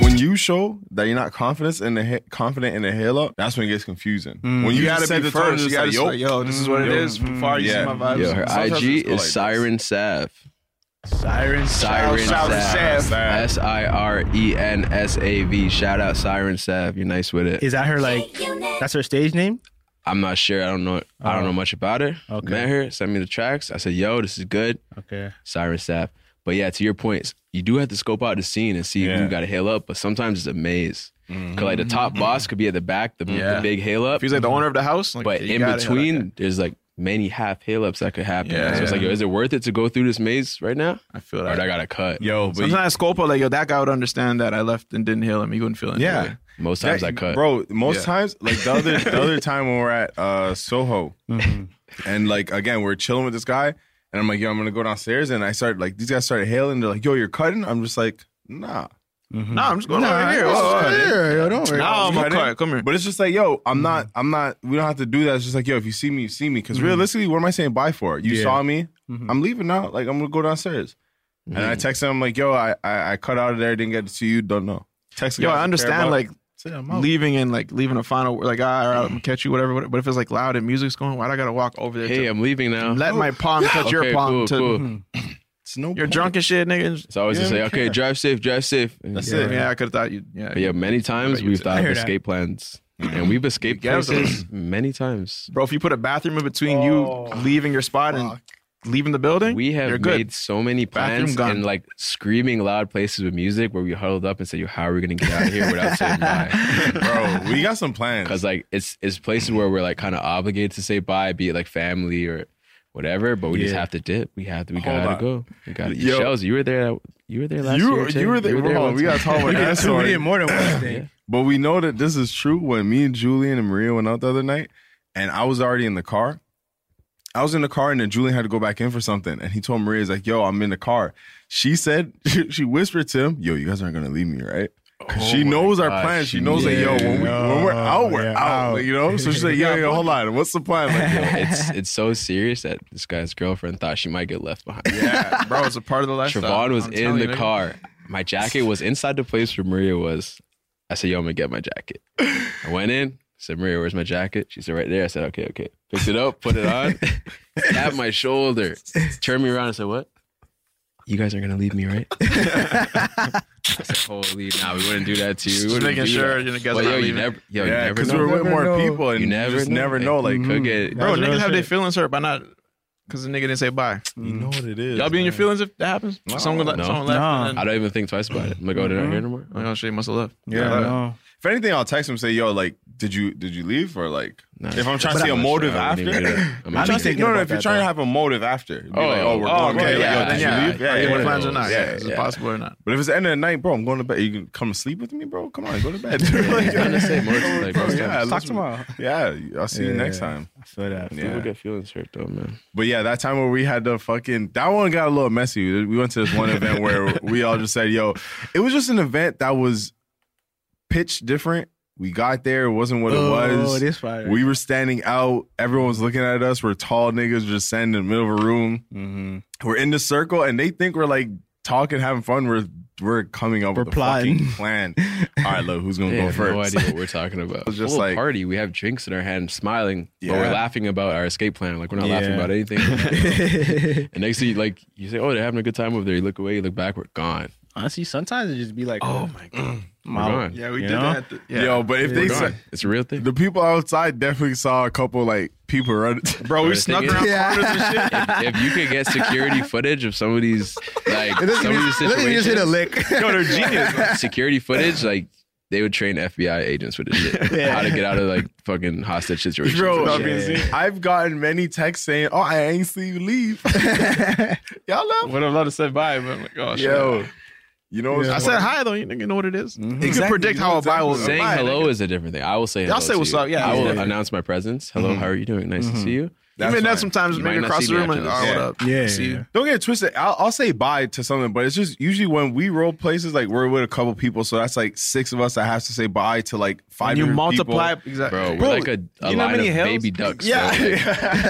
Speaker 3: When you show that you're not confident in the ha- confident in the hail up, that's when it gets confusing. When
Speaker 2: You
Speaker 3: Mm. you,
Speaker 2: gotta
Speaker 3: said
Speaker 2: be
Speaker 3: the tone,
Speaker 2: first. You
Speaker 3: just
Speaker 2: gotta
Speaker 3: like,
Speaker 2: just like, yo, this is what it is. Before you see
Speaker 3: Yeah.
Speaker 2: my vibes.
Speaker 4: Yo, her
Speaker 2: Sometimes
Speaker 4: IG
Speaker 2: it's
Speaker 4: is
Speaker 2: like this.
Speaker 4: Siren Sav.
Speaker 5: Siren
Speaker 4: Siren
Speaker 5: Shout out
Speaker 4: Sav.
Speaker 5: Sav.
Speaker 4: S I R E N S A V. Shout out Siren Sav. You're nice with it.
Speaker 5: Is that her like? That's her stage name.
Speaker 4: I'm not sure. I don't know. I
Speaker 2: Oh.
Speaker 4: don't know much about her. Okay. Met her. Sent me the tracks. I said, "Yo, this is good."
Speaker 5: Okay.
Speaker 4: Siren Sav. But yeah, to your points, you do have to scope out the scene and see who you got to hail up. But sometimes it's a maze. because like the top boss could be at the back, the, the
Speaker 2: Mm-hmm. Yeah.
Speaker 4: big hail up.
Speaker 2: If he's like the owner of the house, like,
Speaker 4: but
Speaker 2: you
Speaker 4: in
Speaker 2: gotta hail that
Speaker 4: between, there's like many half hail ups that could happen.
Speaker 2: Yeah,
Speaker 4: so it's like,
Speaker 2: yeah.
Speaker 4: yo, is it worth it to go through this maze right now? I feel that. Or I got to cut. Yo,
Speaker 2: Sometimes scope up like yo, that guy would understand that I left and didn't heal him. He wouldn't feel anything.
Speaker 3: Yeah.
Speaker 4: Most
Speaker 3: That- Bro, most times, like the other the other time when we're at uh Soho, and like again, we're chilling with this guy, and I'm like, yo, I'm gonna go downstairs, and I started like these guys started hailing, they're like, yo, you're cutting. I'm just like, nah.
Speaker 2: Nah, I'm just going over here. Oh,
Speaker 3: it's just
Speaker 2: oh,
Speaker 3: cut it.
Speaker 2: yeah, yo, don't worry. Nah, I'm a
Speaker 3: Cut it.
Speaker 2: cut. Come here.
Speaker 3: But it's just like, yo, I'm not, I'm not. We don't have to do that. It's just like, yo, if you see me, you see me. Because
Speaker 2: Mhm.
Speaker 3: realistically, what am I saying bye for? You
Speaker 2: Yeah.
Speaker 3: saw me. I'm leaving now. Like I'm gonna go downstairs. And I text him I'm like, yo, I, I I cut out of there. Didn't get to see you. Don't know. Text. the
Speaker 2: Yo,
Speaker 3: guys
Speaker 2: I understand
Speaker 3: care
Speaker 2: like
Speaker 3: about. Say I'm out.
Speaker 2: leaving and like leaving a final like ah, all right, I'm gonna catch you whatever, whatever. But if it's like loud and music's going, why do I gotta walk over there?
Speaker 4: Hey,
Speaker 2: to
Speaker 4: I'm leaving now.
Speaker 2: Let my palm touch your
Speaker 4: Okay,
Speaker 2: palm.
Speaker 4: cool,
Speaker 2: to,
Speaker 4: cool.
Speaker 3: It's no.
Speaker 2: You're drunk and shit, nigga.
Speaker 4: It's always
Speaker 2: You
Speaker 4: just
Speaker 2: don't
Speaker 4: like,
Speaker 2: care.
Speaker 4: okay, drive safe, drive safe. And
Speaker 2: That's
Speaker 4: yeah.
Speaker 2: it. Yeah, I could have thought you. Yeah,
Speaker 4: But yeah, many times we've thought
Speaker 2: I
Speaker 4: of
Speaker 2: hear that. Mm-hmm.
Speaker 4: escape plans, and we've escaped
Speaker 2: Yeah, that was a-
Speaker 4: places many times.
Speaker 2: bro. If you put a bathroom in between you leaving your spot and leaving the building,
Speaker 4: We
Speaker 2: you're
Speaker 4: have
Speaker 2: good.
Speaker 4: made so many
Speaker 2: Bathroom
Speaker 4: plans
Speaker 2: gone.
Speaker 4: and like screaming loud places with music where we huddled up and said, "Yo, how are we gonna get out of here without saying bye?"
Speaker 3: Bro, we got some plans.
Speaker 4: Cause like it's it's places where we're like kind of obligated to say bye, be it like family or whatever. But we just
Speaker 2: Yeah.
Speaker 4: have to dip. We have to. We
Speaker 2: Hold
Speaker 4: gotta
Speaker 2: on.
Speaker 4: go. We gotta.
Speaker 3: Yo.
Speaker 4: Shells, you were there. You were there last
Speaker 3: You-
Speaker 4: year.
Speaker 3: you
Speaker 4: too.
Speaker 3: were there- hold on,
Speaker 4: once.
Speaker 3: we gotta talk about We that did two- we story. did
Speaker 5: more than one
Speaker 3: thing. But we know that this is true. When me and Julian and Maria went out the other night, and I was already in the car. I was in the car, and then Julian had to go back in for something, and he told Maria, "He's like, yo, I'm in the car." She said, she whispered to him, "Yo, you guys aren't gonna leave me, right?" 'Cause
Speaker 2: Oh
Speaker 3: she knows our
Speaker 4: gosh,
Speaker 3: plan. She knows
Speaker 4: yeah.
Speaker 3: like, yo, when, we, when we're out, we're
Speaker 4: Yeah,
Speaker 3: Oh, out,
Speaker 4: out.
Speaker 3: like, you know. So she's like, yo, yo, hold on, what's the plan? Like, yo,
Speaker 4: it's it's so serious that this guy's girlfriend thought she might get left behind.
Speaker 2: yeah, bro, it's a part of the lifestyle.
Speaker 4: Siobhan was
Speaker 2: I'm
Speaker 4: in
Speaker 2: telling
Speaker 4: the
Speaker 2: you, nigga.
Speaker 4: car. My jacket was inside the place where Maria was. I said, "Yo, I'm gonna get my jacket." I went in. Said, "Maria, where's my jacket?" She said, "Right there." I said, "Okay, okay." Picked it up, put it on, tapped my shoulder, turned me around, and said, "What? You guys are gonna leave me, right?" I said, Holy, nah, we wouldn't do that to you. We
Speaker 2: Just
Speaker 4: wouldn't
Speaker 2: making
Speaker 4: do
Speaker 2: sure
Speaker 4: that.
Speaker 2: you guys
Speaker 4: But,
Speaker 2: are
Speaker 4: yo,
Speaker 2: not
Speaker 4: you
Speaker 2: leaving.
Speaker 4: never,
Speaker 3: Yeah,
Speaker 4: yo, you never
Speaker 3: 'cause
Speaker 4: know.
Speaker 3: we're with more
Speaker 4: You
Speaker 3: people and you
Speaker 4: never Mm-hmm.
Speaker 3: just never know, like,
Speaker 4: could get-
Speaker 2: bro, niggas have their
Speaker 4: shit.
Speaker 2: feelings hurt by not because the nigga didn't say bye.
Speaker 3: You know what it is.
Speaker 2: Y'all be in your feelings if that happens.
Speaker 4: No.
Speaker 2: someone, le-
Speaker 4: No.
Speaker 2: someone left. And
Speaker 4: I
Speaker 2: then,
Speaker 4: don't even think twice about it. I'm like, oh, they're not here anymore.
Speaker 2: oh, she must have left.
Speaker 3: Yeah, If anything, I'll text him say, "Yo, like, did you did you leave or like?" if I'm trying
Speaker 4: But
Speaker 3: to see a
Speaker 4: I'm-
Speaker 3: motive
Speaker 4: I
Speaker 3: after,
Speaker 4: wouldn't even do that. I'm
Speaker 3: I'm
Speaker 4: not
Speaker 3: trying to
Speaker 4: thinking
Speaker 3: no, no.
Speaker 4: about
Speaker 3: If you're
Speaker 4: that,
Speaker 3: trying to
Speaker 4: though.
Speaker 3: have a motive after, be
Speaker 4: Oh,
Speaker 3: like, "Oh, we're
Speaker 4: oh,
Speaker 3: going,
Speaker 4: okay,
Speaker 3: okay,
Speaker 4: yeah,
Speaker 3: like, yo, did
Speaker 4: then yeah.
Speaker 3: you leave?
Speaker 4: Are you
Speaker 2: Your
Speaker 3: yeah,
Speaker 2: plans
Speaker 3: yeah,
Speaker 2: or not?
Speaker 3: yeah,
Speaker 2: Is
Speaker 3: yeah.
Speaker 2: it possible or not?
Speaker 3: But if it's the end of the night, bro, I'm going to bed. You can come sleep with me, bro. Come on, go to bed.
Speaker 4: I was gonna say, more
Speaker 3: Bro,
Speaker 4: like,
Speaker 3: bro,
Speaker 4: most
Speaker 3: yeah,
Speaker 4: times.
Speaker 3: let's- Yeah, I'll see you next time.
Speaker 5: I feel that.
Speaker 3: Yeah.
Speaker 4: People get feelings hurt though, man.
Speaker 3: But yeah, that time where we had the fucking that one got a little messy. We went to this one event where we all just said, "Yo," it was just an event that was pitch different. We got there, it wasn't what
Speaker 5: Oh,
Speaker 3: it was.
Speaker 5: this fire.
Speaker 3: We were standing out. Everyone was looking at us. We're tall niggas just standing in the middle of a room. We're in the circle, and they think we're like talking, having fun. We're we're coming up
Speaker 5: We're
Speaker 3: with a
Speaker 5: plotting.
Speaker 3: fucking plan. All right, look, who's gonna
Speaker 4: They
Speaker 3: go
Speaker 4: have
Speaker 3: first?
Speaker 4: no idea what we're talking about.
Speaker 3: was just
Speaker 4: Full
Speaker 3: like-
Speaker 4: party. We have drinks in our hand, smiling, but
Speaker 3: Yeah.
Speaker 4: we're laughing about our escape plan. Like we're not laughing
Speaker 3: Yeah.
Speaker 4: about anything. and next thing, you, like you say, oh, they're having a good time over there. You look away, you look back, we're gone.
Speaker 5: Honestly, sometimes it just be like, oh my god,
Speaker 4: We're gone.
Speaker 5: You know?
Speaker 3: Yo, but if
Speaker 4: We're
Speaker 3: they
Speaker 4: gone.
Speaker 3: said-
Speaker 4: it's a real thing.
Speaker 3: the people outside definitely saw a couple like people running.
Speaker 2: Bro, we snuck around corners and shit.
Speaker 4: If you could get security footage of somebody's like
Speaker 5: It doesn't
Speaker 4: some of
Speaker 5: even-
Speaker 4: these
Speaker 5: it doesn't even
Speaker 4: situations,
Speaker 5: just hit a lick.
Speaker 2: Yo, they're genius.
Speaker 4: security footage, like they would train FBI agents with this shit.
Speaker 3: Yeah.
Speaker 4: How to get out of like fucking hostage situations.
Speaker 3: Bro,
Speaker 4: and shit.
Speaker 3: I've gotten many texts saying, "Oh, I ain't see you leave." Y'all know.
Speaker 2: Would have loved to say bye, but I'm like, oh shit.
Speaker 3: Yo, you know. what's
Speaker 2: I said
Speaker 3: funny?
Speaker 2: hi though. You nigga know what it is. You can
Speaker 3: Exactly,
Speaker 2: predict
Speaker 3: you
Speaker 2: how
Speaker 3: know
Speaker 2: a bye will
Speaker 3: exactly.
Speaker 4: Saying
Speaker 2: bye,
Speaker 4: hello
Speaker 2: nigga.
Speaker 4: is a different thing. I will say hello.
Speaker 2: Y'all say
Speaker 4: to
Speaker 2: what's
Speaker 4: you.
Speaker 2: up, yeah. Mm-hmm.
Speaker 4: I will
Speaker 2: Yeah.
Speaker 4: announce my presence. Hello, how are you doing? Nice to see you.
Speaker 3: That's
Speaker 2: Even that
Speaker 3: fine.
Speaker 2: sometimes
Speaker 4: You
Speaker 2: nigga
Speaker 4: might not
Speaker 2: across
Speaker 4: see
Speaker 2: the
Speaker 4: me
Speaker 2: room
Speaker 4: after
Speaker 2: and
Speaker 4: this.
Speaker 2: oh, what
Speaker 4: Yeah.
Speaker 2: up?
Speaker 5: Yeah.
Speaker 2: See you.
Speaker 3: Don't get it twisted. I'll, I'll say bye to something, but it's just usually when we roll places, like we're with a couple people, so that's like six of us that has to say bye to like five.
Speaker 2: And you
Speaker 3: different
Speaker 2: multiply
Speaker 3: people.
Speaker 2: exactly.
Speaker 4: Bro, we're
Speaker 3: Bro,
Speaker 4: like a, a
Speaker 2: you know how
Speaker 4: line of
Speaker 2: many hills?
Speaker 4: baby ducks.
Speaker 3: Yeah,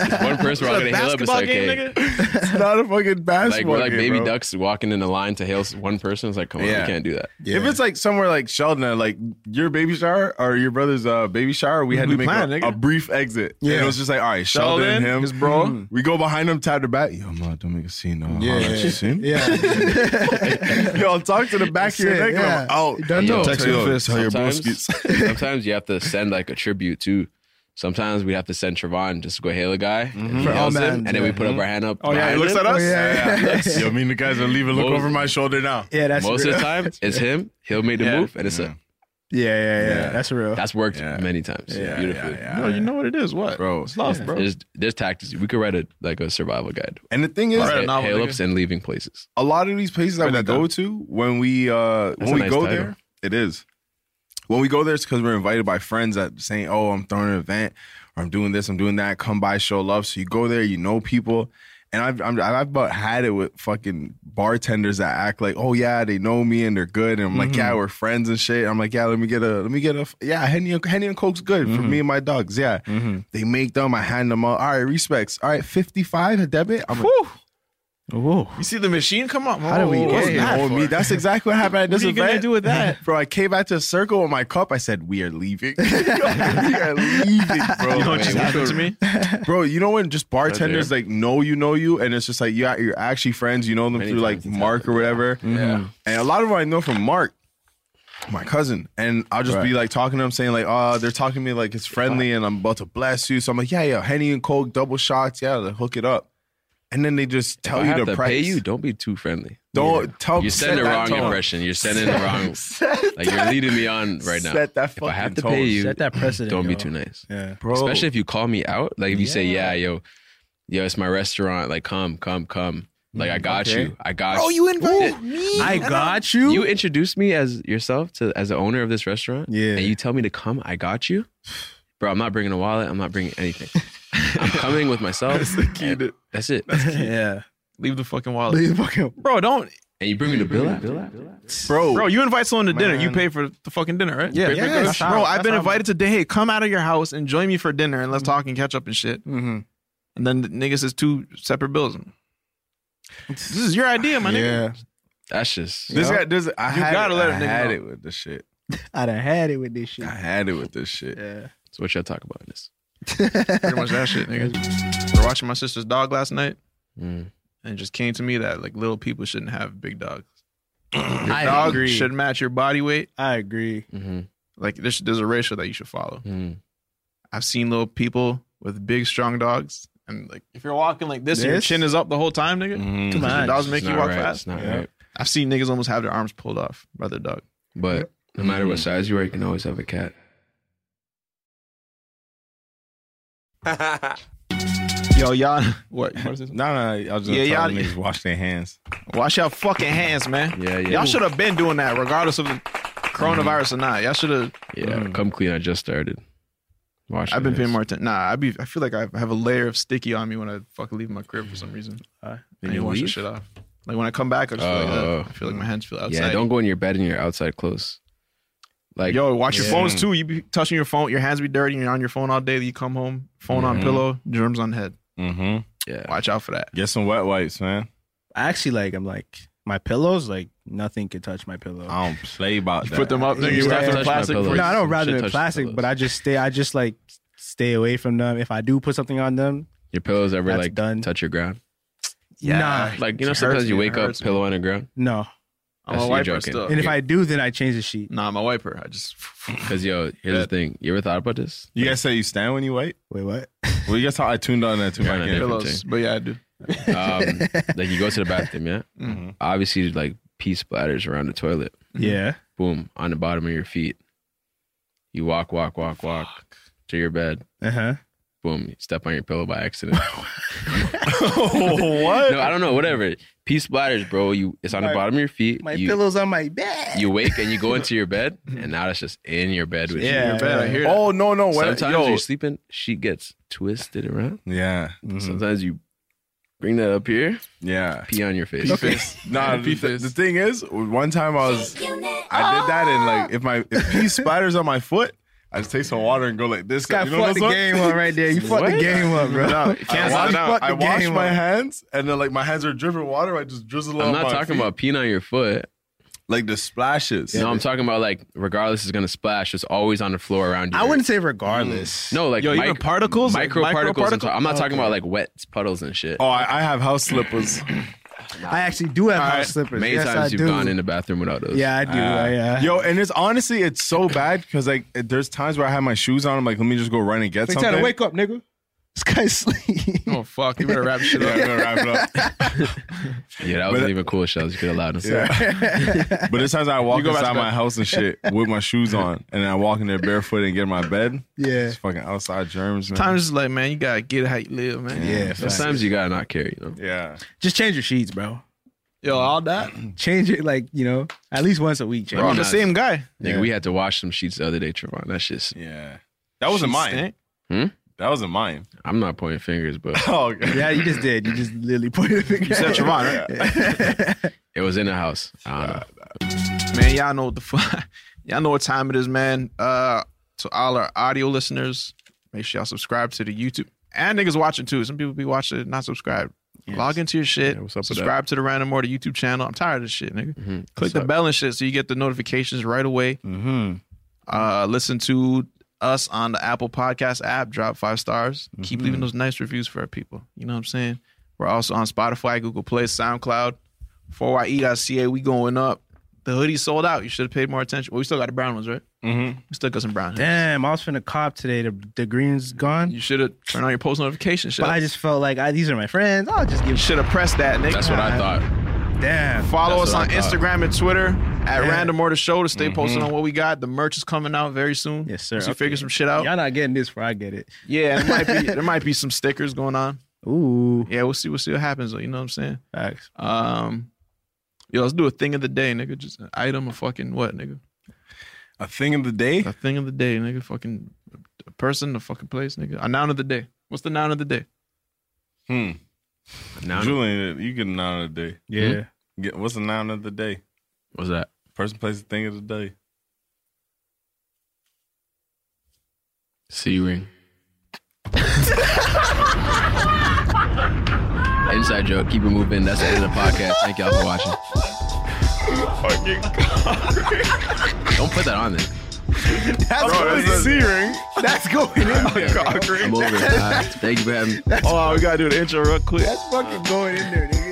Speaker 4: bro. Like, one person we're all
Speaker 2: It's a
Speaker 4: gonna hail up. It's
Speaker 2: basketball
Speaker 4: like,
Speaker 2: game,
Speaker 4: hey,
Speaker 2: nigga.
Speaker 3: it's not a fucking basketball.
Speaker 4: like we're like
Speaker 3: game,
Speaker 4: baby
Speaker 3: bro.
Speaker 4: ducks walking in a line to hail s- one person. It's like, come on,
Speaker 3: Yeah.
Speaker 4: we can't do that.
Speaker 3: If it's like somewhere like Sheldon, like your baby shower or your brother's uh, baby shower, we had
Speaker 2: We
Speaker 3: to make
Speaker 2: planned,
Speaker 3: a,
Speaker 2: nigga.
Speaker 3: a brief exit. Yeah, and it was just like, all right, Sheldon,
Speaker 2: Sheldon,
Speaker 3: behind him. Hmm.
Speaker 2: his bro.
Speaker 3: We go behind him, tap the back. Yo, ma, don't make a scene. Uh,
Speaker 2: Yeah,
Speaker 3: yeah,
Speaker 2: yeah,
Speaker 3: you seen?
Speaker 2: yeah.
Speaker 3: Yo, talk to the back of your
Speaker 2: That's it,
Speaker 3: neck.
Speaker 2: yeah.
Speaker 3: I'm out.
Speaker 2: Don't know.
Speaker 3: Yo,
Speaker 2: Text
Speaker 3: yo,
Speaker 2: your fist.
Speaker 3: Tell your
Speaker 4: sometimes,
Speaker 3: broskies.
Speaker 4: sometimes you have to send like a tribute too. Sometimes we have to send Trevon just to go hail a guy,
Speaker 2: Mm-hmm.
Speaker 4: and, he
Speaker 3: For all
Speaker 4: hails him,
Speaker 3: man,
Speaker 4: and then we
Speaker 3: yeah.
Speaker 4: put up our hand up.
Speaker 3: Oh, yeah, he
Speaker 4: behind
Speaker 3: looks
Speaker 4: him.
Speaker 3: at us?
Speaker 4: Yeah,
Speaker 3: Yeah.
Speaker 4: yeah.
Speaker 3: Yo, me and the guys are leaving, look
Speaker 4: Most-
Speaker 3: over my shoulder now.
Speaker 5: Yeah, that's
Speaker 4: most of
Speaker 5: real.
Speaker 4: the time. It's him. He'll make the
Speaker 5: Yeah.
Speaker 4: move, and it's a
Speaker 2: Mm-hmm.
Speaker 5: Yeah, yeah, yeah. That's real.
Speaker 4: That's worked many times.
Speaker 5: Yeah,
Speaker 4: Beautifully.
Speaker 5: yeah,
Speaker 2: No, Oh, you know what it is. What?
Speaker 4: Bro,
Speaker 2: It's love, bro.
Speaker 4: There's, there's tactics. We could write a like a survival guide.
Speaker 3: And the thing is,
Speaker 4: Like, ha- hail ups and leaving places.
Speaker 3: a lot of these places that
Speaker 4: Write
Speaker 3: we
Speaker 4: that
Speaker 3: go
Speaker 4: down.
Speaker 3: to when we uh
Speaker 4: That's
Speaker 3: when
Speaker 4: a
Speaker 3: we
Speaker 4: nice
Speaker 3: go
Speaker 4: title.
Speaker 3: there it is when we go there it's because we're invited by friends that saying oh i'm throwing an event or i'm doing this i'm doing that come by show love so you go there you know people and I've I'm, I've about had it with fucking bartenders that act like, oh yeah, they know me and they're good, and I'm like,
Speaker 10: Mhm.
Speaker 4: Mm-hmm.
Speaker 3: yeah, we're friends and shit. I'm like, yeah, let me get a, let me get a, yeah, Henny and, Henny and Coke's good
Speaker 4: Mm-hmm.
Speaker 3: for me and my dogs, yeah. They make them, I hand them out. All right, respects. All right, fifty five a debit. I'm like,
Speaker 5: Whoa.
Speaker 2: You see the machine? Come on.
Speaker 3: How do we
Speaker 2: Whoa, what's
Speaker 3: get here?
Speaker 2: that
Speaker 3: Oh,
Speaker 2: for?
Speaker 3: me. That's exactly what happened
Speaker 2: What
Speaker 3: at this
Speaker 2: are you
Speaker 3: event.
Speaker 2: gonna do with that?
Speaker 3: bro? I came back to a circle with my cup. I said, "We are leaving. we are leaving, bro."
Speaker 2: You know what just happened to me?
Speaker 3: bro. You know when just
Speaker 2: Right
Speaker 3: bartenders
Speaker 2: there.
Speaker 3: like know you know you, and it's just like you you're actually friends. You know them through like Mark or whatever.
Speaker 2: Yeah.
Speaker 3: And a lot of them I know from Mark, my cousin. And I'll just be like talking to them, saying like, oh, they're talking to me like it's friendly and I'm about to bless you. So I'm like, yeah, yeah, Henny and Coke, double shots. Yeah, like, hook it up. And then they just tell
Speaker 4: I
Speaker 3: you
Speaker 4: have
Speaker 3: the
Speaker 4: to
Speaker 3: price.
Speaker 4: pay you, don't be too friendly.
Speaker 3: Don't tell
Speaker 4: You
Speaker 3: set
Speaker 4: send the
Speaker 3: that
Speaker 4: wrong
Speaker 3: tone.
Speaker 4: impression. You're sending the
Speaker 3: Set-
Speaker 4: wrong.
Speaker 3: set
Speaker 4: Like you're
Speaker 3: that-
Speaker 4: leading me on right now.
Speaker 3: Set that
Speaker 4: if I have to
Speaker 3: fucking
Speaker 4: pay
Speaker 3: tone.
Speaker 4: you,
Speaker 3: Set that precedent,
Speaker 4: Don't be
Speaker 3: yo.
Speaker 4: too nice,
Speaker 3: Yeah. Bro.
Speaker 4: Especially if you call me out. Like if you say, "Yeah, yo, yo, it's my restaurant. Like come, come, come. Like
Speaker 3: Mm,
Speaker 4: I got
Speaker 5: Okay.
Speaker 4: you. I got
Speaker 5: Oh,
Speaker 4: you.
Speaker 5: invited me. I got you.
Speaker 4: You introduced me as yourself to as the owner of this restaurant. Yeah. And you tell me to come, I got you. Bro, I'm not bringing a wallet. I'm not bringing anything. I'm coming with myself. That's the key to, That's it.
Speaker 5: yeah.
Speaker 2: Leave the fucking wallet.
Speaker 5: Leave the fucking-
Speaker 2: Bro, don't.
Speaker 4: And you bring me the bill out.
Speaker 3: Bro.
Speaker 2: Bro, you invite someone to dinner. You
Speaker 3: Man.
Speaker 2: pay for the fucking dinner, right?
Speaker 3: Yeah.
Speaker 2: Pay for the
Speaker 3: Yes.
Speaker 2: groceries.
Speaker 3: That's how-
Speaker 2: Bro, I've
Speaker 3: that's
Speaker 2: been
Speaker 3: how- Mm-hmm.
Speaker 2: invited to dinner. Hey, come out of your house and join me for dinner and let's talk and catch up and shit. Mm-hmm. And then the niggas is two separate bills. This is your idea, my nigga.
Speaker 4: That's just
Speaker 3: This guy, this I
Speaker 2: you
Speaker 3: had
Speaker 2: gotta
Speaker 3: it,
Speaker 2: let
Speaker 3: I
Speaker 2: a nigga
Speaker 3: had
Speaker 2: know.
Speaker 3: it with this shit.
Speaker 5: I done had it with this shit.
Speaker 3: I had it with this shit. Yeah.
Speaker 4: That's what y'all talk about in this.
Speaker 2: Pretty much that shit, nigga. We're watching my sister's dog last night,
Speaker 4: Mm.
Speaker 2: and it just came to me that like little people shouldn't have big dogs. Your
Speaker 5: I
Speaker 2: dog
Speaker 5: agree.
Speaker 2: should match your body weight.
Speaker 5: I agree.
Speaker 4: Mm-hmm,
Speaker 2: Like there's there's a ratio that you should follow. I've seen little people with big, strong dogs, and like if you're walking like this, your
Speaker 5: This?
Speaker 2: chin is up the whole time, nigga.
Speaker 5: Mhm.
Speaker 2: Come
Speaker 5: Come
Speaker 2: on,
Speaker 5: on.
Speaker 2: dogs make
Speaker 4: Mm-hmm. It's
Speaker 2: you
Speaker 4: not
Speaker 2: walk
Speaker 4: right.
Speaker 2: fast.
Speaker 4: It's not Yeah. right.
Speaker 2: I've seen niggas almost have their arms pulled off by their dog.
Speaker 4: But no matter what size you are, you can always have a cat.
Speaker 2: Yo, y'all, what? what is this?
Speaker 3: No, no, I was just
Speaker 2: Yeah,
Speaker 3: yeah,
Speaker 2: y'all-
Speaker 3: telling niggas wash their hands.
Speaker 2: Wash your fucking hands, man.
Speaker 4: Yeah, yeah.
Speaker 2: Y'all should have been doing that, regardless of the coronavirus or not. Y'all should have.
Speaker 4: Yeah, come clean. I just started. Wash
Speaker 2: I've
Speaker 4: your
Speaker 2: been paying
Speaker 4: hands.
Speaker 2: more attention. Nah, I be. I feel like I have a layer of sticky on me when I fucking leave my crib for some reason. I
Speaker 4: When
Speaker 2: need to
Speaker 4: you
Speaker 2: wash this
Speaker 4: leave?
Speaker 2: shit off. Like when I come back, I just feel like
Speaker 4: Oh.
Speaker 2: that. I feel like my hands feel outside.
Speaker 4: Yeah, don't go in your bed in your outside clothes. Like
Speaker 2: Yo, watch your
Speaker 4: Yeah.
Speaker 2: phones too. You be touching your phone. Your hands be dirty. and You're on your phone all day. You come home, phone on
Speaker 3: Mhm.
Speaker 4: Mm-hmm.
Speaker 2: pillow, germs on head.
Speaker 3: Mm-hmm.
Speaker 4: Yeah.
Speaker 2: Watch out for that.
Speaker 3: Get some wet wipes, man.
Speaker 5: I actually like. I'm like my pillows. Like nothing could touch my pillow.
Speaker 3: I don't play about that.
Speaker 2: put them up, nigga. You wrap them in plastic.
Speaker 5: No, I
Speaker 2: rather
Speaker 5: don't rather than plastic, but I just stay. I just like stay away from them. If I do put something on them,
Speaker 4: your pillows ever
Speaker 5: That's
Speaker 4: like touch your ground.
Speaker 5: Yeah. Nah.
Speaker 4: like you
Speaker 5: It
Speaker 4: know
Speaker 5: hurts
Speaker 4: sometimes
Speaker 5: me,
Speaker 4: you
Speaker 5: it
Speaker 4: wake up
Speaker 5: hurts me.
Speaker 4: pillow on the ground.
Speaker 5: no.
Speaker 2: I'm a
Speaker 4: That's-
Speaker 2: wiper
Speaker 4: you're joking.
Speaker 2: still.
Speaker 5: And if I do, then I change the sheet.
Speaker 2: nah, I'm a wiper. I just
Speaker 4: Because yo, here's the thing. You ever thought about this?
Speaker 3: You guys say you stand when you wipe?
Speaker 5: Wait, what?
Speaker 3: Well, you guys how I tuned on that tuned
Speaker 4: You're on
Speaker 3: back
Speaker 4: a
Speaker 3: in.
Speaker 4: different Pillows,
Speaker 2: but yeah, I do.
Speaker 4: Um, like you go to the bathroom, yeah.
Speaker 5: Mm-hmm.
Speaker 2: Mhm.
Speaker 4: Obviously, like pee splatters around the toilet.
Speaker 5: Yeah.
Speaker 4: Boom on the bottom of your feet. You walk, walk, walk, walk to your bed.
Speaker 5: Uh huh.
Speaker 4: Boom! You step on your pillow by accident.
Speaker 5: what?
Speaker 4: No, I don't know. Whatever. Pee splatters, bro. You it's on the
Speaker 5: My-
Speaker 4: bottom of your feet.
Speaker 5: My
Speaker 4: you,
Speaker 5: pillows on my bed.
Speaker 4: You wake and you go into your bed, and now it's just in your bed with you.
Speaker 5: Yeah, Your bed, I hear
Speaker 3: Oh no, no. What,
Speaker 4: Sometimes
Speaker 3: yo,
Speaker 4: you're sleeping, she gets twisted around.
Speaker 3: Yeah.
Speaker 5: Mm-hmm.
Speaker 4: Sometimes you bring that up here.
Speaker 3: Yeah.
Speaker 4: Pee on your face.
Speaker 3: Nah, the, the, the thing is, one time I was, I did that, and like, if my if pee splatters on my foot, I just take some water and go like this.
Speaker 5: Guy fucked the game up right there. You fucked the game up, bro.
Speaker 3: Nah,
Speaker 5: You
Speaker 3: I
Speaker 5: can't
Speaker 3: wash,
Speaker 5: stop it. Fucked
Speaker 3: I
Speaker 5: the
Speaker 3: wash
Speaker 5: game
Speaker 3: my
Speaker 5: up.
Speaker 3: hands, and then like my hands are dripping water. I just drizzle.
Speaker 4: I'm
Speaker 3: on
Speaker 4: not
Speaker 3: my
Speaker 4: talking
Speaker 3: feet.
Speaker 4: about peeing on your foot.
Speaker 3: like the splashes.
Speaker 4: No, I'm talking about like regardless is gonna splash. It's always on the floor around you.
Speaker 5: I wouldn't say regardless.
Speaker 3: Mm.
Speaker 4: No, like
Speaker 5: Yo, even
Speaker 4: particles, micro, particles. I'm,
Speaker 5: microparticle?
Speaker 4: ta- I'm not talking
Speaker 5: Okay.
Speaker 4: about like wet puddles and shit.
Speaker 3: Oh, I, I have house slippers.
Speaker 5: I actually do have
Speaker 3: All
Speaker 5: house
Speaker 3: right.
Speaker 5: slippers.
Speaker 4: Many
Speaker 5: yes,
Speaker 4: times
Speaker 5: I
Speaker 4: you've
Speaker 5: do.
Speaker 4: gone in the bathroom without those.
Speaker 5: Yeah, I do.
Speaker 3: Ah.
Speaker 5: I, uh,
Speaker 3: Yo, and it's honestly, it's so bad because like it- there's times where I have my shoes on. I'm like, let me just go run and get
Speaker 5: Wait,
Speaker 3: something.
Speaker 5: Tanner, wake up, nigga. This guy's sleep.
Speaker 2: Oh fuck! You better wrap shit
Speaker 3: Yeah,
Speaker 2: up.
Speaker 3: I'm gonna wrap it up.
Speaker 4: Yeah, that wasn't even cool shells. You could allow them.
Speaker 3: Yeah. but there's times I
Speaker 4: You
Speaker 3: walk
Speaker 4: go back
Speaker 3: inside
Speaker 4: to
Speaker 3: my
Speaker 4: bed.
Speaker 3: house and shit with my shoes on, and then I walk in there barefoot and get in my bed.
Speaker 5: Yeah.
Speaker 3: It's fucking outside germs, man.
Speaker 2: Sometimes it's like, man, you gotta get how you live, man.
Speaker 4: Sometimes you gotta not care, you know.
Speaker 3: Yeah.
Speaker 5: Just change your sheets, bro.
Speaker 2: Yo, all that.
Speaker 5: Change it like you know at least once a week. Change
Speaker 4: Bro,
Speaker 5: it.
Speaker 4: I'm not-
Speaker 2: guy.
Speaker 4: Nigga,
Speaker 5: Yeah.
Speaker 4: we had to wash some sheets the other day, Trevon. That shit's.
Speaker 3: Yeah. That wasn't mine.
Speaker 4: Sheets stink. Hmm?
Speaker 3: That wasn't mine.
Speaker 4: I'm not pointing fingers, but
Speaker 3: Oh, okay.
Speaker 5: Yeah, you just did. You just literally pointed the finger.
Speaker 2: You said Trevon, right?
Speaker 4: it was in the house. I don't know.
Speaker 2: Man, y'all know what the fuck. y'all know what time it is, man. Uh, to all our audio listeners, make sure y'all subscribe to the YouTube and niggas watching too. Some people be watching it, not subscribed. Log into your shit.
Speaker 4: Yeah, what's up with that?
Speaker 2: subscribe to the Random Order YouTube channel. I'm tired of this shit, nigga.
Speaker 4: Mhm.
Speaker 2: Click the bell and shit so you get the notifications right away.
Speaker 3: Mm-hmm.
Speaker 2: Uh, listen to us on the Apple Podcast app. Drop five stars. Keep
Speaker 4: Mm-hmm.
Speaker 2: leaving those nice reviews for our people. You know what I'm saying? We're also on Spotify, Google Play, SoundCloud, 4ye.ca. We going up. The hoodie sold out. You should have paid more attention. Well, we still got the brown ones, right?
Speaker 3: Mm-hmm.
Speaker 2: We still got some brown.
Speaker 5: Damn, I was finna cop today. The, the green's gone.
Speaker 2: You should have turned on your post notification. Shit.
Speaker 5: But I just felt like I, these are my friends. I'll just give.
Speaker 2: should have pressed that, nigga.
Speaker 4: That's what I thought.
Speaker 5: Damn.
Speaker 2: Follow
Speaker 4: That's
Speaker 2: us on
Speaker 4: what I thought. Mm-hmm.
Speaker 2: Instagram and Twitter at
Speaker 5: Yeah.
Speaker 2: Random Order Show to stay posted on what we got. The merch is coming out very soon.
Speaker 5: Yes, sir.
Speaker 2: Once you
Speaker 5: Okay.
Speaker 2: figure some shit out.
Speaker 5: Y'all not getting this before I get it.
Speaker 2: Yeah, there might be there might be some stickers going on.
Speaker 5: Ooh.
Speaker 2: Yeah, we'll see. We'll see what happens. Though, you know what I'm saying?
Speaker 5: Facts.
Speaker 2: Um, yo, let's do a thing of the day, nigga. Just an item of fucking what, nigga?
Speaker 3: A thing of the day.
Speaker 2: A thing of the day, nigga. Fucking a person, a fucking place, nigga. A noun of the day. What's the noun of the day?
Speaker 3: Hmm.
Speaker 4: Now, Hmm?
Speaker 3: Julian, you get a noun of the day.
Speaker 5: Yeah.
Speaker 3: Get, what's the noun of the day?
Speaker 4: what's that?
Speaker 3: Person, place, thing of the day.
Speaker 4: C ring. Inside joke. Keep it moving. That's the end of the podcast. Thank y'all for watching. Don't put that on there.
Speaker 5: That's
Speaker 3: Bro,
Speaker 5: going
Speaker 3: that's a
Speaker 5: in.
Speaker 3: C ring.
Speaker 5: That's going in. there.
Speaker 4: I'm over. it. Uh, thank you for having me.
Speaker 2: Oh, we gotta do the intro real quick.
Speaker 5: That's fucking going in there, nigga.